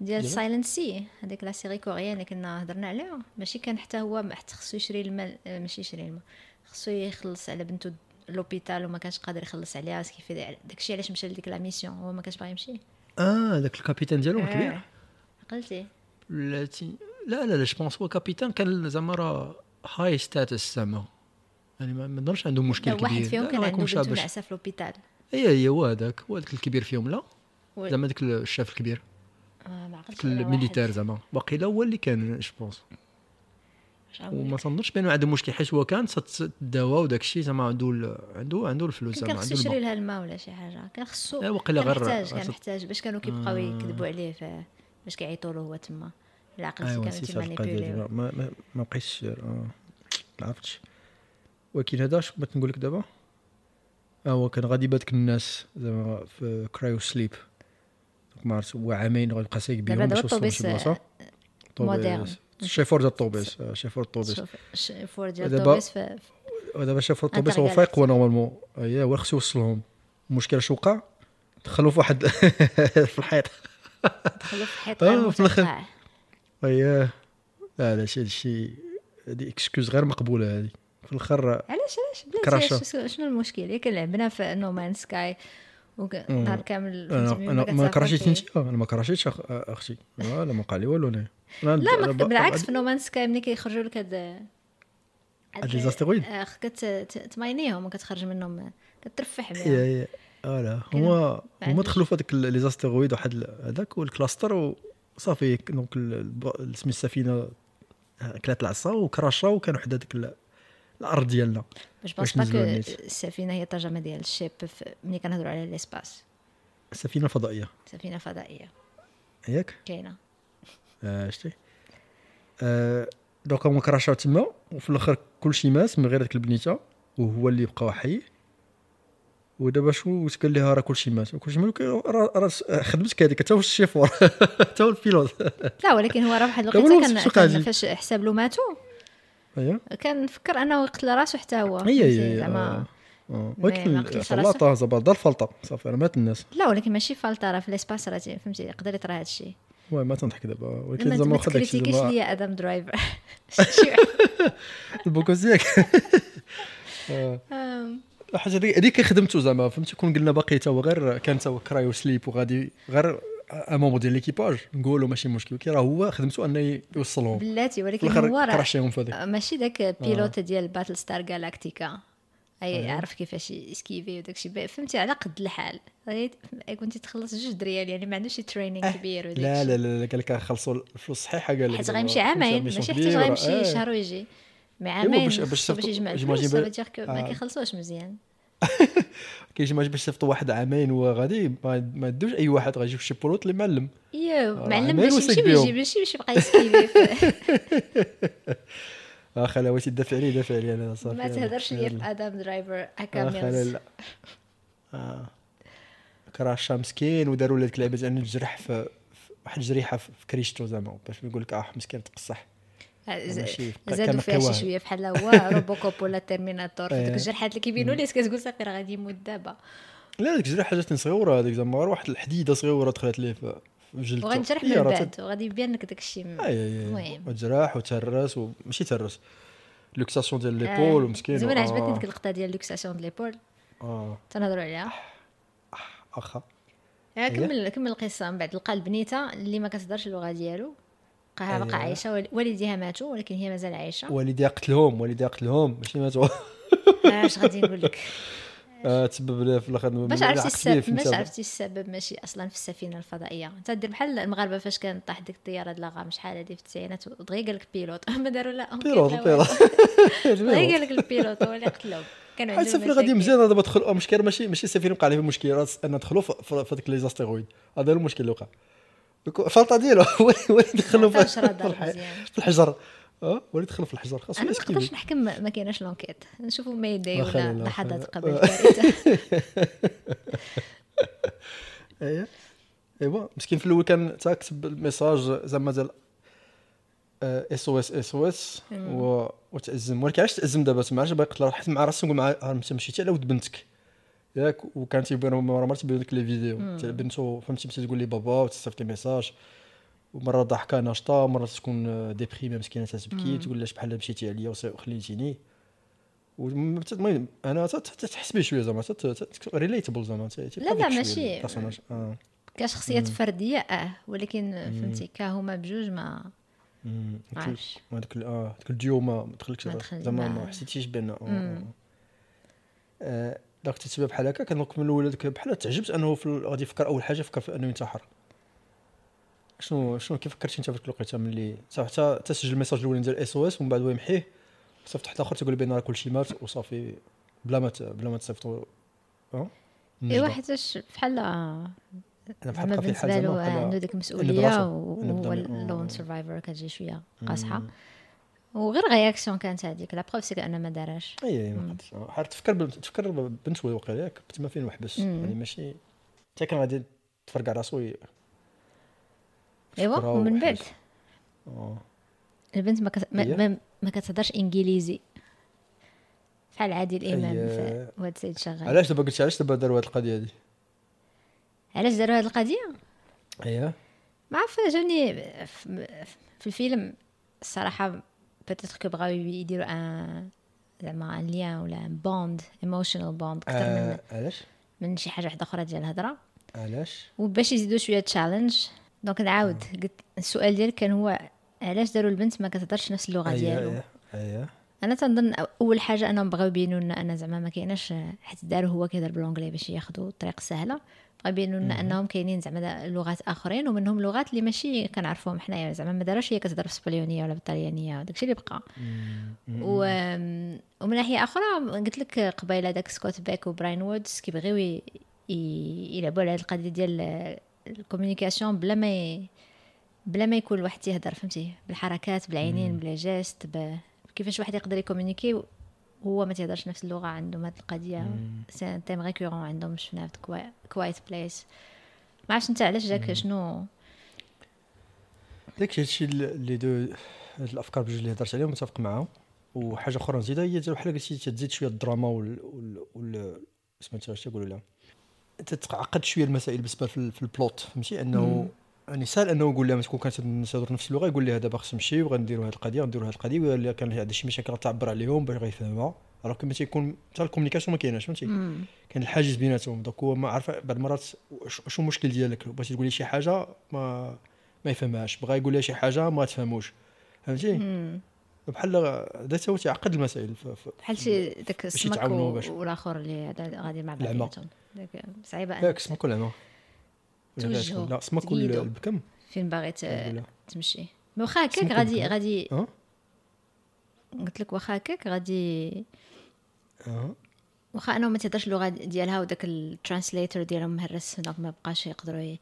Speaker 2: ديال
Speaker 1: ديال؟
Speaker 2: سايلنت سي هذيك لا سيري كوريان اللي كنا هضرنا عليها ماشي كان حتى هو ما- حتى خصو يشري الماء ماشي يشري الماء خصو يخلص على بنتو لوبيتال وما كانش قادر يخلص عليها سكيفي داكشي علاش مشى لديك لا ميسيون هو ما كانش باغي يمشي
Speaker 1: اه ذاك الكابيتان ديالهم كبير
Speaker 2: آه. عقلتي
Speaker 1: بلاتي لا لا لا جو بونس هو كابيتان كان زعما راه هاي ستاتس زعما يعني ما ما نظنش عندهم مشكل
Speaker 2: لا،
Speaker 1: كبير
Speaker 2: واحد فيهم
Speaker 1: لا،
Speaker 2: كان
Speaker 1: راه
Speaker 2: عنده
Speaker 1: يكون
Speaker 2: بنتو
Speaker 1: شاب
Speaker 2: ناعسه في لوبيتال
Speaker 1: اي اي إيه، هو هذاك هو هذاك الكبير فيهم لا
Speaker 2: و-
Speaker 1: زعما ذاك الشاف الكبير
Speaker 2: آه، ما
Speaker 1: ذاك
Speaker 2: عقلتش على واحد.
Speaker 1: الميليتير زعما وقيلا هو اللي كان جو بونس
Speaker 2: شعور.
Speaker 1: وما تنظنش بانه عنده مشكل حيت هو كان تداوى وداك الشيء زعما عنده ال- عنده عنده الفلوس
Speaker 2: كان
Speaker 1: زعما
Speaker 2: خصو
Speaker 1: عنده
Speaker 2: يشري
Speaker 1: الماء
Speaker 2: لها الماء ولا شي حاجه كان خصو
Speaker 1: لا، وقيلا
Speaker 2: كان
Speaker 1: غير-
Speaker 2: محتاج
Speaker 1: غير
Speaker 2: كان
Speaker 1: صد-
Speaker 2: محتاج باش كانوا كيبقاو
Speaker 1: آه.
Speaker 2: يكذبوا عليه ف- باش كيعيطوا له هو تما الا عقلتي
Speaker 1: ايوا
Speaker 2: كانوا
Speaker 1: نسيت هاد القضيه ديال-
Speaker 2: تيمانيبيوليو
Speaker 1: ما ما ما بقيتش آه، ما عرفتش ولكن هذا شنو بغيت نقول لك دابا آه، هو كان غادي يباتك الناس زعما في كرايو سليب ما عرفت هو عامين غيبقى سايق بهم
Speaker 2: دابا
Speaker 1: باش
Speaker 2: دابا
Speaker 1: يوصلهم لشي
Speaker 2: الطوبيس،
Speaker 1: بلاصه
Speaker 2: موديرن.
Speaker 1: طوبيس شيفور ديال الطوبيس آه، شيفور الطوبيس
Speaker 2: شوف ش- فور ديال
Speaker 1: دابا-
Speaker 2: الطوبيس
Speaker 1: ودابا شاف الطوبيس هو
Speaker 2: Intergalactic.
Speaker 1: فايق هو نورمالمون اييه هو خصو يوصلهم المشكل شو وقع دخلوا في واحد في الحيط
Speaker 2: فدخلوا في حيط
Speaker 1: آه،
Speaker 2: غير
Speaker 1: في الآخر.
Speaker 2: متوقع
Speaker 1: اييه لا لا شي هادشي هادي اكسكوز غير مقبوله هادي في الاخر
Speaker 2: علاش علاش
Speaker 1: كراشة.
Speaker 2: بلاتي شنو- شنو المشكل ياك لعبنا في نومان سكاي
Speaker 1: مم.
Speaker 2: نهار كامل
Speaker 1: انا
Speaker 2: فهمتي،
Speaker 1: انا ما
Speaker 2: كتسافر
Speaker 1: كرهتيش
Speaker 2: فيه.
Speaker 1: انت انا ما كرهتيش أخ- اختي لا لا ما وقع لي والو انا لا
Speaker 2: لا ما كت- بالعكس في نومان سكاي ملي كيخرجوا لك هاد هاد-
Speaker 1: هاد الأسترويد؟
Speaker 2: آه، كت- ت- تماينيهم وكتخرج منهم كترفح بهم
Speaker 1: يا يا لا هما
Speaker 2: عندوش.
Speaker 1: هما دخلوا في هذاك لي زاستيرويد واحد ال- هذاك والكلاستر وصافي دونك ال- سمي السفينه كلات العصا وكراشا وكان وحده ديك ال- الارض ديالنا
Speaker 2: باش
Speaker 1: باش
Speaker 2: بونس با كو
Speaker 1: نزلوا النت.
Speaker 2: السفينه آه، هي ترجمه ديال الشيب في- ملي كنهضروا على الاسباس
Speaker 1: السفينه الفضائيه
Speaker 2: سفينه فضائيه
Speaker 1: ياك
Speaker 2: كاينه
Speaker 1: آه، شتي آه، دونك هما كراشاو تما وفي الاخر كلشي مات من غير ديك البنيته وهو اللي بقى حي ودابا شو تقال لها راه كلشي مات كلشي مات وك- راه راه س- خدمتك هذيك حتى هو الشيفور حتى هو البيلوت
Speaker 2: لا ولكن هو راه واحد
Speaker 1: دابا الوقت
Speaker 2: الوقيته
Speaker 1: شنو
Speaker 2: كان- كان
Speaker 1: قاعدين؟
Speaker 2: فاش حساب له ماتوا
Speaker 1: اييه
Speaker 2: كان فكر انه يقتل راسو حتى هو
Speaker 1: هي
Speaker 2: فهمتي،
Speaker 1: هي آه.
Speaker 2: زعما ما
Speaker 1: ولكن
Speaker 2: قتلش
Speaker 1: الفلاطه زعما دار الفلطه صافي راه مات الناس
Speaker 2: لا ولكن ماشي فالطه راه في الاسباس راه تي- فهمتي يقدر يطرى هذا الشيء
Speaker 1: واه ما تنضحك دابا ولكن
Speaker 2: ما
Speaker 1: زعما
Speaker 2: ما
Speaker 1: واخا داكشي
Speaker 2: تكريتيكيش
Speaker 1: زعما
Speaker 2: ليا ادم درايفر شي واحد-
Speaker 1: البوكوز ديالك آه. حاجه هذيك هذيك خدمته زعما فهمتي كون قلنا باقي تا هو غير كان تا هو كراي وسليب وغادي غير ان مومون ديال ليكيباج نقولوا ماشي مشكل كي راه هو خدمته انه يوصلهم في
Speaker 2: بلاتي ولكن
Speaker 1: الاخر
Speaker 2: هو راه آه،
Speaker 1: كراشيهم في آه. هذاك
Speaker 2: ماشي داك بيلوت ديال باتل ستار جالاكتيكا اي
Speaker 1: أيوة.
Speaker 2: عرف كيفاش يسكيفي وداك الشيء بي- فهمتي على قد الحال غادي- كنتي تخلص جوج دريال يعني ما عندوش شي ترينينغ كبير وداك
Speaker 1: أه، لا
Speaker 2: الشيء.
Speaker 1: لا لا قال لك خلصوا الفلوس الصحيحه قال لك
Speaker 2: حيت
Speaker 1: زعما
Speaker 2: غيمشي
Speaker 1: فهمتي،
Speaker 2: عامين
Speaker 1: ميسيون
Speaker 2: ماشي حتى
Speaker 1: كبيرة.
Speaker 2: غيمشي
Speaker 1: آه.
Speaker 2: شهر ويجي مع
Speaker 1: إيوا،
Speaker 2: عامين
Speaker 1: أيوة، باش- باش
Speaker 2: خصو باش
Speaker 1: صيفطو-
Speaker 2: يجمع
Speaker 1: جيماجين
Speaker 2: الفلوس
Speaker 1: بال-
Speaker 2: باش ما
Speaker 1: آه.
Speaker 2: كيخلصوش مزيان
Speaker 1: كيجي ما باش يصيفطوا واحد عامين وغادي ما ما يدوش اي واحد غيجيب شي بولوت اللي معلم
Speaker 2: يو
Speaker 1: آه، راه
Speaker 2: معلم
Speaker 1: عامين
Speaker 2: باش
Speaker 1: وصيد
Speaker 2: يمشي
Speaker 1: بيهم.
Speaker 2: ويجي ماشي باش يبقى يسكيفي في-
Speaker 1: اه خلاواتي دافع عليه دافع عليه انا صافي
Speaker 2: ما
Speaker 1: يلا.
Speaker 2: تهضرش ليا
Speaker 1: يلا.
Speaker 2: في ادم درايفر هكا
Speaker 1: اخ لا
Speaker 2: ميلز
Speaker 1: لا آه. كراشا مسكين وداروا له ديك اللعيبه ديال انه تجرح في في واحد الجريحه في في كريشتو زعما باش يقول لك اه مسكين تقصح ماشي بقى
Speaker 2: زادوا
Speaker 1: كما
Speaker 2: فيها
Speaker 1: كواه.
Speaker 2: شي شويه بحال هو روبوكوب ولا تيرميناتور في
Speaker 1: إيه.
Speaker 2: دوك الجرحات اللي كيبينوا لي كتقول صافي راه غادي يموت دابا
Speaker 1: لا ديك الجريحه جات صغيره هذيك زعما غير واحد الحديده صغيره دخلت ليه في في جلدته
Speaker 2: وغنجرح
Speaker 1: هي
Speaker 2: من
Speaker 1: إيه، راه
Speaker 2: بعد وغادي يبان لك داك الشيء
Speaker 1: تت- اي اي اي
Speaker 2: المهم.
Speaker 1: وجراح وتهرس وماشي تهرس لوكساسيون ديال ليبول ومسكين
Speaker 2: زمان
Speaker 1: و-
Speaker 2: آه. عجبتني ديك
Speaker 1: آه.
Speaker 2: اللقطه ديال لوكساسيون دي ليبول
Speaker 1: اه
Speaker 2: تنهضروا عليها
Speaker 1: واخا
Speaker 2: آه، كمل كمل القصه من بعد لقى البنيته اللي ما كتهضرش اللغه ديالو لقاها باقا
Speaker 1: أيوة.
Speaker 2: عايشه وال- والديها ماتوا ولكن هي مازال عايشه
Speaker 1: والديها قتلهم والديها قتلهم ماشي ماتوا
Speaker 2: آه، اش غادي نقول لك علاش؟
Speaker 1: آه، تسبب لي في الاخر
Speaker 2: باش
Speaker 1: ما
Speaker 2: عرفتي
Speaker 1: نعقش ليه في
Speaker 2: السبب باش
Speaker 1: المتابعة.
Speaker 2: عرفتي السبب ماشي اصلا في السفينه الفضائيه انت دير بحال المغاربه فاش كانت طاح ديك الطياره دلاغام شحال هادي في التسعينات دغيا قال لك بيلوت ما داروا لا هم
Speaker 1: بيروت
Speaker 2: كيطلعوا.
Speaker 1: بيروت
Speaker 2: دغيا قال لك البيلوت هو اللي قتلهم كانوا
Speaker 1: حال
Speaker 2: عندهم
Speaker 1: السفينه غادي
Speaker 2: مشاكل.
Speaker 1: مزيان دابا دخلوا مشكل ماشي ماشي السفينه وقع لها مشكل راه ان دخلوا في- في في هذاك لي زاستيرويد هذا هو المشكل اللي وقع دوك الفلطه ديالو هو اللي- هو اللي دخلوا في
Speaker 2: عطاوش رادار
Speaker 1: في الح-
Speaker 2: مزيان.
Speaker 1: في الحجر اه هو اللي دخلوا في الحجر خاصو
Speaker 2: انا ما
Speaker 1: يسكتوا
Speaker 2: نقدرش نحكم ما ما كايناش لونكيت نشوفوا ما يدي
Speaker 1: واخا
Speaker 2: ولا
Speaker 1: لا،
Speaker 2: لحظات
Speaker 1: واخا
Speaker 2: قبل
Speaker 1: لا.
Speaker 2: الكارثه
Speaker 1: ايوا ايوا إيوه، مسكين في الاول كان تا كتب الميساج زعما ديال آه، اس او اس اس او اس
Speaker 2: إيه.
Speaker 1: وتازم ولكن علاش تازم دابا تما علاش باغي يقتل حيت مع راسي نقول معاه "آه، انت مشيتي على ود بنتك ياك وكان تيبان مره مره تيبان لك لي فيديو تاع بنته فهمتي مشيت تقول لي بابا وتصيفط لي ميساج ومره ضحكه ناشطه مره تكون ديبريمي مسكينه تتبكي تقول لها بحال مشيتي عليا وس- وخليتيني وم- حتى المهم انا تا- تا- تحس به شويه زعما ريليتابل زعما تا-
Speaker 2: لا،
Speaker 1: تيبقى
Speaker 2: لا،
Speaker 1: داك شوية
Speaker 2: ماشي.
Speaker 1: ديال البيرسوناج. آه.
Speaker 2: كشخصيات فرديه اه ولكن فهمتي كهما بجوج ما
Speaker 1: مم. ديك-
Speaker 2: عارفش.
Speaker 1: ما ديك ال- اه ديك الديو ما ما دخلكش
Speaker 2: ما
Speaker 1: الراس.
Speaker 2: دخل-
Speaker 1: زعما
Speaker 2: ما-
Speaker 1: ما حسيتيش بان آه، آه. آه، داك التتبع بحال هكا كنلقى من الاول هذاك بحال تعجبت انه في ال- غادي يفكر اول حاجه فكر في انه ينتحر شنو شنو كيف فكرتي انت في ديك الوقيته ملي صافي حتى تسجل الميساج الاولاني ديال اس او اس ومن بعد هو يمحيه صيفط واحد اخر تقول بان راه كلشي مات وصافي بلا ما ت- بلا ما تصيفطو
Speaker 2: إيه،
Speaker 1: اه
Speaker 2: ايوا حيتاش بحال آه، زعما بالنسبه له عنده ديك المسؤوليه
Speaker 1: راسه. أنا
Speaker 2: وهو
Speaker 1: بدمي. آه.
Speaker 2: اللون سرفايفر كتجي شويه قاصحه وغير غياكسيون كانت هذيك لا بروف سي كأن ما داراش
Speaker 1: اي اي إيه، ما قدرتش حار تفكر بال- تفكر بنت هو واقع ياك كنت ما فين محبس يعني ماشي حتى كان غادي تفرقع راسو
Speaker 2: طيب.
Speaker 1: ي-
Speaker 2: ايوا
Speaker 1: فكرة
Speaker 2: ومن بعد
Speaker 1: وحاجة. آه.
Speaker 2: البنت ما كت... ما,
Speaker 1: هي؟
Speaker 2: ما, ما كتهضرش انجليزي بحال عادل امام في
Speaker 1: هي-
Speaker 2: واد سيد شغال
Speaker 1: علاش دابا قلتي علاش دابا داروا هاد القضيه هادي
Speaker 2: علاش داروا هذه القضيه أيوة،
Speaker 1: اييه
Speaker 2: ما عارفه جاوني في في الفيلم الصراحه بيتيتر كو بغاو يديروا ان زعما ان ليان ولا ان بوند ايموشنال بوند اكثر
Speaker 1: آه،
Speaker 2: من
Speaker 1: علاش
Speaker 2: من شي حاجه واحده اخرى ديال الهضره
Speaker 1: علاش
Speaker 2: وباش يزيدوا شويه تشالنج دونك نعاود قلت السؤال ديالك كان هو علاش داروا البنت ما كتهضرش نفس اللغه
Speaker 1: أييه،
Speaker 2: ديالو
Speaker 1: أييه، اييه
Speaker 2: انا تنظن أو- اول حاجه انهم بغاو يبينوا لنا ان زعما ما كايناش حيت داروا هو كيهضر بالانجلي باش ياخذوا الطريق السهله بغاو يبينوا لنا انهم كاينين زعما دا- لغات اخرين ومنهم لغات اللي ماشي كنعرفوهم حنايا زعما ما داروش هي كتهضر بالسبليونيه ولا بالطليانيه وداكشي اللي بقى و... ومن ناحيه اخرى قلت لك قبيله داك سكوت باك وبراين وودز كيبغيو ي... ي- يلعبوا على هاد القضيه ديال الكوميونيكاسيون بلا ما ي... بلا ما يكون الواحد تيهضر فهمتي بالحركات بالعينين بلا جيست ب... كيفاش واحد يقدر يكومونيكي وهو ما تيهضرش نفس اللغه عندهم هاد القضيه سي ان تيم ريكورون عندهم شفناه في كوا- كوايت بليس ما عرفتش انت علاش جاك شنو
Speaker 1: داك الشيء اللي دو هاد الافكار بجوج اللي هضرت عليهم متفق معاهم وحاجه اخرى نزيدها هي ديال بحال قلتي تزيد شويه الدراما وال وال, وال... سمعتها اش تقولوا لها تتعقد شويه المسائل بالنسبه في, ال- في البلوت فهمتي انه يعني سهل انه يقول لها تكون كانت تهضر نفس اللغه يقول لها دابا خصنا نمشي وغنديروا هاد القضيه غنديروا هاد القضيه ولا كان عندها شي مشاكل تعبر عليهم باش غيفهمها الوغ كو ما تيكون حتى الكومونيكاسيون ما كايناش فهمتي كان الحاجز بيناتهم دونك هو ما عارف بعض المرات وش- شو المشكل ديالك بغيتي تقول لي شي حاجه ما ما يفهمهاش بغا يقول لها شي حاجه ما تفهموش فهمتي بحال هذا هو تعقد المسائل ف... ف...
Speaker 2: بحال شي داك
Speaker 1: باش
Speaker 2: السمك
Speaker 1: يتعاونوا
Speaker 2: و-
Speaker 1: باش-
Speaker 2: والاخر اللي هذا غادي مع
Speaker 1: العمى.
Speaker 2: بعضياتهم داك صعيبه أنا
Speaker 1: ياك سمك ولا ما
Speaker 2: توجهوا،
Speaker 1: لا سمك ولا
Speaker 2: تقيدوا.
Speaker 1: البكم
Speaker 2: فين باغي ت-
Speaker 1: ولا-
Speaker 2: تمشي مي واخا هكاك
Speaker 1: سمكم
Speaker 2: غادي
Speaker 1: كده.
Speaker 2: غادي
Speaker 1: اه
Speaker 2: قلت لك واخا هكاك غادي
Speaker 1: اه
Speaker 2: واخا انه ما تهضرش اللغه ديالها وداك الترانسليتر ديالهم مهرس دونك ما بقاش يقدروا ي-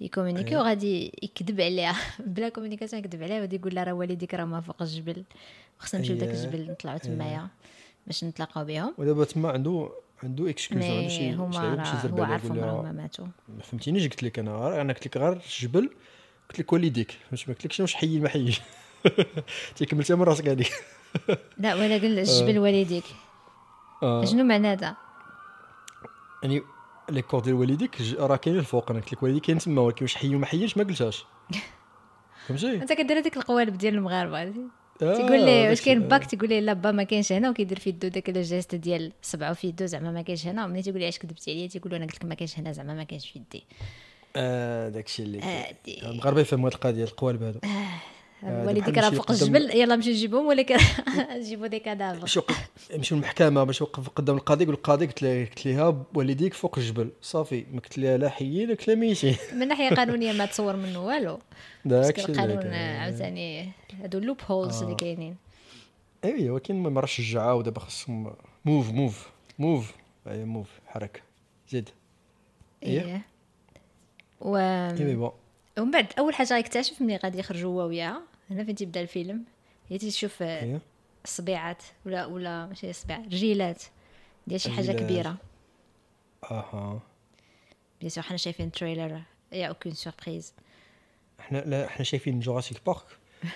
Speaker 2: يكومونيكي
Speaker 1: أيوه.
Speaker 2: وغادي يكذب عليها بلا كومونيكاسيون يكذب عليها وغادي يقول لها راه والديك راه ما فوق الجبل خصنا نمشيو لذاك
Speaker 1: أيه.
Speaker 2: الجبل نطلعو تمايا باش نتلاقاو بيهم
Speaker 1: ودابا تما عنده عنده اكسكيوز عنده شي
Speaker 2: مي
Speaker 1: شي
Speaker 2: هما
Speaker 1: عيب، شي
Speaker 2: راه
Speaker 1: زربه
Speaker 2: هو
Speaker 1: ولا
Speaker 2: عارفهم
Speaker 1: ولا-
Speaker 2: راهما ماتو
Speaker 1: ما فهمتينيش قلت لك انا غير- انا قلت لك غير الجبل قلت لك والديك فهمت ما قلت لكش واش حيي ما حييش تكملتها من راسك هذيك
Speaker 2: لا ولا
Speaker 1: أه.
Speaker 2: قال الجبل والديك
Speaker 1: آه.
Speaker 2: شنو معنى هذا
Speaker 1: يعني لي كور ديال والديك ج- راه كاينين الفوق انا قلت لك والديك كاين تما ولكن واش حي وما حييش ما قلتهاش فهمتي
Speaker 2: انت كدير هذيك القوالب ديال المغاربه
Speaker 1: آه،
Speaker 2: تيقول لي واش
Speaker 1: داكشي.
Speaker 2: كاين باك تيقول لي لا با ما كاينش هنا وكيدير في يدو داك الجيست ديال صبعو في يدو زعما ما كاينش هنا وملي تيقول لي علاش كذبتي عليا تيقول له انا قلت لك ما كاينش هنا زعما ما كاينش في يدي
Speaker 1: اه داكشي اللي
Speaker 2: آه، دي-
Speaker 1: المغاربه يفهموا هاد القضيه القوالب هذا آه،
Speaker 2: والديك
Speaker 1: بحال
Speaker 2: راه
Speaker 1: مشي
Speaker 2: فوق
Speaker 1: قدام-
Speaker 2: الجبل يلا مشي نجيبهم ولكن نجيبوا دي كادافر
Speaker 1: باش يوقف يمشي للمحكمه باش يوقف قدام القاضي يقول القاضي قلت لها قلت لها والديك فوق الجبل صافي ما قلت لها لا حيي لك لا ميتي
Speaker 2: من ناحيه قانونيه ما تصور منه والو
Speaker 1: داك
Speaker 2: باسكو
Speaker 1: الشيء اللي
Speaker 2: القانون
Speaker 1: كاين.
Speaker 2: آه، عاوتاني هادو اللوب هولز اللي
Speaker 1: آه.
Speaker 2: كاينين
Speaker 1: اي إيه، ولكن ما مرش الجعه ودابا خصهم موف موف موف اي موف حركه زيد إيه.
Speaker 2: إيه. و
Speaker 1: اي بون
Speaker 2: ومن بعد اول حاجه غيكتشف ملي غادي يخرجوا هو وياها هنا فين تيبدا الفيلم هي تيشوف آه،
Speaker 1: إيه.
Speaker 2: الصبيعات ولا ولا ماشي الصبيع رجيلات ديال شي حاجه
Speaker 1: رجيلات.
Speaker 2: كبيره
Speaker 1: اها
Speaker 2: بيان سور حنا شايفين تريلر يا اوكين سوربريز
Speaker 1: حنا لا حنا شايفين جوراسيك بارك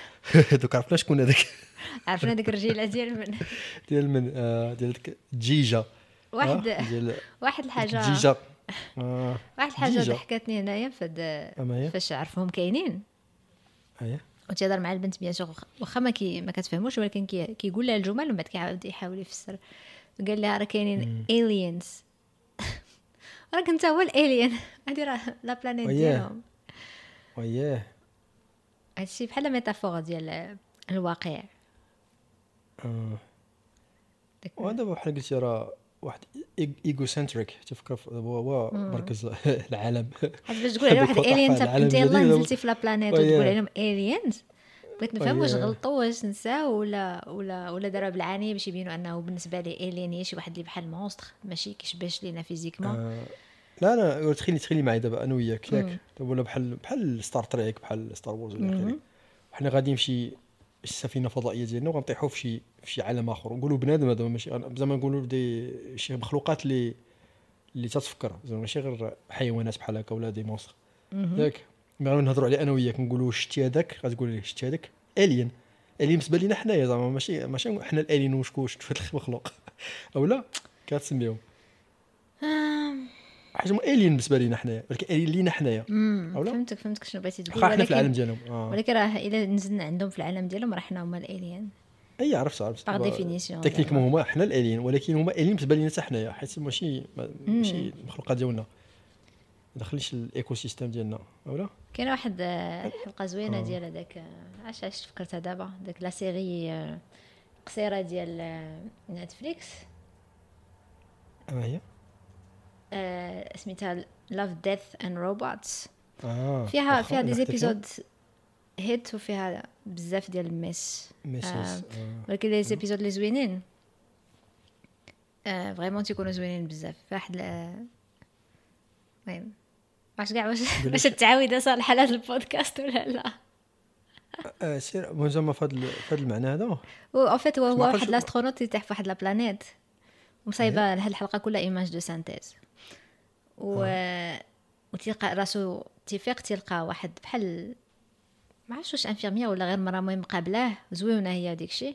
Speaker 1: دوك عرفنا شكون هذاك
Speaker 2: عرفنا ديك الرجيله ديال من
Speaker 1: ديال من آه، ديال ديك جيجا
Speaker 2: واحد
Speaker 1: آه، ديال ديك
Speaker 2: واحد الحاجه
Speaker 1: جيجا آه،
Speaker 2: واحد الحاجه
Speaker 1: جيجة.
Speaker 2: ضحكتني هنايا فد
Speaker 1: أما هي؟
Speaker 2: فاش عرفهم كاينين
Speaker 1: اييه
Speaker 2: وتيهضر مع البنت بيان سور واخا ما كي ما كتفهموش ولكن كي كيقول لها الجمل ومن بعد كيعاود يحاول يفسر قال لها راه كاينين الينز راك انت هو الالين هادي راه لا بلانيت
Speaker 1: وياه.
Speaker 2: ديالهم
Speaker 1: اييه
Speaker 2: هادشي بحال ميتافور ديال الواقع
Speaker 1: آه.
Speaker 2: داك-
Speaker 1: ودابا بحال قلتي راه واحد ايغو سنتريك تفكر في- هو هو مركز العالم
Speaker 2: حيت باش تقول على واحد
Speaker 1: بالوقع
Speaker 2: الين
Speaker 1: العالم
Speaker 2: انت يلاه
Speaker 1: الجديد.
Speaker 2: نزلتي في لا بلانيت
Speaker 1: وياه.
Speaker 2: وتقول عليهم الينز بغيت نفهم واش
Speaker 1: وياه.
Speaker 2: غلطوا واش نساو ولا ولا ولا داروا بالعاني باش يبينوا انه بالنسبه لي الين هي شي واحد اللي بحال مونستر ماشي كيشبهش لينا فيزيكمون
Speaker 1: آه، لا لا تخيلي تخيلي معايا دابا انا وياك
Speaker 2: مم.
Speaker 1: ياك دابا ولا بحال بحال ستار تريك بحال ستار وورز ولا
Speaker 2: مم.
Speaker 1: اخره حنا غادي نمشي السفينه الفضائيه ديالنا وغنطيحوا في شي في شي عالم اخر نقولوا بنادم هذا ماشي غن- زعما نقولوا دي شي مخلوقات اللي اللي تتفكر زعما ماشي غير حيوانات بحال هكا ولا دي مونستر ياك مي غادي نهضروا عليه انا وياك نقولوا شتي هذاك غتقول لي شتي هذاك الين الين بالنسبه لينا حنايا زعما ماشي ماشي حنا الالين وشكون شفت هذا المخلوق اولا كتسميهم
Speaker 2: آه،
Speaker 1: حاجه هما الين بالنسبه لينا حنايا ولكن الين لينا حنايا
Speaker 2: أمم،
Speaker 1: أولا.
Speaker 2: فهمتك فهمتك شنو بغيتي تقول
Speaker 1: واخا حنا في العالم
Speaker 2: ولكن
Speaker 1: ديالهم آه.
Speaker 2: ولكن راه الا نزلنا عندهم في العالم ديالهم راه حنا هما الالين
Speaker 1: اي عرفت عرفت
Speaker 2: باغ
Speaker 1: دابا
Speaker 2: ديفينيسيون
Speaker 1: تكنيكمون هما حنا الالين ولكن هما الين بالنسبه لينا حتى حنايا حيت ماشي ما- ماشي المخلوقات ديالنا ما دخلش الايكو سيستيم ديالنا اولا
Speaker 2: كاين واحد آه، حلقه زوينه
Speaker 1: آه.
Speaker 2: ديال هذاك عاش عاش فكرتها دابا داك لا سيري آه، قصيره ديال آه، نتفليكس
Speaker 1: اما هي
Speaker 2: آه، سميتها لاف ديث اند روبوتس
Speaker 1: اه
Speaker 2: فيها
Speaker 1: واخا
Speaker 2: فيها
Speaker 1: أنا
Speaker 2: دي
Speaker 1: حتى فيها
Speaker 2: زيبيزود هيت وفيها بزاف ديال الميس
Speaker 1: ميسيس آه.
Speaker 2: ولكن لي زيبيزود لي زوينين آه فريمون تيكونوا زوينين بزاف واحد ال- المهم عرفتش كاع واش
Speaker 1: قولي
Speaker 2: واش
Speaker 1: شي.
Speaker 2: التعاويده صالحه لهذا البودكاست ولا لا
Speaker 1: آه، سير المهم زعما في هاد ال- في هاد المعنى هذا
Speaker 2: اون فيت هو هو
Speaker 1: ما عقلش-
Speaker 2: واحد لاسترونوت اللي تحت في واحد لابلانيت ومصايبه هاد الحلقه كلها ايماج دو سانتيز و وتلقى راسو تيفيق تلقى واحد بحال ما عرفتش واش انفيرميه ولا غير مرا المهم قابلاه زويونه هي داكشي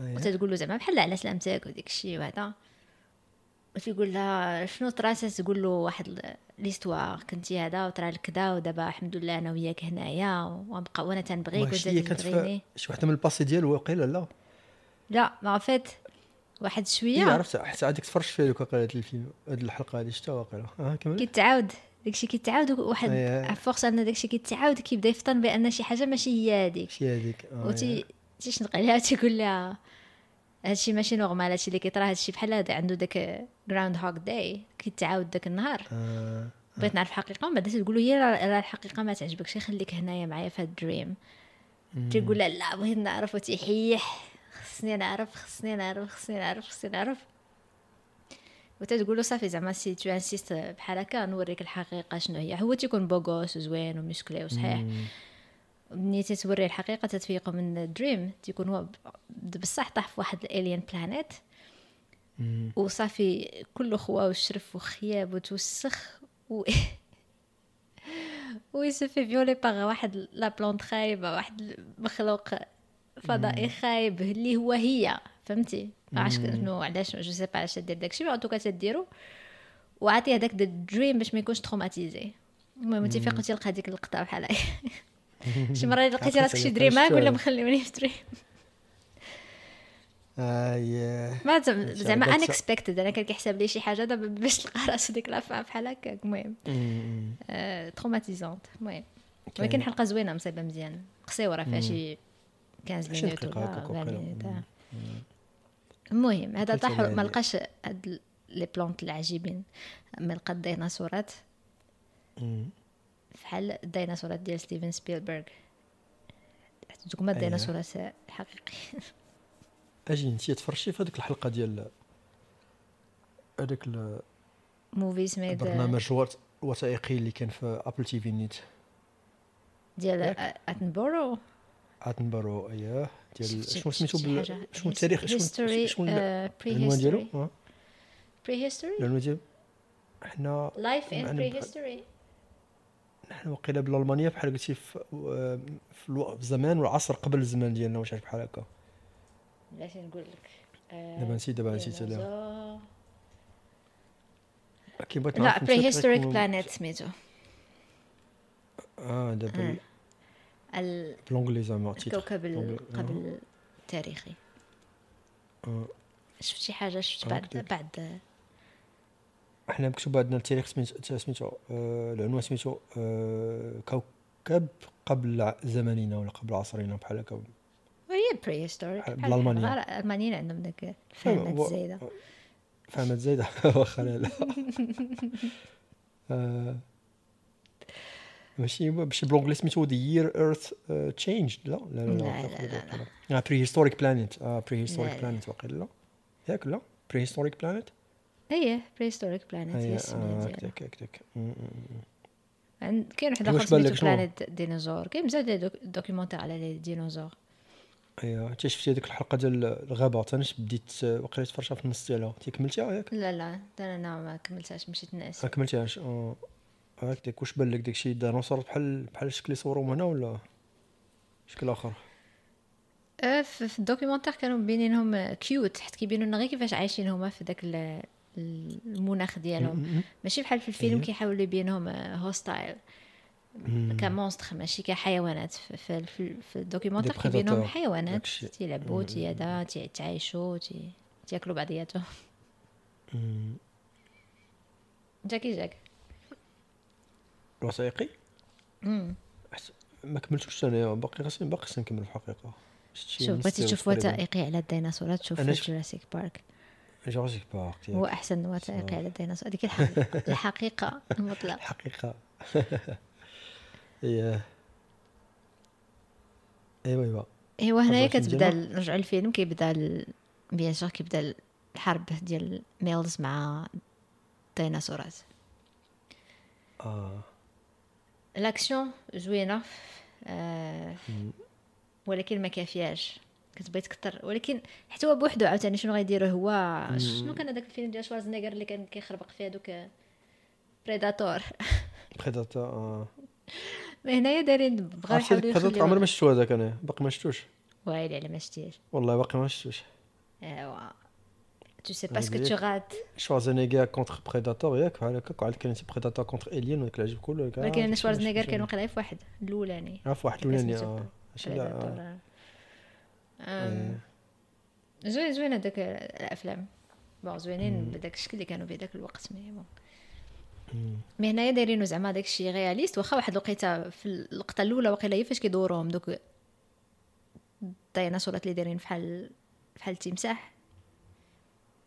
Speaker 1: آه.
Speaker 2: وتتقول له زعما بحال على سلامتك وداكشي وهذا وتيقول لها شنو طراس تقول له واحد ال- ليستوار كنتي هذا وطرا لك كدا ودابا الحمد لله انا وياك هنايا وغنبقى وانا تنبغيك
Speaker 1: واش هي
Speaker 2: وانت
Speaker 1: كانت في
Speaker 2: تبغيني
Speaker 1: شي وحده من الباسي ديالو واقيلا لا
Speaker 2: لا ما فات واحد
Speaker 1: اي
Speaker 2: شويه
Speaker 1: إيه، عرفت حتى عندك تفرجت فيها دوك واقيلا هاد الفيلم هاد الحلقه هادي شتا واقيلا اه كمل
Speaker 2: كيتعاود داكشي كيتعاود واحد
Speaker 1: إيه.
Speaker 2: فورس ان داكشي كيتعاود كيبدا يفطن بان شي حاجه ماشي هي هذيك
Speaker 1: شي هذيك آه،
Speaker 2: وتي تيشنق عليها تيقول لها هادشي ماشي نورمال هادشي اللي كيطرا هادشي بحال هذا عنده داك جراوند هوك داي كيتعاود داك النهار
Speaker 1: آه.
Speaker 2: بغيت نعرف الحقيقه ومن بعد تقول له هي راه راه الحقيقه ما تعجبكش خليك هنايا معايا في هاد الدريم تيقول لها لا بغيت نعرف وتيحيح خصني نعرف خصني نعرف خصني نعرف خصني نعرف وتتقول له صافي زعما سي تو انسيست بحال هكا نوريك الحقيقه شنو هي هو تيكون بوغوس وزوين ومسكلي وصحيح
Speaker 1: مم.
Speaker 2: ملي تتوري الحقيقه تتفيقوا من الدريم تيكون هو ب- بصح طاح في واحد الالين بلانيت
Speaker 1: مم.
Speaker 2: وصافي كله خوا وشرف وخياب وتوسخ و وي سو في فيولي باغ واحد لا بلونت خايبه واحد مخلوق فضائي خايب اللي هو هي فهمتي ما عرفتش شنو علاش جو سي با علاش دير داكشي مي ان توكا تديرو وعطي هذاك الدريم باش ما يكونش تروماتيزي المهم تيفيق تلقى ديك اللقطه بحال هاي. شي مره لقيتي
Speaker 1: عرفتي
Speaker 2: راسك شي
Speaker 1: تلقى
Speaker 2: دريمه
Speaker 1: شتا
Speaker 2: ولا
Speaker 1: هذا.
Speaker 2: مخليوني في دريم
Speaker 1: آه، ياه.
Speaker 2: ما زعما زعما
Speaker 1: عرفت.
Speaker 2: انكسبكتد انا كان كيحسب لي شي حاجه دابا باش تلقى راسو ديك لافان بحال هكاك المهم
Speaker 1: مم.
Speaker 2: تروماتيزونت المهم ولكن حلقه زوينه مصيبه مزيان قصيره فيها شي 15
Speaker 1: عشرين
Speaker 2: مينوت
Speaker 1: دقيقه
Speaker 2: ولا
Speaker 1: هكاك
Speaker 2: 20 مينوت
Speaker 1: وقيلا.
Speaker 2: آه. المهم هذا
Speaker 1: قلت
Speaker 2: طاح
Speaker 1: لها
Speaker 2: ما
Speaker 1: هذه.
Speaker 2: لقاش هاد لي بلونت العجيبين من لقى الديناصورات
Speaker 1: مم.
Speaker 2: فحال الديناصورات ديال ستيفن سبيلبرغ دوكما
Speaker 1: أييه.
Speaker 2: الديناصورات الحقيقي
Speaker 1: اجي انت تفرجتي في هذيك الحلقه ديال هذاك ال-
Speaker 2: موفي سميت
Speaker 1: البرنامج الوث- الوثائقي اللي كان في ابل تي في نيت
Speaker 2: ديال آه،
Speaker 1: ياك؟
Speaker 2: اتنبورو
Speaker 1: اتنبرو اياه ديال
Speaker 2: شفت-
Speaker 1: شنو
Speaker 2: شفت
Speaker 1: سميتو
Speaker 2: شي
Speaker 1: بال-
Speaker 2: حاجة. uh, آه،
Speaker 1: شنو التاريخ شنو
Speaker 2: هيستوري
Speaker 1: شنو العنوان ديالو
Speaker 2: بري
Speaker 1: آه،
Speaker 2: هيستوري
Speaker 1: العنوان ديالو حنا
Speaker 2: لايف ان
Speaker 1: معنا
Speaker 2: بري
Speaker 1: بحال-
Speaker 2: هيستوري
Speaker 1: حنا وقيلا بالالمانيه بحال قلتي في آه، في الو- في الزمان والعصر قبل الزمان ديالنا واش عارف بحال هكا
Speaker 2: بلاتي نقول لك آه،
Speaker 1: دابا نسيت دابا نسيت عليها
Speaker 2: ديناصور.
Speaker 1: كي بغيت
Speaker 2: لا
Speaker 1: نعرف
Speaker 2: بري
Speaker 1: نسيت غير
Speaker 2: هيستوريك
Speaker 1: كون-
Speaker 2: بلانيت سميتو
Speaker 1: اه
Speaker 2: آه.
Speaker 1: دابا
Speaker 2: ال-
Speaker 1: بالونجلي زعما تيتر.
Speaker 2: الكوكب ال-
Speaker 1: بالأنجلي.
Speaker 2: قبل التاريخي
Speaker 1: آه.
Speaker 2: شفت شي حاجه شفت
Speaker 1: آه،
Speaker 2: بعد
Speaker 1: كتب.
Speaker 2: بعد
Speaker 1: احنا مكتوب عندنا التاريخ سميتو سميتو آه، العنوان سميتو آه، كوكب قبل ع- زماننا ولا قبل عصرنا بحال هكا
Speaker 2: وهي بري هيستوريك
Speaker 1: بحال- أيوة، بالألمانية.
Speaker 2: الالمانيين عندهم داك الفهمات
Speaker 1: و-
Speaker 2: الزايده
Speaker 1: فهمت زايدة واخا لا لا آه، ماشي هو- ماشي بالانجلي سميتو ذا يير ايرث تشينج آه، لا لا آه، لا
Speaker 2: لا، لا،
Speaker 1: لا لا بري هيستوريك بلانيت اه بري
Speaker 2: لا،
Speaker 1: هيستوريك
Speaker 2: لا.
Speaker 1: بلانيت واقيلا لا ياك لا بري هيستوريك بلانيت
Speaker 2: ايه بري هيستوريك بلانيت هي
Speaker 1: آه،
Speaker 2: السميه ديالها
Speaker 1: ياك ياك ياك م- م- م.
Speaker 2: عند- كاين واحد
Speaker 1: واش
Speaker 2: اخر
Speaker 1: بان
Speaker 2: سميتو
Speaker 1: لك شنو؟
Speaker 2: بلانيت ديناصور كاين بزاف ديال الدوك- الدوكيومونتير على لي ديناصور
Speaker 1: ايوا حتى شفتي أيوة، هذيك الحلقه ديال الغابه تنش بديت آه، واقيلا تفرجها في النص ديالها أه، انت كملتيها ياك
Speaker 2: لا لا انا أنا ما كملتهاش مشيت ناس
Speaker 1: ما كملتيهاش اه هاك ديك واش بان لك داكشي ديناصور بحال بحال الشكل اللي صوروهم هنا ولا شكل اخر
Speaker 2: آه، في في الدوكيومونتير كانوا مبينينهم كيوت حيت كيبينوا لنا غير كيفاش عايشين هما في داك ال- المناخ ديالهم
Speaker 1: م- م-
Speaker 2: ماشي بحال في الفيلم
Speaker 1: أيه.
Speaker 2: كيحاولوا يبينهم هوستايل
Speaker 1: م.
Speaker 2: كمونستر ماشي كحيوانات في, في, في, في الدوكيومونتير
Speaker 1: Des
Speaker 2: كيبينوهم
Speaker 1: prédateurs.
Speaker 2: حيوانات
Speaker 1: داكشي.
Speaker 2: تيلعبوا تيادا تي- تيعيشوا تي- تياكلوا بعضياتهم
Speaker 1: م.
Speaker 2: جاكي جاك
Speaker 1: الوثائقي
Speaker 2: مم.
Speaker 1: حس- ما كملتوش انا باقي غاسي باقي خصني نكمل في الحقيقه شفت شي
Speaker 2: شوف
Speaker 1: نص
Speaker 2: بغيتي
Speaker 1: ديالو
Speaker 2: تشوف
Speaker 1: تقريباً.
Speaker 2: وثائقي على الديناصورات شوف
Speaker 1: أنا ش-
Speaker 2: جوراسيك بارك
Speaker 1: جورجيك بارك
Speaker 2: هو
Speaker 1: ياك.
Speaker 2: احسن وثائقي
Speaker 1: صراحة.
Speaker 2: على الديناصورات هذيك الحقيقة- الحقيقه المطلقه
Speaker 1: الحقيقه اييه ايوا ايوا
Speaker 2: ايوا هنايا
Speaker 1: نرجعو
Speaker 2: إيه،
Speaker 1: للفيلم
Speaker 2: كتبدا
Speaker 1: ديالنا.
Speaker 2: نرجعوا للفيلم كيبدا ال- بيان سور كيبدا الحرب ديال ميلز مع الديناصورات
Speaker 1: اه
Speaker 2: لاكسيون زوينه آه
Speaker 1: مم.
Speaker 2: ولكن ما كافياش كتبغي تكثر ولكن حتى هو بوحدو عاوتاني شنو غيديروا هو شنو كان هذاك الفيلم ديال شوارزنيغر اللي كان كيخربق فيه هذوك بريداتور
Speaker 1: بريداتا اه
Speaker 2: ما هنايا دايرين بغاو
Speaker 1: عرفتي
Speaker 2: يحاولوا
Speaker 1: ديك بريداتا عمري
Speaker 2: يخليو
Speaker 1: ما شفتو هذاك انا باقي ما شفتوش
Speaker 2: وايلي على ما شتيش
Speaker 1: والله باقي ما شفتوش
Speaker 2: ايوا تو سي با سكو
Speaker 1: هذيك.
Speaker 2: تو غات
Speaker 1: شوارزنيغا كونتر بريداتور ياك بحال هكاك وعاد كان بريداتور كونتر الين وداك العجب كله ياك. آه،
Speaker 2: ولكن انا
Speaker 1: شفت-
Speaker 2: شوارزنيغر
Speaker 1: شفت-
Speaker 2: كان
Speaker 1: شفت.
Speaker 2: واقيلا غير في واحد الاولاني
Speaker 1: آه، في واحد
Speaker 2: اللي كان
Speaker 1: الاولاني
Speaker 2: سميتو
Speaker 1: اه ماشي لا، آه.
Speaker 2: بريداتور أم، زوين زوين هذوك الافلام بون زوينين بداك الشكل اللي كانوا به داك الوقت مي بون مي هنايا دايرينو زعما داك الشيء رياليست واخا واحد الوقيته في اللقطه الاولى واقيلا هي فاش كيدوروهم دوك الديناصورات اللي دايرين بحال بحال التمساح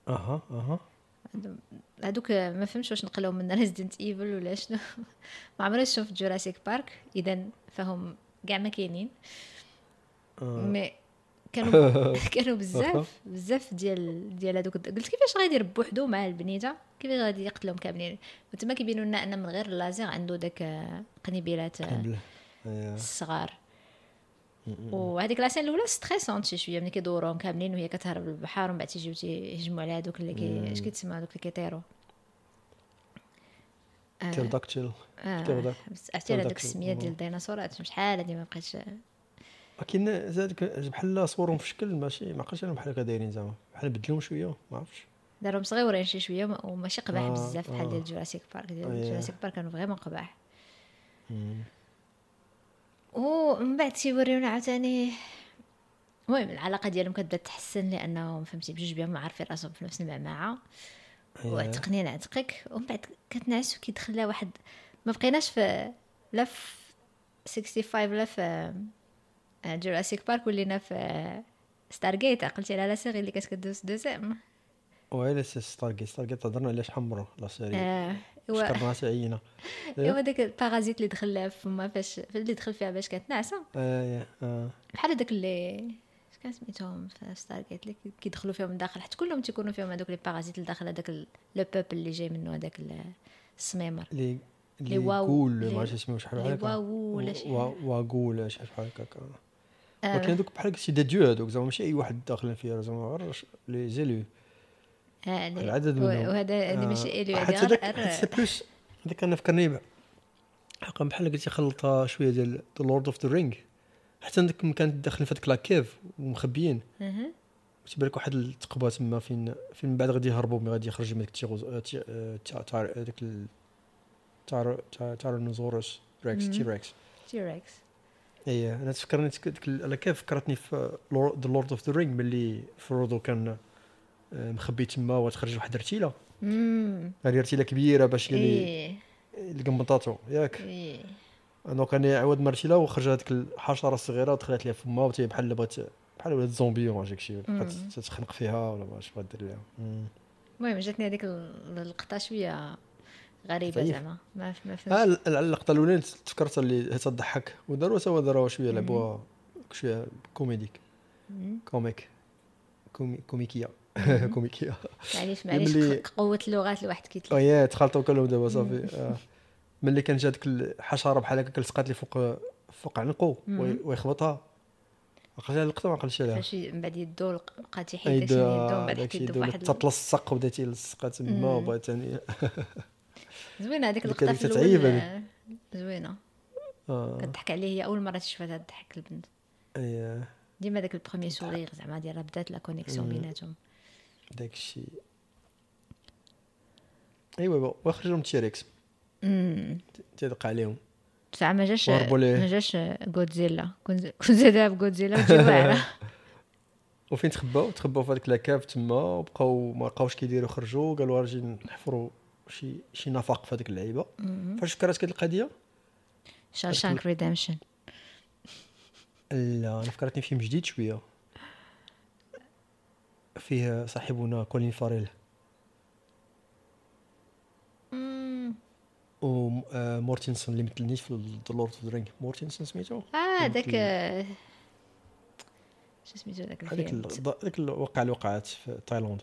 Speaker 1: اها اها
Speaker 2: عندهم- هادوك ما فهمتش واش نقلوا من ريزيدنت ايفل ولا شنو ما عمري شفت جوراسيك بارك اذا فهم كاع ما كاينين
Speaker 1: آه.
Speaker 2: مي كانوا كانوا بزاف بزاف ديال ديال هذوك قلت كيفاش غادي يرب وحده مع البنيته كيفاش غادي يقتلهم كاملين وتما كيبينوا لنا ان من غير اللازير عنده داك آه، قنيبيلات آه،
Speaker 1: قبل. آه.
Speaker 2: الصغار وهذيك لاسين الاولى ستريسونت شي شويه ملي كيدوروهم كاملين وهي كتهرب للبحر ومن بعد تيجيو تيهجموا على هذوك اللي كي اش كيتسمى هذوك اللي كيطيروا
Speaker 1: تيرداكتيل
Speaker 2: اه
Speaker 1: تيرداك-
Speaker 2: عرفتي على ديك
Speaker 1: تيرداكتيل.
Speaker 2: السميه ديال الديناصورات شحال هادي ما بقيتش
Speaker 1: ولكن زادك بحال صورهم في شكل ماشي ما عقلتش انا بحال هكا دايرين زعما بحال بدلهم شويه ما عرفتش
Speaker 2: دارهم صغيورين شي شويه وما- وماشي قباح
Speaker 1: آه،
Speaker 2: بزاف بحال
Speaker 1: آه.
Speaker 2: ديال جوراسيك بارك ديال
Speaker 1: آه، يا.
Speaker 2: جوراسيك بارك كانوا فريمون قباح ومن بعد تيوريونا عاوتاني المهم العلاقه ديالهم كتبدا تحسن لانهم فهمتي بجوج بيهم عارفين راسهم في نفس المعمعه وعتقني نعتقك ومن بعد كتنعس وكيدخل لها واحد ما بقيناش في لا في 65 لا في آه، جوراسيك بارك ولينا في ستار جيت قلتي على لا سيري اللي كانت كدوز دوزيام
Speaker 1: وي لا سي ستار جيت ستار جيت هضرنا عليها شحال مره لا سيري
Speaker 2: آه، هو
Speaker 1: شكرنا سعينا
Speaker 2: هو داك البارازيت اللي دخل فما فاش اللي دخل فيها باش كانت ناعسه
Speaker 1: آه، آه.
Speaker 2: بحال هذاك اللي اش كان سميتهم في ستار جيت اللي كي- كيدخلوا فيهم من الداخل حيت كلهم تيكونوا فيهم هذوك لي بارازيت لداخل هذاك ال- لو بوبل اللي جاي منه هذاك ال- السميمر
Speaker 1: لي
Speaker 2: لي واو-
Speaker 1: قول
Speaker 2: لي-
Speaker 1: ما عرفتش اسمه شحال
Speaker 2: لي
Speaker 1: بحال هكا
Speaker 2: واو ولا
Speaker 1: وا-
Speaker 2: شي آه.
Speaker 1: وا- واقول شي بحال هكاك ولكن هذوك بحال سي دي ديو هذوك زعما ماشي اي واحد داخل فيها زعما غير ش- لي زيلو
Speaker 2: آه، هذه-
Speaker 1: العدد
Speaker 2: و-
Speaker 1: منهم
Speaker 2: وهذا هذه
Speaker 1: آه،
Speaker 2: ماشي الي
Speaker 1: حتى
Speaker 2: هذه
Speaker 1: داك
Speaker 2: غير-
Speaker 1: سي بلوس هذاك انا فكرني بح- حقا بحال قلتي خلطها شويه ديال ذا لورد اوف ذا رينغ حتى داك ملي كانت داخلين في هذيك لا كيف ومخبيين
Speaker 2: أها.
Speaker 1: تيبان لك واحد التقبه تما فين فين من بعد غادي يهربوا ملي غادي يخرجوا من ديك التيغوز آه، تي- آه، تاع- تاع- هذاك ال- تاع- تاع- تايرانوزورس ريكس
Speaker 2: مم.
Speaker 1: تي ريكس
Speaker 2: تيركس
Speaker 1: ايه انا تفكرني تك- ديك ال- انا كيف فكرتني في ذا لورد اوف ذا رينغ ملي فرودو كان آه، مخبي تما وتخرج واحد الرتيله
Speaker 2: امم
Speaker 1: هذه رتيله كبيره باش اللي
Speaker 2: ايه
Speaker 1: القنبطاتو ياك
Speaker 2: ايه
Speaker 1: انا كان يعاود من الرتيله وخرج هذيك الحشره الصغيره ودخلت لها فما وتي بحال اللي بغات بحال ولات زومبي ولا داك الشيء
Speaker 2: مم.
Speaker 1: بقات تتخنق فيها ولا ما عرفتش بغات دير لها مم.
Speaker 2: المهم جاتني هذيك ال- اللقطه شويه غريبه
Speaker 1: ضعيف.
Speaker 2: زعما ما ف- ما
Speaker 1: ها
Speaker 2: فهمتش
Speaker 1: آه، ال- ال- اللقطه الاولى تفكرت اللي هي تضحك وداروا سوا داروا شويه
Speaker 2: مم.
Speaker 1: لعبوها شويه كوميديك
Speaker 2: مم.
Speaker 1: كوميك كومي كوميكيه كوميكيه
Speaker 2: معليش معليش
Speaker 1: ملي-
Speaker 2: ق- قوه اللغات الواحد كيتلف
Speaker 1: ايه تخلطوا كلهم دابا صافي آه. ملي كان جا ديك الحشره بحال هكا لصقات لي فوق فوق عنقو
Speaker 2: مم.
Speaker 1: وي- ويخبطها عقلت على اللقطه ما عقلتش عليها
Speaker 2: فاش من بعد يدو لق- بقى تيحيد داكشي من يدو من
Speaker 1: ايدا
Speaker 2: بعد
Speaker 1: داكشي
Speaker 2: حيد يدو
Speaker 1: يدو
Speaker 2: واحد
Speaker 1: تتلصق وبدات يلصقها
Speaker 2: مم.
Speaker 1: تما وبغات ثاني
Speaker 2: زوينه هذيك
Speaker 1: ديك
Speaker 2: اللقطه
Speaker 1: هذيك
Speaker 2: في
Speaker 1: تتعيب
Speaker 2: الاول
Speaker 1: هذيك.
Speaker 2: آه، زوينه
Speaker 1: آه.
Speaker 2: كضحك عليه هي اول مره تشوف هذا الضحك البنت
Speaker 1: ايه
Speaker 2: ديما داك البروميي سوريغ زعما ديال بدات لا كونيكسيون
Speaker 1: مم.
Speaker 2: بيناتهم
Speaker 1: داكشي ايوا بو- واخا جرم تيريكس
Speaker 2: مم.
Speaker 1: تيدق عليهم
Speaker 2: ساعة ما جاش
Speaker 1: وهربوا ليه.
Speaker 2: ما جاش غودزيلا كنت كنت زادا بغودزيلا وجيبوها على
Speaker 1: وفين تخباو تخباو في هذيك لاكاف تما وبقاو ما لقاوش كيديروا خرجوا قالوا اجي نحفروا شي شي نفق في هذيك اللعيبه فاش فكرت هاد القضيه
Speaker 2: شاوشانك ريديمشن
Speaker 1: لا انا فكرتني فيلم جديد شويه فيه صاحبنا كولين فاريل ومورتنسون آه، اللي مثلنيش في ذا لورد اوف درينك مورتنسون سميتو
Speaker 2: اه
Speaker 1: فهمت
Speaker 2: داك
Speaker 1: ال-
Speaker 2: آه، شو سميتو داك
Speaker 1: هذيك
Speaker 2: الفيلم
Speaker 1: ال- هذيك الواقع اللي وقعت في تايلاند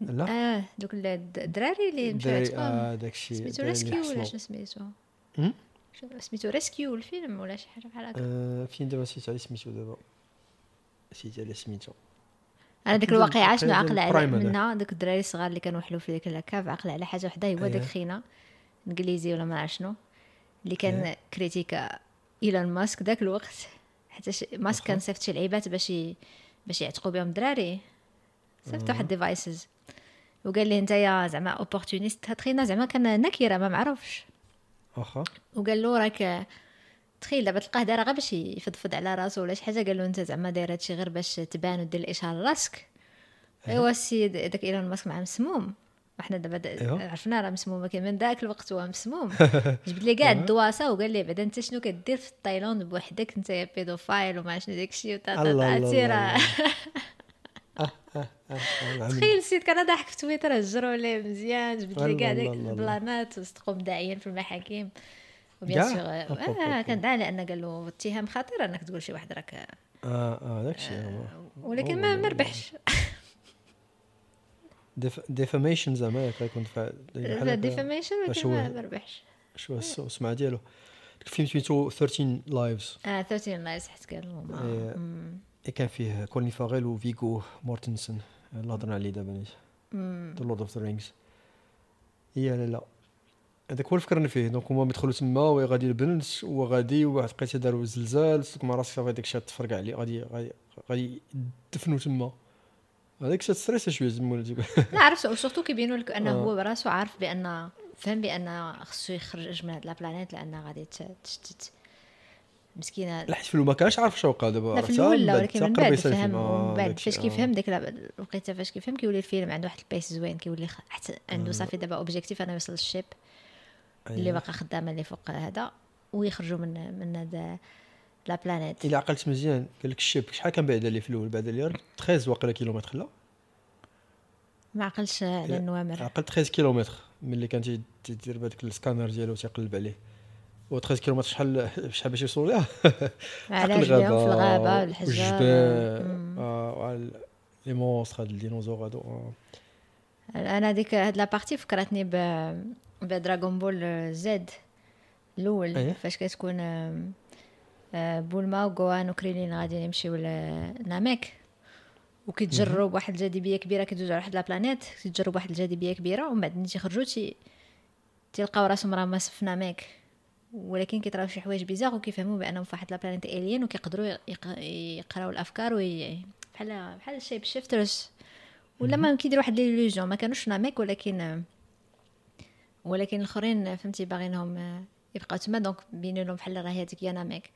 Speaker 1: لا
Speaker 2: اه دوك ال- الد- الدراري اللي مشاو
Speaker 1: داري-
Speaker 2: عندكم
Speaker 1: آه، داكشي
Speaker 2: سميتو
Speaker 1: داري اللي
Speaker 2: ريسكيو ولا
Speaker 1: حصلوا.
Speaker 2: شنو سميتو
Speaker 1: هم؟
Speaker 2: شو- سميتو ريسكيو الفيلم ولا شي حاجه بحال هكا
Speaker 1: آه، فين دابا نسيت على سميتو دابا نسيت على سميتو
Speaker 2: انا ديك
Speaker 1: ديال-
Speaker 2: الواقعه شنو
Speaker 1: ديال
Speaker 2: عقل على
Speaker 1: البرايم هذاك.
Speaker 2: منها دوك الدراري الصغار اللي كانوا حلو في ديك الكاف عقل على حاجه وحده هو داك
Speaker 1: أيه.
Speaker 2: خينا انجليزي ولا ما عرف شنو اللي كان كريتيكا ايلون ماسك داك الوقت حتى ش- ماسك كان صيفط شي لعيبات باش ي- باش يعتقوا بهم الدراري صيفط واحد ديفايسز وقال ليه نتايا زعما اوبورتونيست هاد خينا زعما كان نكره ما معرفش
Speaker 1: واخا
Speaker 2: وقال له راك تخيل دابا تلقاه دايره غير باش يفضفض على راسو ولا شي حاجه قال له انت زعما داير هادشي غير باش تبان ودير الاشهار لراسك ايوا السيد داك ايلون ماسك مع مسموم وحنا دابا دا-
Speaker 1: إيوا.
Speaker 2: عرفنا راه مسمومه كي من داك الوقت هو مسموم جبد لي كاع الدواسه وقال لي بعدا انت شنو كدير في تايلاند بوحدك انت يا بيدوفايل وما شنو داكشي وتا- تا-
Speaker 1: الله
Speaker 2: تا-
Speaker 1: الله
Speaker 2: تي
Speaker 1: الله
Speaker 2: راه
Speaker 1: آه، آه، العم.
Speaker 2: تخيل السيد كان ضاحك في تويتر هجروا ليه مزيان جبد لي
Speaker 1: الله
Speaker 2: كاع
Speaker 1: الله
Speaker 2: ديك
Speaker 1: الله الله.
Speaker 2: البلانات وصدقوا مداعيين في المحاكم وبيان
Speaker 1: كاع؟
Speaker 2: سور
Speaker 1: أوب، أوب،
Speaker 2: آه
Speaker 1: أوب.
Speaker 2: كان داعي لان قال له اتهام خطير انك تقول شي واحد راك
Speaker 1: اه اه داكشي هو
Speaker 2: أه، ولكن
Speaker 1: هو
Speaker 2: ما
Speaker 1: اللي-
Speaker 2: ما ربحش
Speaker 1: ديف- ديفاميشن زعما ياك يكون إيه،
Speaker 2: ديفاميشن
Speaker 1: واش
Speaker 2: ولكن
Speaker 1: هو
Speaker 2: ما
Speaker 1: هذا؟
Speaker 2: ما ربحش
Speaker 1: شو السو- السمعه ديالو داك الفيلم سميتو 13 لايفز
Speaker 2: اه 13 نايس حيت قال لهم
Speaker 1: إيه. كان فيه كولين فاغيل وفيغو مورتنسون آه، اللي هضرنا عليه دابا نيت ذا لورد اوف ذا رينجز هي لا لا هذاك هو اللي فكرنا فيه دونك هما بيدخلوا تما وهي غادي البنت وغادي وواحد لقيتها داروا زلزال صدق مع راسك صافي داك الشيء تفرقع عليه غادي غادي غادي يدفنوا تما هذاك الشيء ستريس شويه زعما ولا تيبان.
Speaker 2: لا عرفت وسورتو كيبينوا لك انه
Speaker 1: آه.
Speaker 2: هو براسو عارف بان فهم بان خصو يخرج من هاد لابلانيت لان غادي ت- تشتت مسكينه
Speaker 1: لا حيت في الأول ما كانش عارف شنو وقع دابا
Speaker 2: لا في
Speaker 1: عرفتها،
Speaker 2: الاول
Speaker 1: من
Speaker 2: لا
Speaker 1: بعد
Speaker 2: ولكن من
Speaker 1: تقرب
Speaker 2: بعد
Speaker 1: يسال
Speaker 2: فهم
Speaker 1: الفيلم. آه،
Speaker 2: ومن بعد
Speaker 1: داكشي،
Speaker 2: فاش
Speaker 1: آه.
Speaker 2: كيفهم ديك ال- الوقيته فاش
Speaker 1: آه.
Speaker 2: كيفهم كيولي الفيلم عنده واحد البيس زوين كيولي خ- حتى عنده صافي دابا اوبجيكتيف انا يوصل للشيب
Speaker 1: أيوه.
Speaker 2: اللي باقا خدامه اللي فوق هذا ويخرجوا من من هذا لا بلانيت
Speaker 1: الا عقلت مزيان قال لك الشيب شحال كان بعد اللي في الاول بعد اللي 13 واقيلا كيلومتر لا
Speaker 2: ما عقلش على
Speaker 1: إلا-
Speaker 2: النوامر
Speaker 1: عقل 13 كيلومتر ملي كان تي- تيدير بهذاك السكانر ديالو تيقلب عليه و 13 كيلومتر شحال شحال باش يوصل لها
Speaker 2: على
Speaker 1: عقل
Speaker 2: رجليهم في
Speaker 1: غابة
Speaker 2: الغابه euh,
Speaker 1: والجبال
Speaker 2: والحجر مم.
Speaker 1: آه، وعلى لي مونستر هاد الديناصور هادو آه.
Speaker 2: انا ديك هاد لابارتي فكرتني ب بدراغون بول زد الاول
Speaker 1: أيه.
Speaker 2: فاش كتكون آم، آه، بولما وغوان وكريلين غاديين يمشيو لناميك وكيتجروا بواحد الجاذبيه كبيره كيدوزوا على واحد لابلانيت كيتجروا بواحد الجاذبيه كبيره ومن بعد ملي تيخرجوا تي تيلقاو راسهم راه ماس في ناميك ولكن كيطراو شي حوايج بيزار وكيفهموا بانهم في واحد لابلانيت الين وكيقدروا يق- يقراو الافكار وي بحال بحال الشيب شيفترز ولا ما كيديروا واحد ليلوجيون ما كانوش ناميك ولكن ولكن الاخرين فهمتي باغينهم آه، يبقاو تما دونك بينوا لهم بحال راه هذيك هي ناميك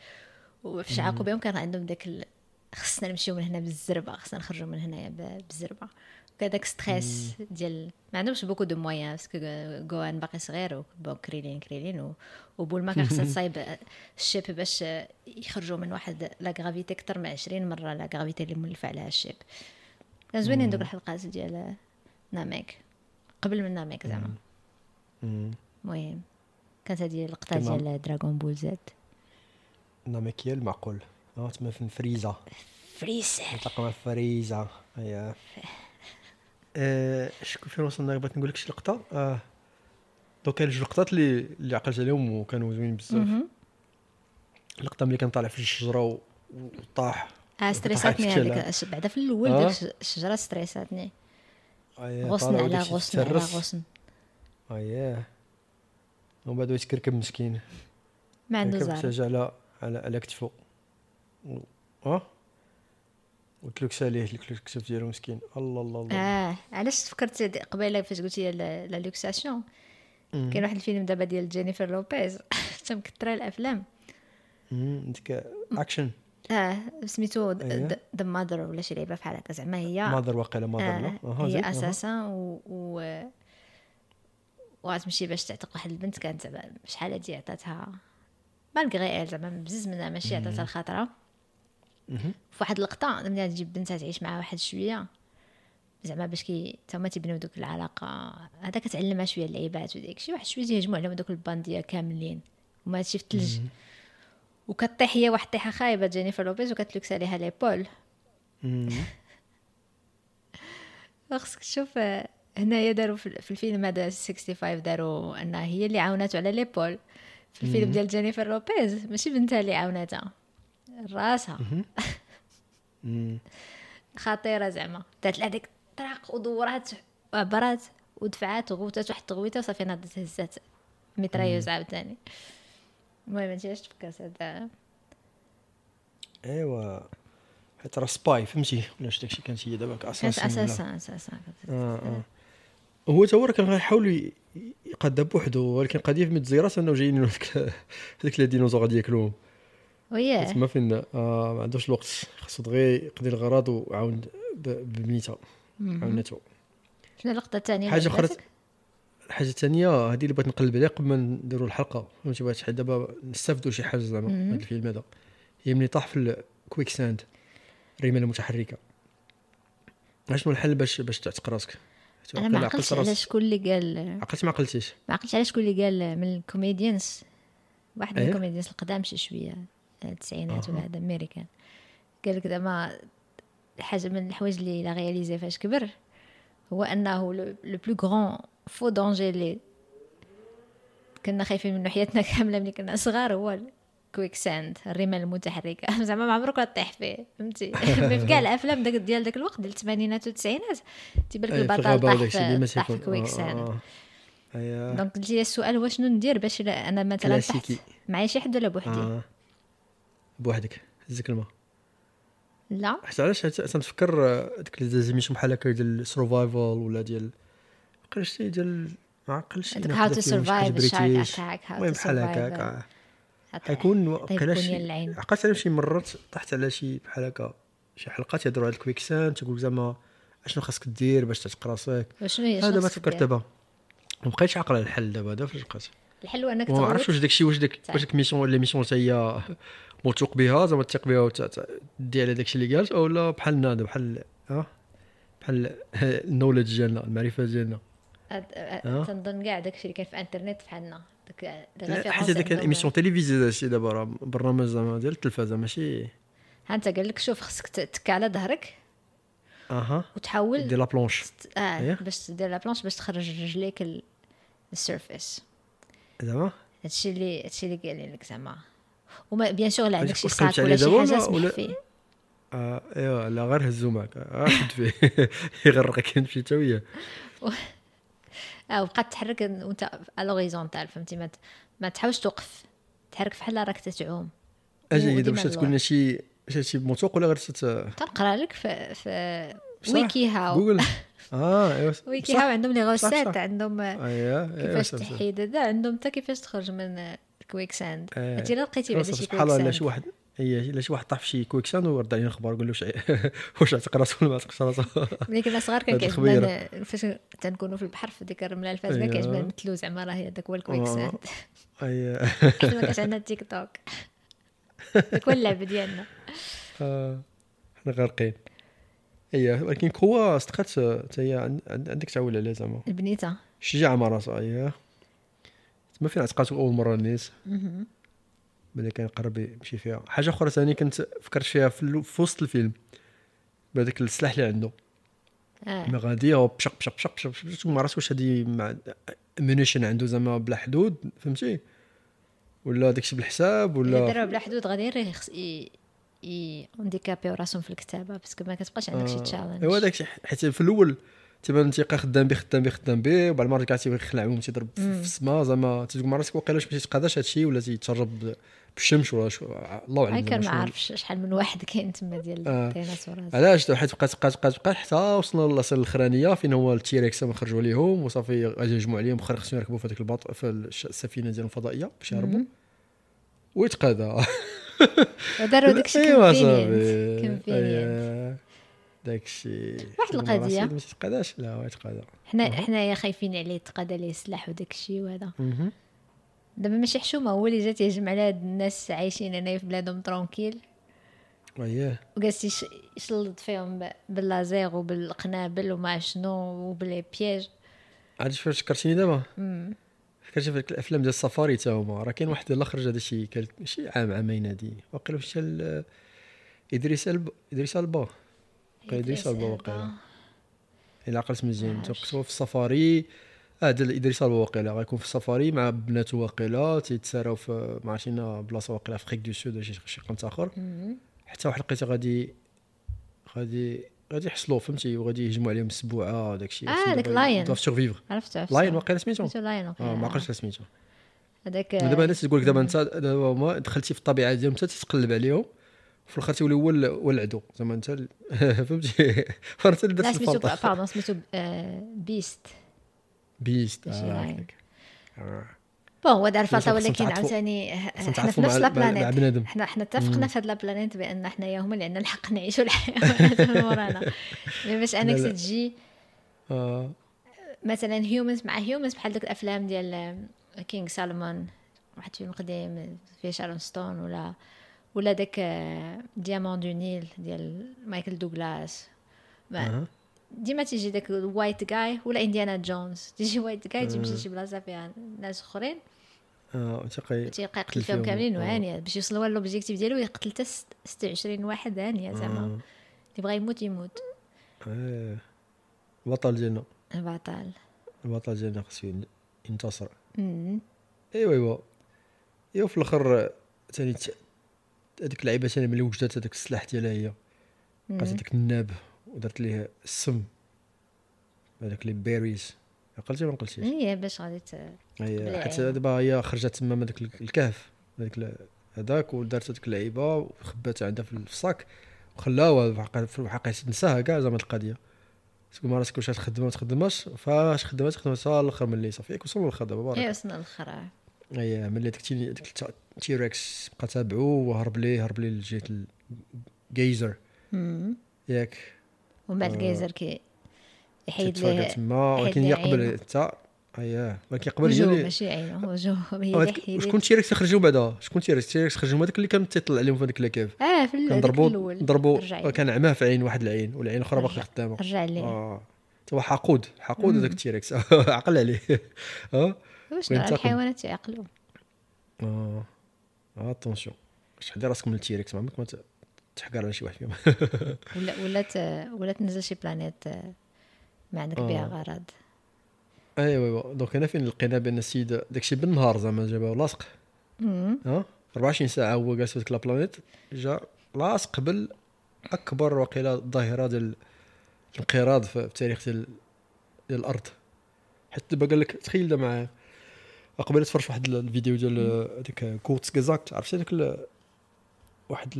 Speaker 2: وفي شعاقو بهم كان عندهم داك ال... خصنا نمشيو من هنا بالزربه خصنا نخرجوا من هنايا ب- بالزربه وكذاك ستريس ديال ما عندهمش بوكو دو مويان باسكو غوان باقي صغير وبون كريلين كريلين و... وبولما كان خصها تصايب الشيب باش يخرجوا من واحد لا غرافيتي اكثر من 20 مره لا غرافيتي اللي مولفه عليها الشيب كان زوينين دوك الحلقات ديال ناميك قبل من ناميك زعما
Speaker 1: أمم.
Speaker 2: المهم كانت هذه اللقطه
Speaker 1: تمام.
Speaker 2: ديال دراغون بول زد
Speaker 1: ناميك هي المعقول اه تما فين فريزا
Speaker 2: فريسر
Speaker 1: نطلق مع فريزا اييه آه، شكون فين وصلنا بغيت نقول لك شي لقطه اه دوك كاين جوج لقطات اللي اللي عقلت عليهم وكانوا زوين بزاف اللقطه ملي كان طالع في الشجره و- وطاح
Speaker 2: اه ستريساتني
Speaker 1: حكيت
Speaker 2: هذيك
Speaker 1: لها.
Speaker 2: الش- بعدا في الاول
Speaker 1: آه.
Speaker 2: ديك الش- الشجره ستريساتني
Speaker 1: أييه،
Speaker 2: غصن
Speaker 1: آه، طالع
Speaker 2: على
Speaker 1: وداك الشي
Speaker 2: غصن على
Speaker 1: تترس.
Speaker 2: غصن
Speaker 1: اييه ومن بعد هو يتكركب مسكين
Speaker 2: ما عنده
Speaker 1: كان
Speaker 2: زهر
Speaker 1: محتاج على على على كتفو و- اه وتلوكس عليه الكتف ديالو مسكين الله الله الله
Speaker 2: اه علاش تفكرت دي- قبيله فاش قلتي لا لا لوكساسيون
Speaker 1: مم.
Speaker 2: كاين واحد الفيلم دابا ديال جينيفر لوبيز حتى مكثره الافلام
Speaker 1: مم، ديك اكشن
Speaker 2: اه سميتو
Speaker 1: أييه.
Speaker 2: ذا ماذر ولا شي لعبه بحال هكا زعما هي
Speaker 1: ماذر واقيلا ماذر لا
Speaker 2: آه،
Speaker 1: أها، زيد،
Speaker 2: هي
Speaker 1: أها.
Speaker 2: اساسا و, و... وغتمشي باش تعتق واحد البنت كانت زعما شحال هادي عطاتها مالغري إيل زعما بزز منها ماشي عطاتها الخطره
Speaker 1: مهم.
Speaker 2: في واحد اللقطه ملي تجيب بنتها تعيش معها واحد شويه زعما باش كي تما تيبنيو دوك العلاقه هذا كتعلمها شويه اللعيبات وديك شي واحد شويه تيهجموا عليهم دوك البانديه كاملين وما هادشي في الثلج وكطيح هي واحد الطيحه خايبه جينيفر لوبيز وكتلوكس عليها ليبول
Speaker 1: مم.
Speaker 2: خصك تشوف آه، هنايا داروا في في الفيلم هذا 65 داروا انها هي اللي عاوناتو على ليبول في الفيلم ديال جينيفر لوبيز ماشي بنتها اللي عاوناتها راسها
Speaker 1: مم.
Speaker 2: خطيره زعما دات لها ديك طرق ودورات وعبرات ودفعات وغوتات واحد التغويته وصافي ناضت هزات ميترايوز عاوتاني المهم انت علاش تفكرت هذا
Speaker 1: ايوا حيت راه سباي فهمتي ولا شي داكشي كانت هي دابا
Speaker 2: كانت
Speaker 1: اساسا
Speaker 2: اساسا اساسا
Speaker 1: هو تا هو راه كان غيحاول ي- يقاد بوحدو ولكن قضيه في متزيرات انه جايين هذاك هذاك الديناصور غادي ياكلوهم
Speaker 2: وياه
Speaker 1: تما فين آه ما عندوش الوقت خاصو دغيا يقضي الغرض وعاون ب- ببنيتها عاونته
Speaker 2: شنو اللقطه الثانيه
Speaker 1: حاجه اخرى الحاجه الثانيه هذه اللي بغيت نقلب عليها قبل ما نديروا الحلقه فهمتي بغيت شحال دابا نستافدوا شي حاجه زعما من هذا الفيلم هذا هي ملي طاح في الكويك ساند الرمال المتحركه شنو الحل باش باش تعتق راسك
Speaker 2: انا ما عقلتش على شكون اللي قال
Speaker 1: عقلت ما عقلتيش
Speaker 2: ما عقلتش على شكون اللي قال من الكوميديانز واحد من
Speaker 1: إيه؟
Speaker 2: الكوميديانز القدام شي شويه التسعينات ولا هذا امريكان قال لك زعما حاجه من الحوايج اللي لا رياليزي فاش كبر هو انه لو بلو غران فو دونجي اللي كنا خايفين منه حياتنا كامله ملي كنا صغار هو كويك ساند الرمال المتحركه زعما ما عمرك لا تطيح فيه فهمتي مي في كاع الافلام داك ديال داك الوقت ديال الثمانينات والتسعينات تيبان لك
Speaker 1: أي، إيه، في
Speaker 2: البطل
Speaker 1: الغابة
Speaker 2: طاح
Speaker 1: وداك الشي ديما
Speaker 2: في- طاح في
Speaker 1: تيكون.
Speaker 2: كويك
Speaker 1: آه،
Speaker 2: ساند
Speaker 1: آه، آه. أيا.
Speaker 2: دونك قلت لي السؤال واش شنو ندير باش لا انا مثلا تحت
Speaker 1: كلاسيكي.
Speaker 2: معايا شي حد ولا بوحدي
Speaker 1: آه. بوحدك هزك الماء
Speaker 2: لا
Speaker 1: حيت علاش حتى تنفكر آه، ديك اللي سميتو بحال هكا ديال السرفايفل ولا ديال عقلت شي ديال ما عقلتش
Speaker 2: هذوك how to survive الشارك اتاك how
Speaker 1: المهم
Speaker 2: to
Speaker 1: بحال هكاك
Speaker 2: survive
Speaker 1: آه. حيكون
Speaker 2: طيب
Speaker 1: وقيلا
Speaker 2: كون يا
Speaker 1: شي
Speaker 2: العين.
Speaker 1: عقلت عليهم شي مرات طحت على شي بحال هكا شي حلقات يهضروا على الكويكسان تقول لك زعما اشنو خاصك دير باش تعتق راسك
Speaker 2: وشنو هي
Speaker 1: هذا
Speaker 2: إيه، شنو
Speaker 1: ما
Speaker 2: خصك
Speaker 1: تفكر
Speaker 2: دير؟
Speaker 1: دابا ما بقيتش عاقل على الحل دابا هذا فاش بقيت
Speaker 2: الحل هو انك
Speaker 1: ما عرفتش واش
Speaker 2: تغوت
Speaker 1: داكشي واش داك
Speaker 2: تاع.
Speaker 1: واش داك ميسيون ولا ميسيون حتى هي موثوق بها زعما تثق بها وتدي على داكشي اللي قالت اولا بحال نادا بحال ها بحال النولج ديالنا المعرفه ديالنا
Speaker 2: أد- أ-
Speaker 1: آه.
Speaker 2: تنظن كاع داكشي اللي كان في انترنت بحالنا داك داك
Speaker 1: لا،
Speaker 2: الريفيرونس
Speaker 1: حيت هذاك كان
Speaker 2: عندهم. يعني.
Speaker 1: ايميسيون تيليفيزي هادشي دابا راه برنامج زعما ديال التلفازه ماشي
Speaker 2: ها انت قال لك شوف خصك تتك على ظهرك
Speaker 1: اها
Speaker 2: وتحاول
Speaker 1: دير لا بلونش
Speaker 2: ت- اه
Speaker 1: إيه.
Speaker 2: باش دير لا بلانش باش تخرج رجليك ال- السيرفيس
Speaker 1: زعما
Speaker 2: هادشي اللي هادشي اللي قال لك زعما وما بيان سور لا عندك شي
Speaker 1: كنت خدمت
Speaker 2: ساك
Speaker 1: عليه
Speaker 2: ولا شي
Speaker 1: دابا
Speaker 2: حاجه
Speaker 1: ولا- ولا-
Speaker 2: سمح فيه
Speaker 1: آه، ايوا لا غير هزو معاك آه، شد فيه يغرقك مشي تا وياه
Speaker 2: اه وبقى تحرك وانت على لوريزونتال فهمتي ما ت- ما تحاولش توقف تحرك بحال راك تتعوم
Speaker 1: اجي
Speaker 2: وديما
Speaker 1: دابا باش
Speaker 2: اللور.
Speaker 1: تقول لنا شي شي- شي موثوق ولا غير تت-
Speaker 2: تنقرا لك في, في
Speaker 1: بصح؟
Speaker 2: ويكي هاو
Speaker 1: جوجل اه ايوا
Speaker 2: ويكي
Speaker 1: بصح؟
Speaker 2: هاو عندهم لي
Speaker 1: صح، أيوة،
Speaker 2: غوسيت
Speaker 1: صح.
Speaker 2: عندهم آه،
Speaker 1: ايوا ايوا
Speaker 2: كيفاش
Speaker 1: صافي، صافي.
Speaker 2: تحيد هذا عندهم حتى كيفاش تخرج من آه، الكويك ساند
Speaker 1: آه،
Speaker 2: انت لا لقيتي
Speaker 1: ايوا
Speaker 2: بعدا شي
Speaker 1: صافي. سبحان الله الا
Speaker 2: كويك
Speaker 1: شي
Speaker 2: ساند
Speaker 1: واحد هي الا شي واحد طاح في شي كويك ساند ورد عليه الخبر قول له واش واش عتق راسو ولا ما عتقش راسو
Speaker 2: ملي كنا صغار كان
Speaker 1: هاد
Speaker 2: كيعجبنا فاش تنكونوا في البحر في ديك الرمله الفاسده
Speaker 1: أيوة.
Speaker 2: كيعجبنا نتلو زعما راه هذاك هو الكويك
Speaker 1: آه.
Speaker 2: ساند
Speaker 1: ايوا
Speaker 2: حيت ما كانش عندنا تيك توك داك هو اللعب ديالنا
Speaker 1: آه، حنا غارقين ايوا ولكن كوا صدقات حتى هي عن- عن- عندك تعول عليها زعما
Speaker 2: البنيته
Speaker 1: شجاعه مع راسها ايوا أيوة. تما فين عتقاتو اول مره الناس ملي كان قرب يمشي فيها حاجه اخرى ثاني كنت فكرت فيها في ال- في وسط الفيلم بهذاك السلاح اللي عنده
Speaker 2: آه.
Speaker 1: ما غادي هو بشق بشق بشق بشق بشق ما عرفتش واش هادي مع مينيشن عنده زعما بلا حدود فهمتي ولا داكشي
Speaker 2: الا
Speaker 1: بالحساب ولا
Speaker 2: داروا إيه، بلا حدود غادي غير يخص ي ي اونديكابيو راسهم في الكتابه باسكو ما كتبقاش عندك شي
Speaker 1: آه،
Speaker 2: تشالنج
Speaker 1: ايوا داكشي حيت في الاول تيبان تيبقى خدام به خدام به خدام به وبعد ما رجع تيبغي يخلعهم تيضرب في
Speaker 2: مم.
Speaker 1: في السما زعما تتقول مع راسك واقيلا واش ما تيتقاداش هادشي ولا تيتشرب ب- بالشمس ولا شو الله اعلم
Speaker 2: هاكر
Speaker 1: زعما
Speaker 2: ما
Speaker 1: شنو-
Speaker 2: عارفش شحال من واحد كاين تما ديال
Speaker 1: آه.
Speaker 2: الديناصورات
Speaker 1: علاش حيت بقات بقات بقات بقات حتى وصلنا للاصل الاخرانيه فين هو التيريكس ما خرجوا ليهم وصافي اجي يجمعوا عليهم خر- خصهم يركبوا في هذيك البط في الش- السفينه ديالهم الفضائيه باش يهربوا أيوة
Speaker 2: مم.
Speaker 1: ويتقادى
Speaker 2: وداروا آه، داكشي
Speaker 1: ايوا
Speaker 2: كونفينينت
Speaker 1: صافي
Speaker 2: كونفينينت
Speaker 1: أيوا. داكشي
Speaker 2: واحد القضية.
Speaker 1: ما تتقاداش لا هو يتقادى
Speaker 2: حنا حنايا خايفين عليه تقاد عليه السلاح وداكشي وهذا
Speaker 1: مهم.
Speaker 2: دابا ماشي حشومه هو اللي جات يهجم على هاد الناس عايشين هنايا في بلادهم ترونكيل
Speaker 1: اييه
Speaker 2: وجالس يش- يشلط فيهم ب- باللازير وبالقنابل وما شنو وبلي بياج
Speaker 1: عاد فاش فكرتيني دابا فكرتي في الافلام ديال السفاري تا هما راه كاين واحد اللي خرج هذا شي كال- شي عام عامين هادي واقيلا آه، واش تا ال- ادريس الب ادريس البا بقى إدريس ألبا واقيلا. الى عقلت مزيان
Speaker 2: عارف.
Speaker 1: تنقصوا في السفاري اه ديال ادريس البا واقيلا غيكون في السفاري مع بناته واقيلا تيتساراو في ما عرفتش هنا بلاصه واقيلا في افريك دو سود ولا شي شي قنت اخر
Speaker 2: مم.
Speaker 1: حتى واحد لقيته غادي غادي غادي يحصلوا فهمتي وغادي يهجموا عليهم السبوعه وداك الشيء
Speaker 2: آه، داك لاين.
Speaker 1: دوف سورفيفر
Speaker 2: عرفت عرفت
Speaker 1: لاين واقيلا سميتو
Speaker 2: سميتو لاين
Speaker 1: اه ما
Speaker 2: واقيلا.
Speaker 1: عقلتش سميتو
Speaker 2: هذاك
Speaker 1: دابا الناس تقول لك دابا انت دابا ما دخلتي في الطبيعه ديالهم انت تتقلب عليهم في الاخر تولي هو ال- هو العدو زعما انت ال- فهمتي فانت اللي
Speaker 2: لا
Speaker 1: درت
Speaker 2: سميتو
Speaker 1: الفرطه
Speaker 2: باردون سميتو euh, بيست
Speaker 1: بيست
Speaker 2: ماشي
Speaker 1: آه،
Speaker 2: لاين.
Speaker 1: هكذاك. آه.
Speaker 2: بون هو دار
Speaker 1: خصنا
Speaker 2: الفلطه ولكن
Speaker 1: نتعاطفوا-
Speaker 2: عاوتاني ه- حنا في
Speaker 1: نتعاطفوا
Speaker 2: نفس
Speaker 1: مع- مع- مع
Speaker 2: البلانيت
Speaker 1: بنادم.
Speaker 2: حنا حنا اتفقنا في هاد البلانيت بان حنايا هما اللي عندنا الحق نعيشوا الحيوانات من ورانا مي باش انك
Speaker 1: لا، لا.
Speaker 2: تجي
Speaker 1: اه
Speaker 2: مثلا هيومنز مع هيومنز بحال دوك الافلام ديال كينغ سالمون واحد فيلم قديم فيه شارون ستون ولا ولا euh, داك ديامون دو نيل ديال مايكل دوغلاس ما-
Speaker 1: آه.
Speaker 2: ديما تيجي داك الوايت جاي ولا انديانا جونز تيجي وايت جاي تيمشي شي بلاصه فيها ناس اخرين
Speaker 1: اه تيقي
Speaker 2: تيبقى
Speaker 1: قتل
Speaker 2: يقتل فيهم
Speaker 1: فيهم.
Speaker 2: كاملين
Speaker 1: آه.
Speaker 2: وهانيه باش يوصل هو لوبجيكتيف ديالو يقتل حتى 26 واحد هانيه زعما اللي بغا يموت يموت
Speaker 1: آه. البطل ديالنا
Speaker 2: البطل
Speaker 1: البطل ديالنا خصو ين- ينتصر
Speaker 2: مم.
Speaker 1: ايوا ايوا ايوا في الاخر ثاني هذيك اللعيبه ثاني ملي وجدت هذاك السلاح ديالها هي
Speaker 2: مم.
Speaker 1: قالت هذاك الناب ودرت ليه السم هذاك لي بيريز عقلتي ولا ما عقلتيش؟
Speaker 2: هي إيه، باش غادي ت...
Speaker 1: هي حيت
Speaker 2: بالعين.
Speaker 1: دابا هي خرجت تما من داك ال- الكهف هذاك ال- هذاك ودارت هذيك اللعيبه وخباتها عندها في الصاك وخلاوها بحق- في الحقيقه نساها كاع زعما القضيه تقول ما راسك واش تخدم ما تخدمش فاش خدمت خدمت حتى الاخر ملي صافي ياك وصلوا للخر دابا
Speaker 2: هي
Speaker 1: بارك
Speaker 2: وصلنا للخرا
Speaker 1: اي ملي داك تي- داك التا- تيريكس بقى تابعو وهرب ليه هرب ليه لجهه الجيزر
Speaker 2: مم.
Speaker 1: ياك
Speaker 2: ومن بعد
Speaker 1: آه.
Speaker 2: الجيزر كي يحيد
Speaker 1: تيتفاجا
Speaker 2: ليه
Speaker 1: تما
Speaker 2: حيد
Speaker 1: ولكن
Speaker 2: ليه
Speaker 1: يقبل
Speaker 2: عينه.
Speaker 1: حتى اييه ولكن قبل
Speaker 2: وجوه
Speaker 1: جا لي- آه،
Speaker 2: ماشي عينه وجوه هي
Speaker 1: هاد-
Speaker 2: دي- هي دي-
Speaker 1: شكون تيريكس خرجوا بعدا شكون تيريكس تيريكس خرجوا هذاك اللي كان تيطلع عليهم في هذيك الكيف
Speaker 2: اه في ال-
Speaker 1: كان
Speaker 2: داك
Speaker 1: ضربوا
Speaker 2: الاول رجع
Speaker 1: ضربوا
Speaker 2: ليه.
Speaker 1: كان عماه في عين واحد العين والعين الاخرى باقي
Speaker 2: رجع-
Speaker 1: خدامه
Speaker 2: رجع ليه
Speaker 1: اه هو حقود حقود
Speaker 2: مم.
Speaker 1: هذاك التيريكس عقل عليه اه
Speaker 2: واش
Speaker 1: وين
Speaker 2: نوع
Speaker 1: تاكل؟
Speaker 2: الحيوانات يعقلوا
Speaker 1: اه اتونسيون باش تحدي راسك من التيريكس ما عمرك ما ت- تحقر على شي واحد فيهم
Speaker 2: ولا ولا ت- ولا تنزل شي بلانيت آه، ما عندك
Speaker 1: آه.
Speaker 2: بها غرض
Speaker 1: ايوا ايوا أيوة، دونك هنا فين لقينا بان السيد داكشي بالنهار زعما جابه لاصق
Speaker 2: مم.
Speaker 1: ها 24 ساعه هو جالس في ديك لابلانيت جا لاصق قبل اكبر وقيله الظاهره ديال الانقراض في في تاريخ ديال ديال الارض حيت دابا قال لك تخيل دابا معايا قبل تفرج واحد الفيديو ديال هذيك كورتس كازاكت عرفتي هذاك ال- واحد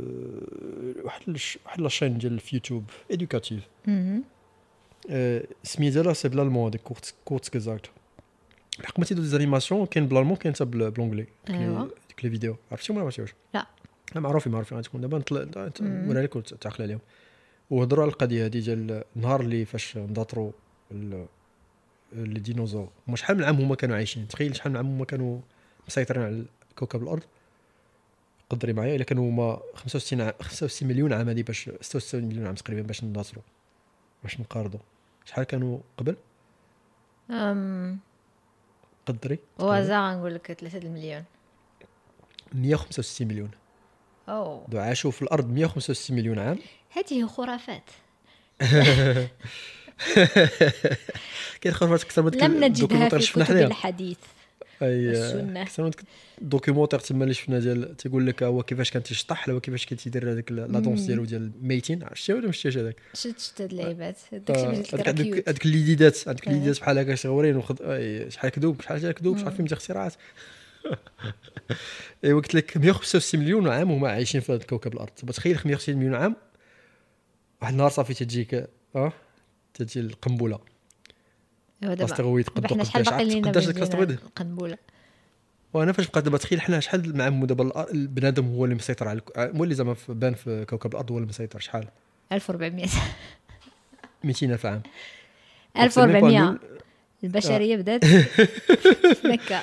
Speaker 1: ال- واحد الش- واحد لاشين ديال في يوتيوب ايدوكاتيف
Speaker 2: مم.
Speaker 1: Euh, سميه ديالها سي بالالمون هذيك كورت كورت كزاكت حق ما تيدو ديزانيماسيون كاين بالالمون كاين حتى بال- بالونجلي
Speaker 2: أيوا.
Speaker 1: كاين ديك لي فيديو عرفتي ولا ما عرفتيوش
Speaker 2: لا.
Speaker 1: لا معروفين معروفين غتكون دابا نطلع
Speaker 2: مم.
Speaker 1: نوريها لك وتعقل عليهم وهضروا على القضيه هذه ديال النهار اللي فاش نضطروا ال- لي ديناصور هما شحال من عام هما كانوا عايشين تخيل شحال من عام هما كانوا مسيطرين على كوكب الارض قدري معايا الا كانوا هما 65 عام 65 مليون عام هذه باش 66 مليون عام تقريبا باش نناصروا باش نقارضوا شحال كانوا قبل
Speaker 2: أم،
Speaker 1: قدري تقريباً
Speaker 2: وازا غنقول لك 3 المليون
Speaker 1: 165 مليون
Speaker 2: او
Speaker 1: دو عاشوا في الارض 165 مليون عام
Speaker 2: هذه خرافات
Speaker 1: كاين خرافات اكثر من ديك
Speaker 2: لم نجدها
Speaker 1: الدوكيومنتير
Speaker 2: في
Speaker 1: شفنا
Speaker 2: كتب
Speaker 1: حنايا
Speaker 2: الحديث والسنة.
Speaker 1: اي اكثر من ديك الدوكيومنتير تما اللي شفنا ديال تيقول لك هو كيفاش كان تيشطح ولا كيفاش كان تيدير هذاك ال- لا دونس
Speaker 2: مم.
Speaker 1: ديالو ديال الميتين شتي ولا ما شتيش هذاك
Speaker 2: شفت شفت هاد اللعيبات داكشي
Speaker 1: آه،
Speaker 2: اللي قلت لك
Speaker 1: هذاك
Speaker 2: راه
Speaker 1: هذاك-
Speaker 2: كيوت.
Speaker 1: هذاك الليديدات هذاك
Speaker 2: آه.
Speaker 1: الليديدات بحال هكا صغورين وخد... أي، شحال كذوب شحال جا كذوب شحال فيهم اختراعات ايوا قلت لك 165 مليون عام هما عايشين في هذا الكوكب الارض دابا تخيل 165 مليون عام واحد النهار صافي تجيك اه تجي القنبله
Speaker 2: إيوا دابا.
Speaker 1: الاستغويد
Speaker 2: دابا
Speaker 1: قدو
Speaker 2: حنا شحال
Speaker 1: قداش
Speaker 2: باقي
Speaker 1: عرفت
Speaker 2: لينا
Speaker 1: قداش داك
Speaker 2: مزيان
Speaker 1: الاستغويد
Speaker 2: عن القنبله
Speaker 1: وانا فاش بقى دابا تخيل حنا شحال مع عمو دابا الأ- البنادم هو اللي مسيطر على الك- هو اللي زعما في- بان في كوكب الارض هو اللي مسيطر شحال
Speaker 2: 1400
Speaker 1: 200000 عام
Speaker 2: 1400
Speaker 1: آه.
Speaker 2: البشريه بدات في مكه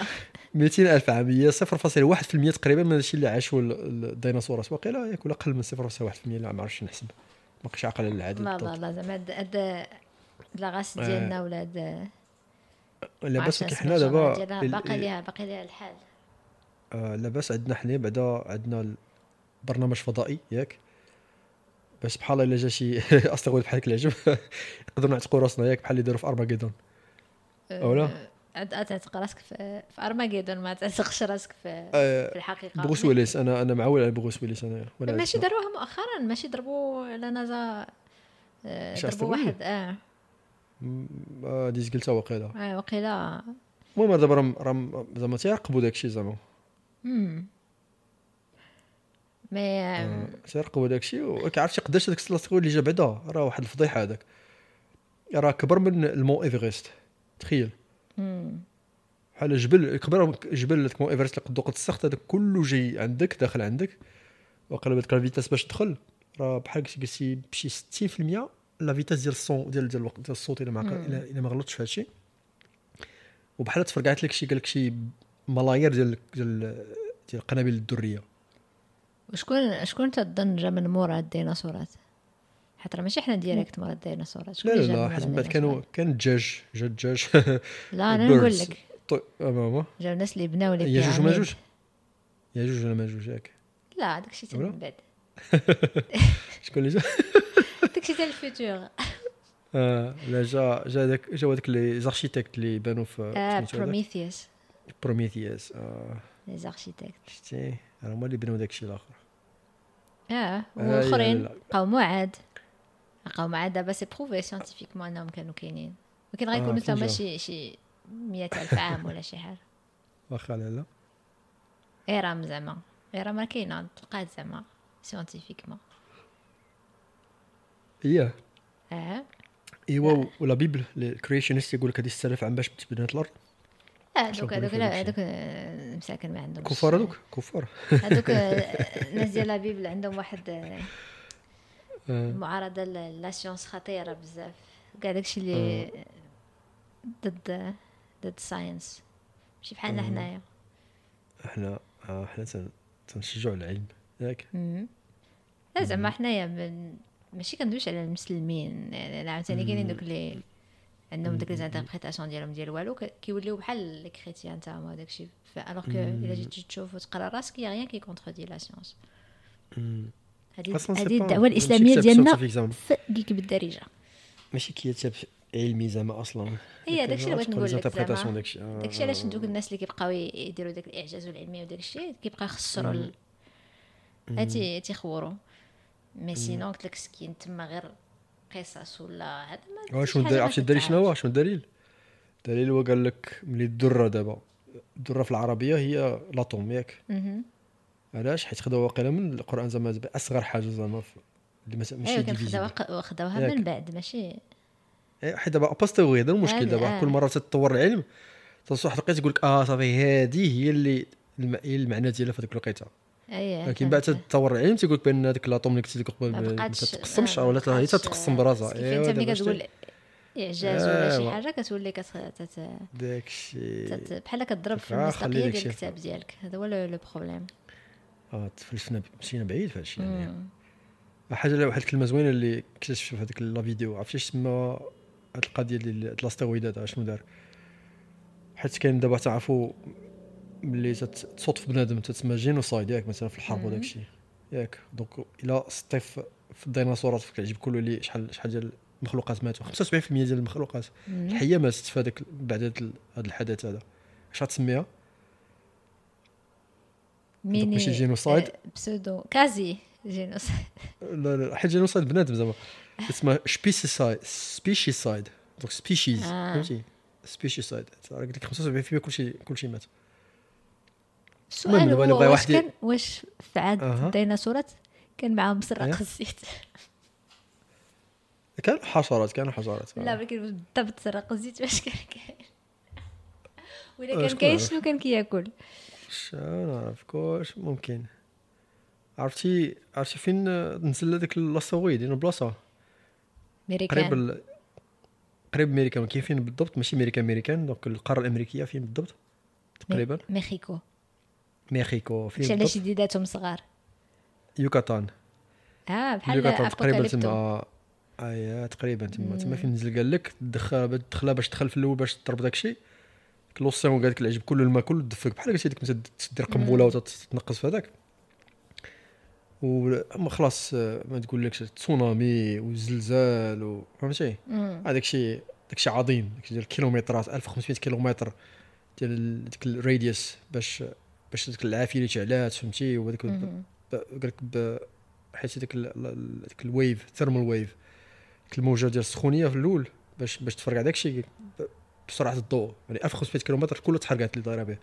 Speaker 1: 200 الف عام هي 0.1% تقريبا من الشيء اللي عاشوا ال- ال- الديناصورات واقيلا ياك ولا اقل من 0.1% لا ما عرفتش نحسب ما بقيتش عاقل على العدد
Speaker 2: لا لا
Speaker 1: بالضبط.
Speaker 2: لا زعما هاد هاد هاد لا غاس
Speaker 1: آه.
Speaker 2: ديالنا ولا هاد
Speaker 1: لاباس
Speaker 2: معرفتش
Speaker 1: ولكن حنا
Speaker 2: اسمها شنو
Speaker 1: دابا إيه.
Speaker 2: ديالها،
Speaker 1: ال-
Speaker 2: باقي ليها باقي ليها الحال
Speaker 1: آه، لاباس عندنا حنا بعدا عندنا برنامج فضائي ياك باش بحال الا جا شي استغوذ بحال هكا العجب نقدروا نعتقوا راسنا ياك بحال اللي داروا في ارماجيدون أولا. آه،
Speaker 2: تعتق راسك في في ارماجيدون ما تعتقش راسك في
Speaker 1: آه،
Speaker 2: في الحقيقه
Speaker 1: بغوس ويليس انا انا معول على بغوس ويليس انا ولا
Speaker 2: ماشي
Speaker 1: عرفت.
Speaker 2: داروها مؤخرا ماشي ضربوا على نازا آه،
Speaker 1: ماشي
Speaker 2: ضربوا
Speaker 1: أستراليا؟
Speaker 2: واحد اه
Speaker 1: م- آه، ديز قلتها واقيلا
Speaker 2: آه، وقيلا
Speaker 1: المهم دابا راهم راهم زعما تيراقبوا داكشي زعما
Speaker 2: مم. مي
Speaker 1: أه.
Speaker 2: آه،
Speaker 1: تيرقبوا هذاك الشيء ولكن عرفتي قداش هذاك السلاستيكو اللي جا بعدا راه واحد الفضيحه هذاك يعني راه كبر من المون ايفرست تخيل
Speaker 2: مم.
Speaker 1: بحال جبل كبر من جبل هذاك مون ايفرست اللي قدو قد السخط هذاك كله جاي عندك داخل عندك وقال هذيك الفيتاس باش تدخل راه بحال كنتي قلتي بشي 60% لا فيتاس ديال الصون ديال ديال الوقت ديال الصوت الا ما عق-
Speaker 2: مم.
Speaker 1: الا إلا ما غلطتش في هذا الشيء وبحال تفرقعت لك شي قال لك شي ملايير ديال ديال ديال القنابل الذريه
Speaker 2: وشكون شكون تظن جا من مورا الديناصورات حيت راه ماشي حنا ديريكت مورا الديناصورات شكون
Speaker 1: لا
Speaker 2: اللي جا من
Speaker 1: لا لا
Speaker 2: مورا
Speaker 1: حيت من بعد
Speaker 2: الديناصورات؟
Speaker 1: كانوا كان الدجاج جا الدجاج
Speaker 2: لا انا نقول
Speaker 1: birds.
Speaker 2: لك
Speaker 1: طيب امام
Speaker 2: جاو الناس اللي بناو لي
Speaker 1: ياجوج
Speaker 2: بيراميد.
Speaker 1: وماجوج ياجوج ولا ماجوج ياك
Speaker 2: لا داك الشيء تاع
Speaker 1: ولا؟
Speaker 2: من بعد
Speaker 1: شكون اللي جا
Speaker 2: داك الشيء تاع الفيوتشر
Speaker 1: آه لا جا جا داك جا هذاك لي زارشيتيكت اللي بانوا في
Speaker 2: اه بروميثيوس
Speaker 1: بروميثياس اه
Speaker 2: لي زاركيتيكت
Speaker 1: شتي راه هما اللي بنوا داك الشيء الاخر
Speaker 2: اه
Speaker 1: آه،
Speaker 2: والاخرين
Speaker 1: لا، لا.
Speaker 2: قاوموا عاد قاوموا عاد دابا سي بروفي سيانتيفيكمون انهم كانوا كاينين ولكن غيكونوا
Speaker 1: فين
Speaker 2: تما
Speaker 1: جاو؟
Speaker 2: شي شي 100 الف عام ولا شي حاجه
Speaker 1: واخا لا لا
Speaker 2: ايرام زعما ايرام راه كاينه تلقات زعما سيانتيفيكمون
Speaker 1: اييه
Speaker 2: اه
Speaker 1: ايوا ولا بيبل الكريشنست يقول لك هذه 6000 عام باش تبنات الارض
Speaker 2: اه
Speaker 1: شنو
Speaker 2: دوك
Speaker 1: نقولوا
Speaker 2: هذوك
Speaker 1: في
Speaker 2: لا
Speaker 1: هادشي؟
Speaker 2: هذوك آه، مساكن ما عندهمش
Speaker 1: كفار هذوك كفار
Speaker 2: هذوك آه، الناس ديال لا بيبل عندهم واحد آه،
Speaker 1: آه.
Speaker 2: المعارضه ل- لا سيونس خطيره بزاف كاع داكشي اللي ضد ضد الساينس ماشي بحالنا حنايا
Speaker 1: احنا آه، احنا تن- تنشجعوا العلم ياك
Speaker 2: مم. لا زعما حنايا من- ماشي كندويش على المسلمين يعني لا عاوتاني كاينين دوك اللي عندهم ديك ليزانتربريتاسيون ديالهم ديال والو ك- كيوليو بحال لي كريتيان تا هما وداك الشيء الوغ كو الا جيتي تشوف وتقرا راسك يا غيان كي كونتخودي لا سيونس هذه
Speaker 1: أصلاً سي
Speaker 2: هذه
Speaker 1: با-
Speaker 2: الدعوه
Speaker 1: ماشي
Speaker 2: الاسلاميه
Speaker 1: كتاب
Speaker 2: ديالنا
Speaker 1: scientific زعما.
Speaker 2: فقيك بالدارجه
Speaker 1: ماشي كتاب علمي زعما اصلا
Speaker 2: هي داكشي اللي بغيت نقول لك
Speaker 1: زعما
Speaker 2: زعما
Speaker 1: داكشي آه،
Speaker 2: داكشي علاش دوك الناس اللي كيبقاو يديروا داك الاعجاز والعلميه وداك الشيء كيبقى يخسروا ال... هاتي تيخوروا مي سينو قلت لك سكين تما غير قصص ولا هذا ما
Speaker 1: آه،
Speaker 2: فيش
Speaker 1: شنو
Speaker 2: حاجة
Speaker 1: الدليل
Speaker 2: ما
Speaker 1: عرفتي الدليل شنو هو
Speaker 2: كتعاود.
Speaker 1: شنو الدليل الدليل هو قال لك ملي الدره دابا الدره في العربيه هي لاطوم ياك
Speaker 2: مهم.
Speaker 1: علاش حيت خداوها واقيلا من القران زعما زعما اصغر حاجه زعما في- اللي مس- ماشي
Speaker 2: ايوا أيوة، كان
Speaker 1: divisible.
Speaker 2: خداوها خداوها
Speaker 1: ياك.
Speaker 2: من بعد ماشي
Speaker 1: إيه، حيت دابا ابسطيوي هذا المشكل
Speaker 2: هذا،
Speaker 1: دابا
Speaker 2: آه.
Speaker 1: كل مره تتطور العلم تنصح واحد الوقيته تقول لك اه صافي هذه هي اللي الم- هي المعنى ديالها في هذيك الوقيته
Speaker 2: اي
Speaker 1: لكن بعد تتطور العلم تيقول لك بان هذيك لاطوم اللي كنتي ديك قبل
Speaker 2: ما
Speaker 1: ما- ما
Speaker 2: بقاتش
Speaker 1: تتقسمش
Speaker 2: آه، ما
Speaker 1: ولا ت- هي
Speaker 2: بقاتش،
Speaker 1: تتقسم
Speaker 2: آه،
Speaker 1: براسها إيه،
Speaker 2: كيف انت ملي كتقول اعجاز ولا شي
Speaker 1: إيوا.
Speaker 2: حاجه كتولي كت- تت-
Speaker 1: داك الشيء
Speaker 2: تت- بحال كضرب في
Speaker 1: آه، خلي
Speaker 2: المصداقيه
Speaker 1: داك
Speaker 2: ديال
Speaker 1: الشيء.
Speaker 2: الكتاب ديالك هذا هو لو لو بروبليم
Speaker 1: اه تفلسفنا ب- مشينا بعيد في هادشي يعني
Speaker 2: مم.
Speaker 1: حاجه لا- واحد الكلمه زوينه اللي اكتشفتها في هذيك لا فيديو عرفتي اش تما هاد القضيه ديال الاسترويدات عا شنو دار حيت كاين دابا تعرفوا ملي تت- تصوت في بنادم تتسمى جينوسايد ياك مثلا في الحرب وداك الشيء ياك دونك الا صطيف في الديناصورات فيك العجب كله اللي شحال شحال ديال المخلوقات ماتوا 75% ديال المخلوقات
Speaker 2: مم.
Speaker 1: الحيه ماتت في هذاك بعد هاد ال- هاد الحدث هذا اش غتسميها
Speaker 2: ميني
Speaker 1: ماشي جينوسايد.
Speaker 2: آه، بسودو كازي جينوسايد
Speaker 1: لا لا حيت جينوسايد بنادم زعما اسمها سبيشيسايد سبيشيسايد دونك سبيشيز
Speaker 2: آه.
Speaker 1: فهمتي سبيشيسايد قلت لك 75% كلشي كلشي مات
Speaker 2: السؤال
Speaker 1: دابا اللي
Speaker 2: هو
Speaker 1: بغا
Speaker 2: واش
Speaker 1: واحد ي-
Speaker 2: كان واش في عاد
Speaker 1: أها.
Speaker 2: الديناصورات كان معاهم
Speaker 1: أيه.
Speaker 2: مسرق الزيت
Speaker 1: كانوا حشرات كانوا حشرات
Speaker 2: لا ولكن بالضبط سرق الزيت واش كان كاين
Speaker 1: آه،
Speaker 2: ولا كان كاين
Speaker 1: شكون عارف؟
Speaker 2: شنو كان كياكل
Speaker 1: ش- انا عارف كلش ممكن عرفتي عرفتي فين نزل هذاك الاسترويد يعني بلاصه قريب
Speaker 2: ميريكان
Speaker 1: ال... قريب ميريكان كاين فين بالضبط ماشي ميريكان ميريكان دونك القاره الامريكيه فين بالضبط تقريبا
Speaker 2: ميخيكو
Speaker 1: ميخيكو فين
Speaker 2: مش على
Speaker 1: بالضبط
Speaker 2: شديداتهم صغار
Speaker 1: يوكاتان
Speaker 2: اه بحال
Speaker 1: يوكاتان تقريبا
Speaker 2: ابوكاليبتو
Speaker 1: تما ايا تقريبا تما تما فين نزل قال لك الدخله الدخله باش تدخل في الاول باش تضرب داك الشيء لوسيون قال لك العجب كله الماء كله دفك بحال قلتي ديك مثلا تدير قنبله وتتنقص في هذاك و أما خلاص آه، ما تقول لكش تسونامي وزلزال و- فهمتي
Speaker 2: مم.
Speaker 1: هذاك الشيء داك الشيء عظيم داك الشيء ديال الكيلومترات 1500 كيلومتر ديال ديك الراديوس باش باش ديك العافيه اللي تعلات فهمتي وهذاك ب-
Speaker 2: مهم.
Speaker 1: ب- قال لك ب- حيت ديك ال- ال- ال- ديك الويف ثيرمال ويف ديك الموجه ديال السخونيه في الاول باش باش تفرقع داك الشيء ب- بسرعه الضوء يعني 1500 كيلومتر كله تحرقات اللي دايره به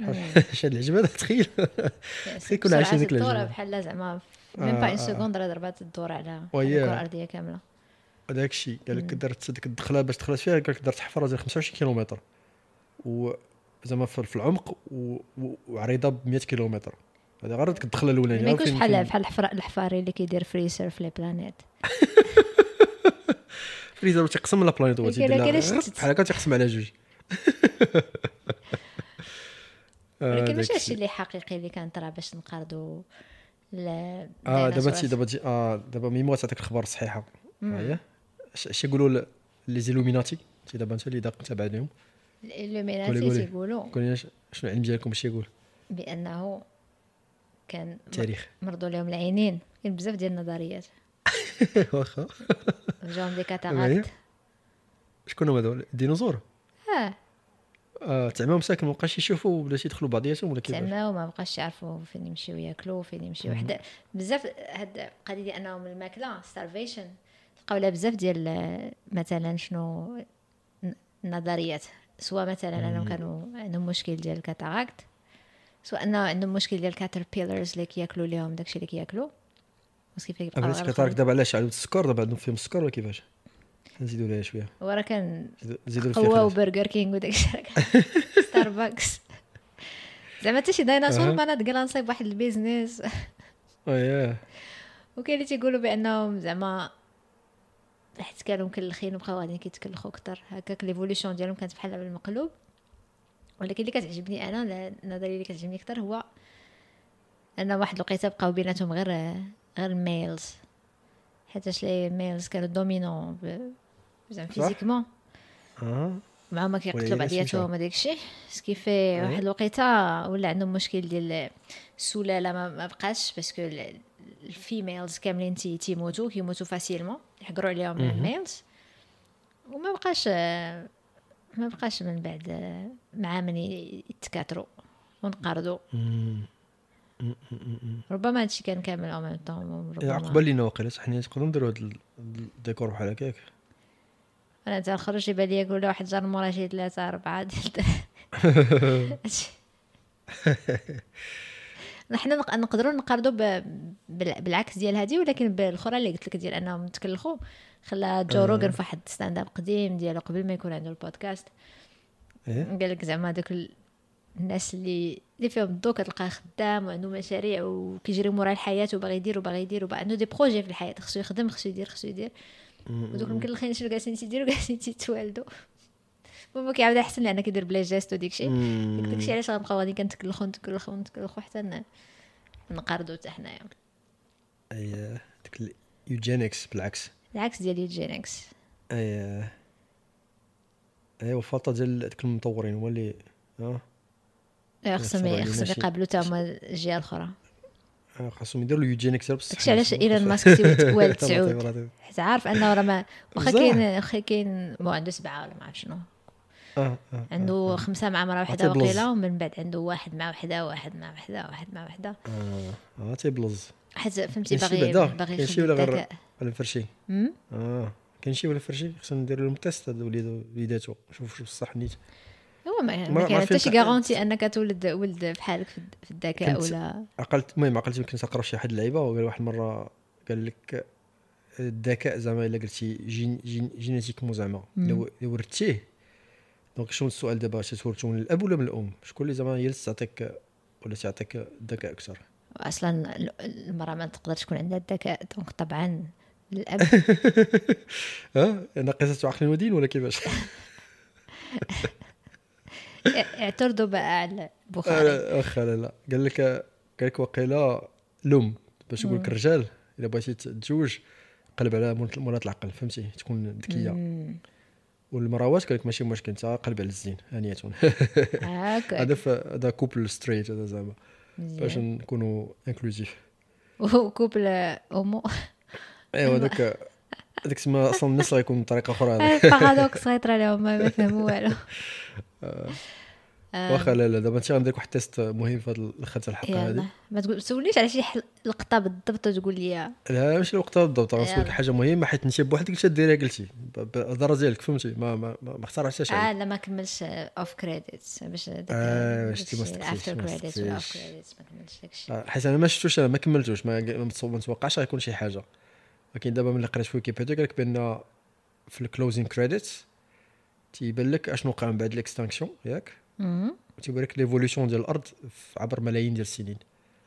Speaker 2: مم.
Speaker 1: شاد العجب هذا تخيل خصك يكون
Speaker 2: بسرعة
Speaker 1: عايشين ديك
Speaker 2: الدورة
Speaker 1: الأجواء.
Speaker 2: بحال زعما
Speaker 1: آه،
Speaker 2: ميم با
Speaker 1: آه.
Speaker 2: اون سكوند راه ضربات الدور على على
Speaker 1: وياه.
Speaker 2: الكرة الارضيه كامله
Speaker 1: هذاك الشيء قال لك
Speaker 2: مم.
Speaker 1: درت ديك الدخله باش دخلت فيها قال لك درت حفره ديال 25 كيلومتر و زعما في في العمق و- و- وعريضه ب 100 كيلومتر هذا غير ديك الدخله الاولانيه
Speaker 2: ما
Speaker 1: غير
Speaker 2: يكونش
Speaker 1: فين-
Speaker 2: بحال
Speaker 1: فين-
Speaker 2: بحال الحفر- الحفاري اللي كيدير فري سيرف لي بلانيت
Speaker 1: فريزر تيقسم لا بلانيت هو
Speaker 2: قال-
Speaker 1: تيدير
Speaker 2: قال
Speaker 1: لها
Speaker 2: علاش
Speaker 1: غير
Speaker 2: إيه، تت-
Speaker 1: بحال هكا تيقسم على جوج آه،
Speaker 2: ولكن
Speaker 1: داك
Speaker 2: ماشي
Speaker 1: الشيء.
Speaker 2: هادشي اللي حقيقي اللي كان طرا باش نقرضوا اه
Speaker 1: اه دابا تجي دابا تجي اه دابا ميمو تعطيك الاخبار الصحيحه
Speaker 2: مم.
Speaker 1: هي اش اش يقولوا ل- لي زيلوميناتي انت دابا انت اللي داق تابع لهم قولي-
Speaker 2: الالوميناتي
Speaker 1: قولي.
Speaker 2: تيقولوا
Speaker 1: قول لنا ش- شنو العلم ديالكم اش يقول
Speaker 2: بانه كان
Speaker 1: التاريخ
Speaker 2: مرضوا لهم العينين كاين بزاف ديال النظريات
Speaker 1: واخا
Speaker 2: جاهم دي كاتاراكت
Speaker 1: شكون هما هذول الديناصور
Speaker 2: اه
Speaker 1: آه تعماهم ساكن ما بقاش يشوفوا ولا شي يدخلوا بعضياتهم ولا كيفاش
Speaker 2: تعماو ما بقاش يعرفوا فين يمشيو ياكلوا فين يمشيو وحده بزاف هاد القضيه ديال انهم الماكله ستارفيشن تلقاو لها بزاف ديال آه، مثلا شنو ن- النظريات سواء مثلا انهم كانوا عندهم مشكل ديال الكاتاراكت سواء انه عندهم مشكل ديال الكاتربيلرز اللي كياكلوا ليهم داكشي اللي كياكلوا بس كيف كيبقاو
Speaker 1: عرفتي
Speaker 2: غير
Speaker 1: كتعرف
Speaker 2: الخضر.
Speaker 1: دابا علاش عاودوا السكر دابا عندهم فيهم السكر ولا كيفاش نزيدوا لها شويه
Speaker 2: وراه كان
Speaker 1: زيدوا- زيدوا
Speaker 2: قهوه
Speaker 1: الفيخ
Speaker 2: وبرجر كينغ وداكشي راه كان ستاربكس زعما حتى شي ديناصور
Speaker 1: أها.
Speaker 2: ما ناض قال نصيب واحد البيزنس
Speaker 1: اه ياه
Speaker 2: وكاين اللي تيقولوا بانهم زعما حيت حيت كانوا مكلخين وبقاو غاديين كيتكلخوا اكثر هكاك ليفولوشن ديالهم كانت بحال بالمقلوب ولكن اللي كتعجبني انا النظريه اللي كتعجبني اكثر هو ان واحد الوقيته بقاو بيناتهم غير غير الميلز حيتاش لي ميلز كانوا دومينون زعما فيزيكمون
Speaker 1: اه
Speaker 2: مع ما كيقتلوا
Speaker 1: وليلة
Speaker 2: بعضياتهم
Speaker 1: سمشة.
Speaker 2: هذاك الشيء سكيفي واحد الوقيته ولا عندهم مشكل ديال السلاله ما, ما بقاش باسكو ال- الفيميلز كاملين تي- تيموتوا كيموتوا فاسيلمون يحقروا عليهم الميلز وما بقاش آه، ما بقاش من بعد آه، مع من ي- يتكاثروا ونقرضوا
Speaker 1: إيه،
Speaker 2: ربما هادشي كان كامل او ميم طون
Speaker 1: إيه، عقبال لينا واقيلا صح حنا نقدروا نديروا هذا ال- الديكور بحال هكاك
Speaker 2: انا تاع الخروج يبان ليا كل واحد جار مورا شي ثلاثة أربعة ديال هادشي. نحنا نق- نقدروا نقارضوا ب- بال- بالعكس ديال هادي ولكن بالاخرى اللي قلت لك ديال انهم تكلخوا خلا جو روغن في واحد ستاند اب قديم ديالو قبل ما يكون عنده البودكاست
Speaker 1: ايه
Speaker 2: قال لك زعما دوك ال- الناس اللي اللي فيهم الضو كتلقاه خدام وعنده مشاريع وكيجري مورا الحياه وباغي يدير وباغي يدير وباغي عنده دي بروجي في الحياه خصو يخدم خصو يدير خصو يدير ودوك المكلخين شنو جالسين تيديروا جالسين تيتوالدوا بابا كيعاود احسن لان كيدير بلا جيست وديك الشيء
Speaker 1: مم.
Speaker 2: داك الشيء علاش غنبقاو غادي كنتكلخو نتكلخو نتكلخو حتى ن- نقرضوا حتى حنايا
Speaker 1: ايه ديك اليوجينكس بالعكس
Speaker 2: العكس ديال يوجينكس
Speaker 1: ايه ايه وفاطه ديال ديك المطورين هو اللي اه
Speaker 2: خصهم
Speaker 1: صراحة
Speaker 2: خصهم
Speaker 1: ماشي-
Speaker 2: يقابلوا تا هما الجهه الاخرى
Speaker 1: آه، خاصهم يديروا اليوجينكس بصح
Speaker 2: داكشي علاش ايلون ماسك تيوالد سعود
Speaker 1: سعود
Speaker 2: حيت عارف انه راه ما واخا
Speaker 1: بصح.
Speaker 2: كاين واخا كاين مو عنده سبعه ولا ما عرف شنو
Speaker 1: اه اه
Speaker 2: عنده خمسه مع مرا وحده
Speaker 1: عطيه بلوز.
Speaker 2: وقيله ومن بعد عنده واحد مع وحده واحد مع وحده واحد مع وحده
Speaker 1: اه اه تيبلز
Speaker 2: حيت فهمتي
Speaker 1: كاين شي
Speaker 2: باغي
Speaker 1: بعدا
Speaker 2: باغي
Speaker 1: كاين شي
Speaker 2: يخدم
Speaker 1: ولا غير
Speaker 2: الذكاء.
Speaker 1: ولا فرشي
Speaker 2: مم؟
Speaker 1: اه كاين شي ولا فرشي خصنا نديروا لهم تيست هاد وليدو- وليداتو شوف شوف بصح نيت
Speaker 2: هو ما
Speaker 1: ما-
Speaker 2: ما
Speaker 1: ما
Speaker 2: كاين حتى
Speaker 1: فهمت
Speaker 2: شي
Speaker 1: حتى-
Speaker 2: غارونتي انك تولد ولد بحالك في الد- في الذكاء
Speaker 1: كنت-
Speaker 2: ولا
Speaker 1: عقلت المهم عقلت يمكن تقرا شي واحد اللعيبه وقال واحد المره قال لك الذكاء زعما الا قلتي جين جين جينيتيكمون زعما لو لو ورثتيه دونك شنو السؤال دابا تتورثو من الاب ولا من الام شكون اللي زعما هي اللي تعطيك ولا تعطيك الذكاء اكثر
Speaker 2: اصلا ال- المراه ما تقدرش تكون عندها الذكاء دونك طبعا الاب
Speaker 1: ها ناقصة عقل ودين ولا كيفاش
Speaker 2: ي- يعترضوا بقى على البخاري
Speaker 1: آه، واخا لا لا قال لك قال لك وقيلا الام باش يقول لك الرجال الا بغيتي تتزوج قلب على مرات- مرات العقل فهمتي تكون ذكيه
Speaker 2: مم.
Speaker 1: والمراوات قال لك ماشي مشكل انت قلب على الزين هانيتون هذا
Speaker 2: هاك
Speaker 1: ف- هذا كوبل ستريت هذا زعما باش نكونوا انكلوزيف
Speaker 2: وكوبل اومو
Speaker 1: ايوا هذاك هذاك تما اصلا الناس غيكون بطريقه اخرى هذاك
Speaker 2: بارادوكس غيطرى لهم ما فهموا والو
Speaker 1: واخا لا لا دابا انت غندير لك واحد التيست مهم في هذه الخاتة الحلقه
Speaker 2: آه. يلا
Speaker 1: هذه
Speaker 2: ما تقول تسولنيش على شي حل- لقطه بالضبط وتقول لي
Speaker 1: لا ماشي الوقت بالضبط غنسولك
Speaker 2: يلا.
Speaker 1: حاجه مهمه حيت انت بوحدك انت ديريها قلتي ب- بالهضره ديالك فهمتي ما ما ما ما اخترعتهاش عليك.
Speaker 2: اه لا ما كملش اوف كريديتس باش
Speaker 1: آه، باش تي ما استقصيتش،
Speaker 2: افتر
Speaker 1: ما
Speaker 2: كريديتس ولا اوف
Speaker 1: استقصيتش.
Speaker 2: كريديتس ما كملش داكشي
Speaker 1: آه، حيت انا ما شفتوش انا ما كملتوش ما ما متصو- ما نتوقعش غيكون شي حاجه ولكن دابا ملي قريت في ويكيبيديا قال لك بان في الكلوزين كريديتس تيبان لك اشنو وقع من بعد الاكستانكشن ياك
Speaker 2: مم.
Speaker 1: وتيبان لك ليفولوسيون ديال الارض في- عبر ملايين ديال السنين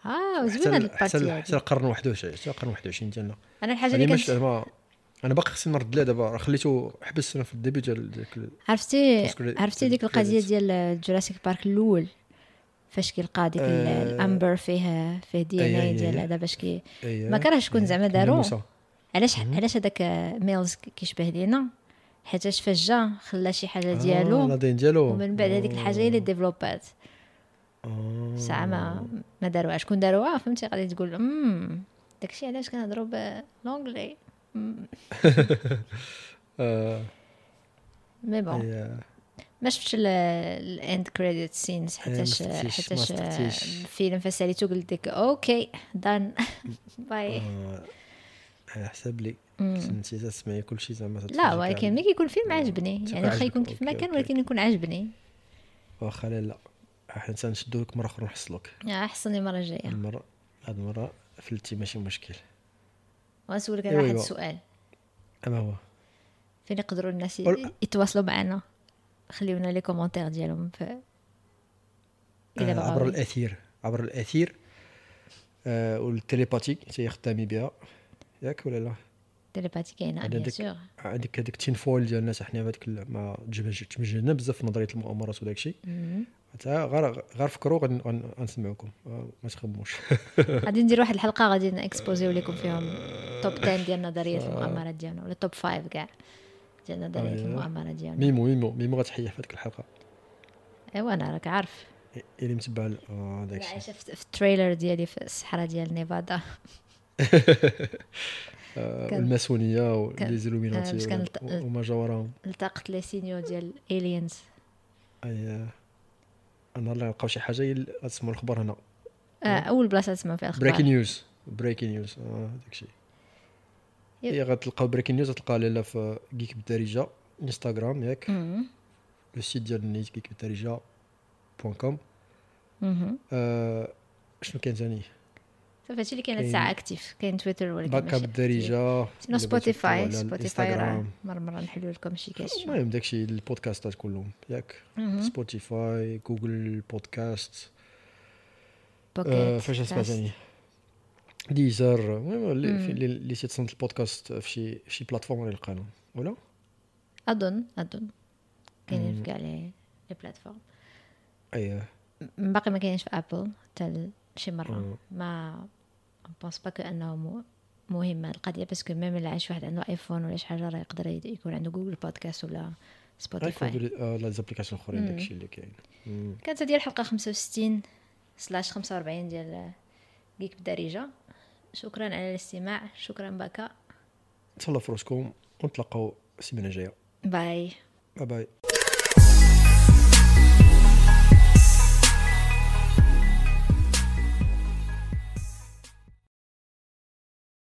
Speaker 2: اه
Speaker 1: حتى
Speaker 2: زوينه هاد
Speaker 1: ال-
Speaker 2: البارتي
Speaker 1: حتى ال- حتى
Speaker 2: هادي.
Speaker 1: القرن 21 حتى القرن 21 ديالنا
Speaker 2: انا الحاجه
Speaker 1: انا
Speaker 2: اللي
Speaker 1: ما
Speaker 2: كنت
Speaker 1: شفت- ما- انا باقي خصني نرد ليه دابا راه خليته حبس انا في الديبي ديال ديك ال-
Speaker 2: عرفتي
Speaker 1: Post credit-
Speaker 2: إيه، عرفتي ديك القضيه
Speaker 1: credits.
Speaker 2: ديال جوراسيك بارك الاول فاش كيلقى ديك ال-
Speaker 1: آه.
Speaker 2: الامبر فيه فيه دي ان
Speaker 1: أي-
Speaker 2: اي
Speaker 1: أي-
Speaker 2: ديال
Speaker 1: أي.
Speaker 2: هذا باش كي
Speaker 1: إيه،
Speaker 2: ما كرهش شكون
Speaker 1: إيه،
Speaker 2: زعما
Speaker 1: كنا
Speaker 2: دارو
Speaker 1: موسى.
Speaker 2: علاش علاش هذاك ميلز كيشبه لينا حيتاش فاش جا خلا شي حاجه
Speaker 1: آه،
Speaker 2: ديالو
Speaker 1: لادين ديالو
Speaker 2: ومن بعد هذيك الحاجه هي اللي ديفلوبات
Speaker 1: آه.
Speaker 2: ساعه ما ما داروها شكون داروها فهمتي غادي تقول امم داكشي علاش كنهضروا بالونجلي
Speaker 1: آه.
Speaker 2: مي بون
Speaker 1: إيه.
Speaker 2: ما شفتش الاند كريديت سينز
Speaker 1: إيه، ما
Speaker 2: حيتاش
Speaker 1: شفتيش، ما
Speaker 2: حيتاش
Speaker 1: شفتيش.
Speaker 2: الفيلم فساليتو قلت لك اوكي دان باي
Speaker 1: آه، على حساب لي
Speaker 2: مم.
Speaker 1: انت تسمعي كل شيء زعما
Speaker 2: لا
Speaker 1: تتفرجي
Speaker 2: ولكن
Speaker 1: كامل.
Speaker 2: ملي كيكون فيلم عاجبني
Speaker 1: تكون
Speaker 2: يعني واخا يكون
Speaker 1: عاجبك،
Speaker 2: كيف ما
Speaker 1: أوكي،
Speaker 2: كان
Speaker 1: أوكي.
Speaker 2: ولكن يكون عاجبني
Speaker 1: واخا لا لا حيت غنشدو لك مره اخرى نحصلوك
Speaker 2: احسن المره الجايه
Speaker 1: المره هاد المره فلتي ماشي مشكل
Speaker 2: غنسولك انا
Speaker 1: إيوا
Speaker 2: واحد
Speaker 1: إيه، إيوا.
Speaker 2: السؤال
Speaker 1: اما هو
Speaker 2: فين يقدروا الناس ي-
Speaker 1: وال-
Speaker 2: يتواصلوا معنا خليونا لي كومونتير ديالهم في إلا
Speaker 1: آه، عبر
Speaker 2: بغاو.
Speaker 1: الاثير عبر الاثير آه والتليباتيك تي خدامي بها ياك ولا لا
Speaker 2: تيليباتي كاينه بيان
Speaker 1: هذيك-
Speaker 2: سور
Speaker 1: هذيك هذيك التين فويل ديال الناس حنا هذيك ال- ما تجبهش- تمجهلنا بزاف في نظريه المؤامرات وداك الشيء
Speaker 2: مهم.
Speaker 1: تا غير غير فكروا غن- غن- غنسمعوكم آه، ما تخموش
Speaker 2: غادي ندير واحد الحلقه غادي نكسبوزيو لكم فيهم توب 10 ديال نظريات المؤامرات ديالنا ولا توب 5 كاع ديال نظريات
Speaker 1: آه.
Speaker 2: المؤامرات ديالنا
Speaker 1: ميمو ميمو ميمو غتحيا في هذيك الحلقه
Speaker 2: ايوا انا راك عارف
Speaker 1: إ- اللي متبع ال- آه، داك
Speaker 2: أنا عايشه
Speaker 1: الشيء
Speaker 2: في في التريلر ديالي في الصحراء ديال نيفادا
Speaker 1: آه،
Speaker 2: كان-
Speaker 1: الماسونيه
Speaker 2: كان-
Speaker 1: ولي
Speaker 2: آه، باش
Speaker 1: زيلوميناتي
Speaker 2: كان-
Speaker 1: وما جاوراهم
Speaker 2: التقط لي سينيو ديال الينز
Speaker 1: اي النهار اللي لقاو شي حاجه هي اللي غتسمعوا الخبر هنا آه.
Speaker 2: اول بلاصه تسمع فيها الخبر
Speaker 1: بريكين نيوز بريكين نيوز اه داكشي
Speaker 2: يب.
Speaker 1: هي غتلقاو بريكين نيوز غتلقاها لالا في كيك بالدارجه انستغرام ياك
Speaker 2: مهم.
Speaker 1: لو سيت ديال نيت كيك بالدارجه بوان كوم
Speaker 2: مهم.
Speaker 1: آه، شنو كان ثاني
Speaker 2: صافي هادشي اللي كاين هاد
Speaker 1: كاين-
Speaker 2: الساعه اكتيف كاين تويتر ولكن
Speaker 1: باكا
Speaker 2: ماشي active.
Speaker 1: بالدارجه
Speaker 2: سينو سبوتيفاي سبوتيفاي راه
Speaker 1: انستغرام
Speaker 2: مرمره نحلو لكم شي كاش
Speaker 1: المهم داكشي البودكاستات كلهم ياك سبوتيفاي جوجل بودكاست آه، فاش نسمع ثاني ديزر المهم اللي في- اللي اللي تيتصنت البودكاست في شي في شي بلاتفورم غادي يلقاهم ولا
Speaker 2: اظن اظن كاينين في كاع لي لي بلاتفورم
Speaker 1: اييه
Speaker 2: م- باقي ما كاينش في ابل حتى ل- شي
Speaker 1: آه.
Speaker 2: مره ما بونس با انه مو- مهم هاد القضيه باسكو ميم اللي عايش واحد عنده ايفون ولا شي حاجه راه يقدر يد- يكون عنده جوجل بودكاست
Speaker 1: آه،
Speaker 2: ولا سبوتيفاي
Speaker 1: غيكون لا زابليكاسيون اخرين داكشي اللي كاين مم.
Speaker 2: كانت هذه الحلقه 65 سلاش 45 ديال جيك بالدارجه شكرا على الاستماع شكرا بكا
Speaker 1: تهلاو في روسكم ونتلاقاو السيمانه الجايه
Speaker 2: باي
Speaker 1: باي باي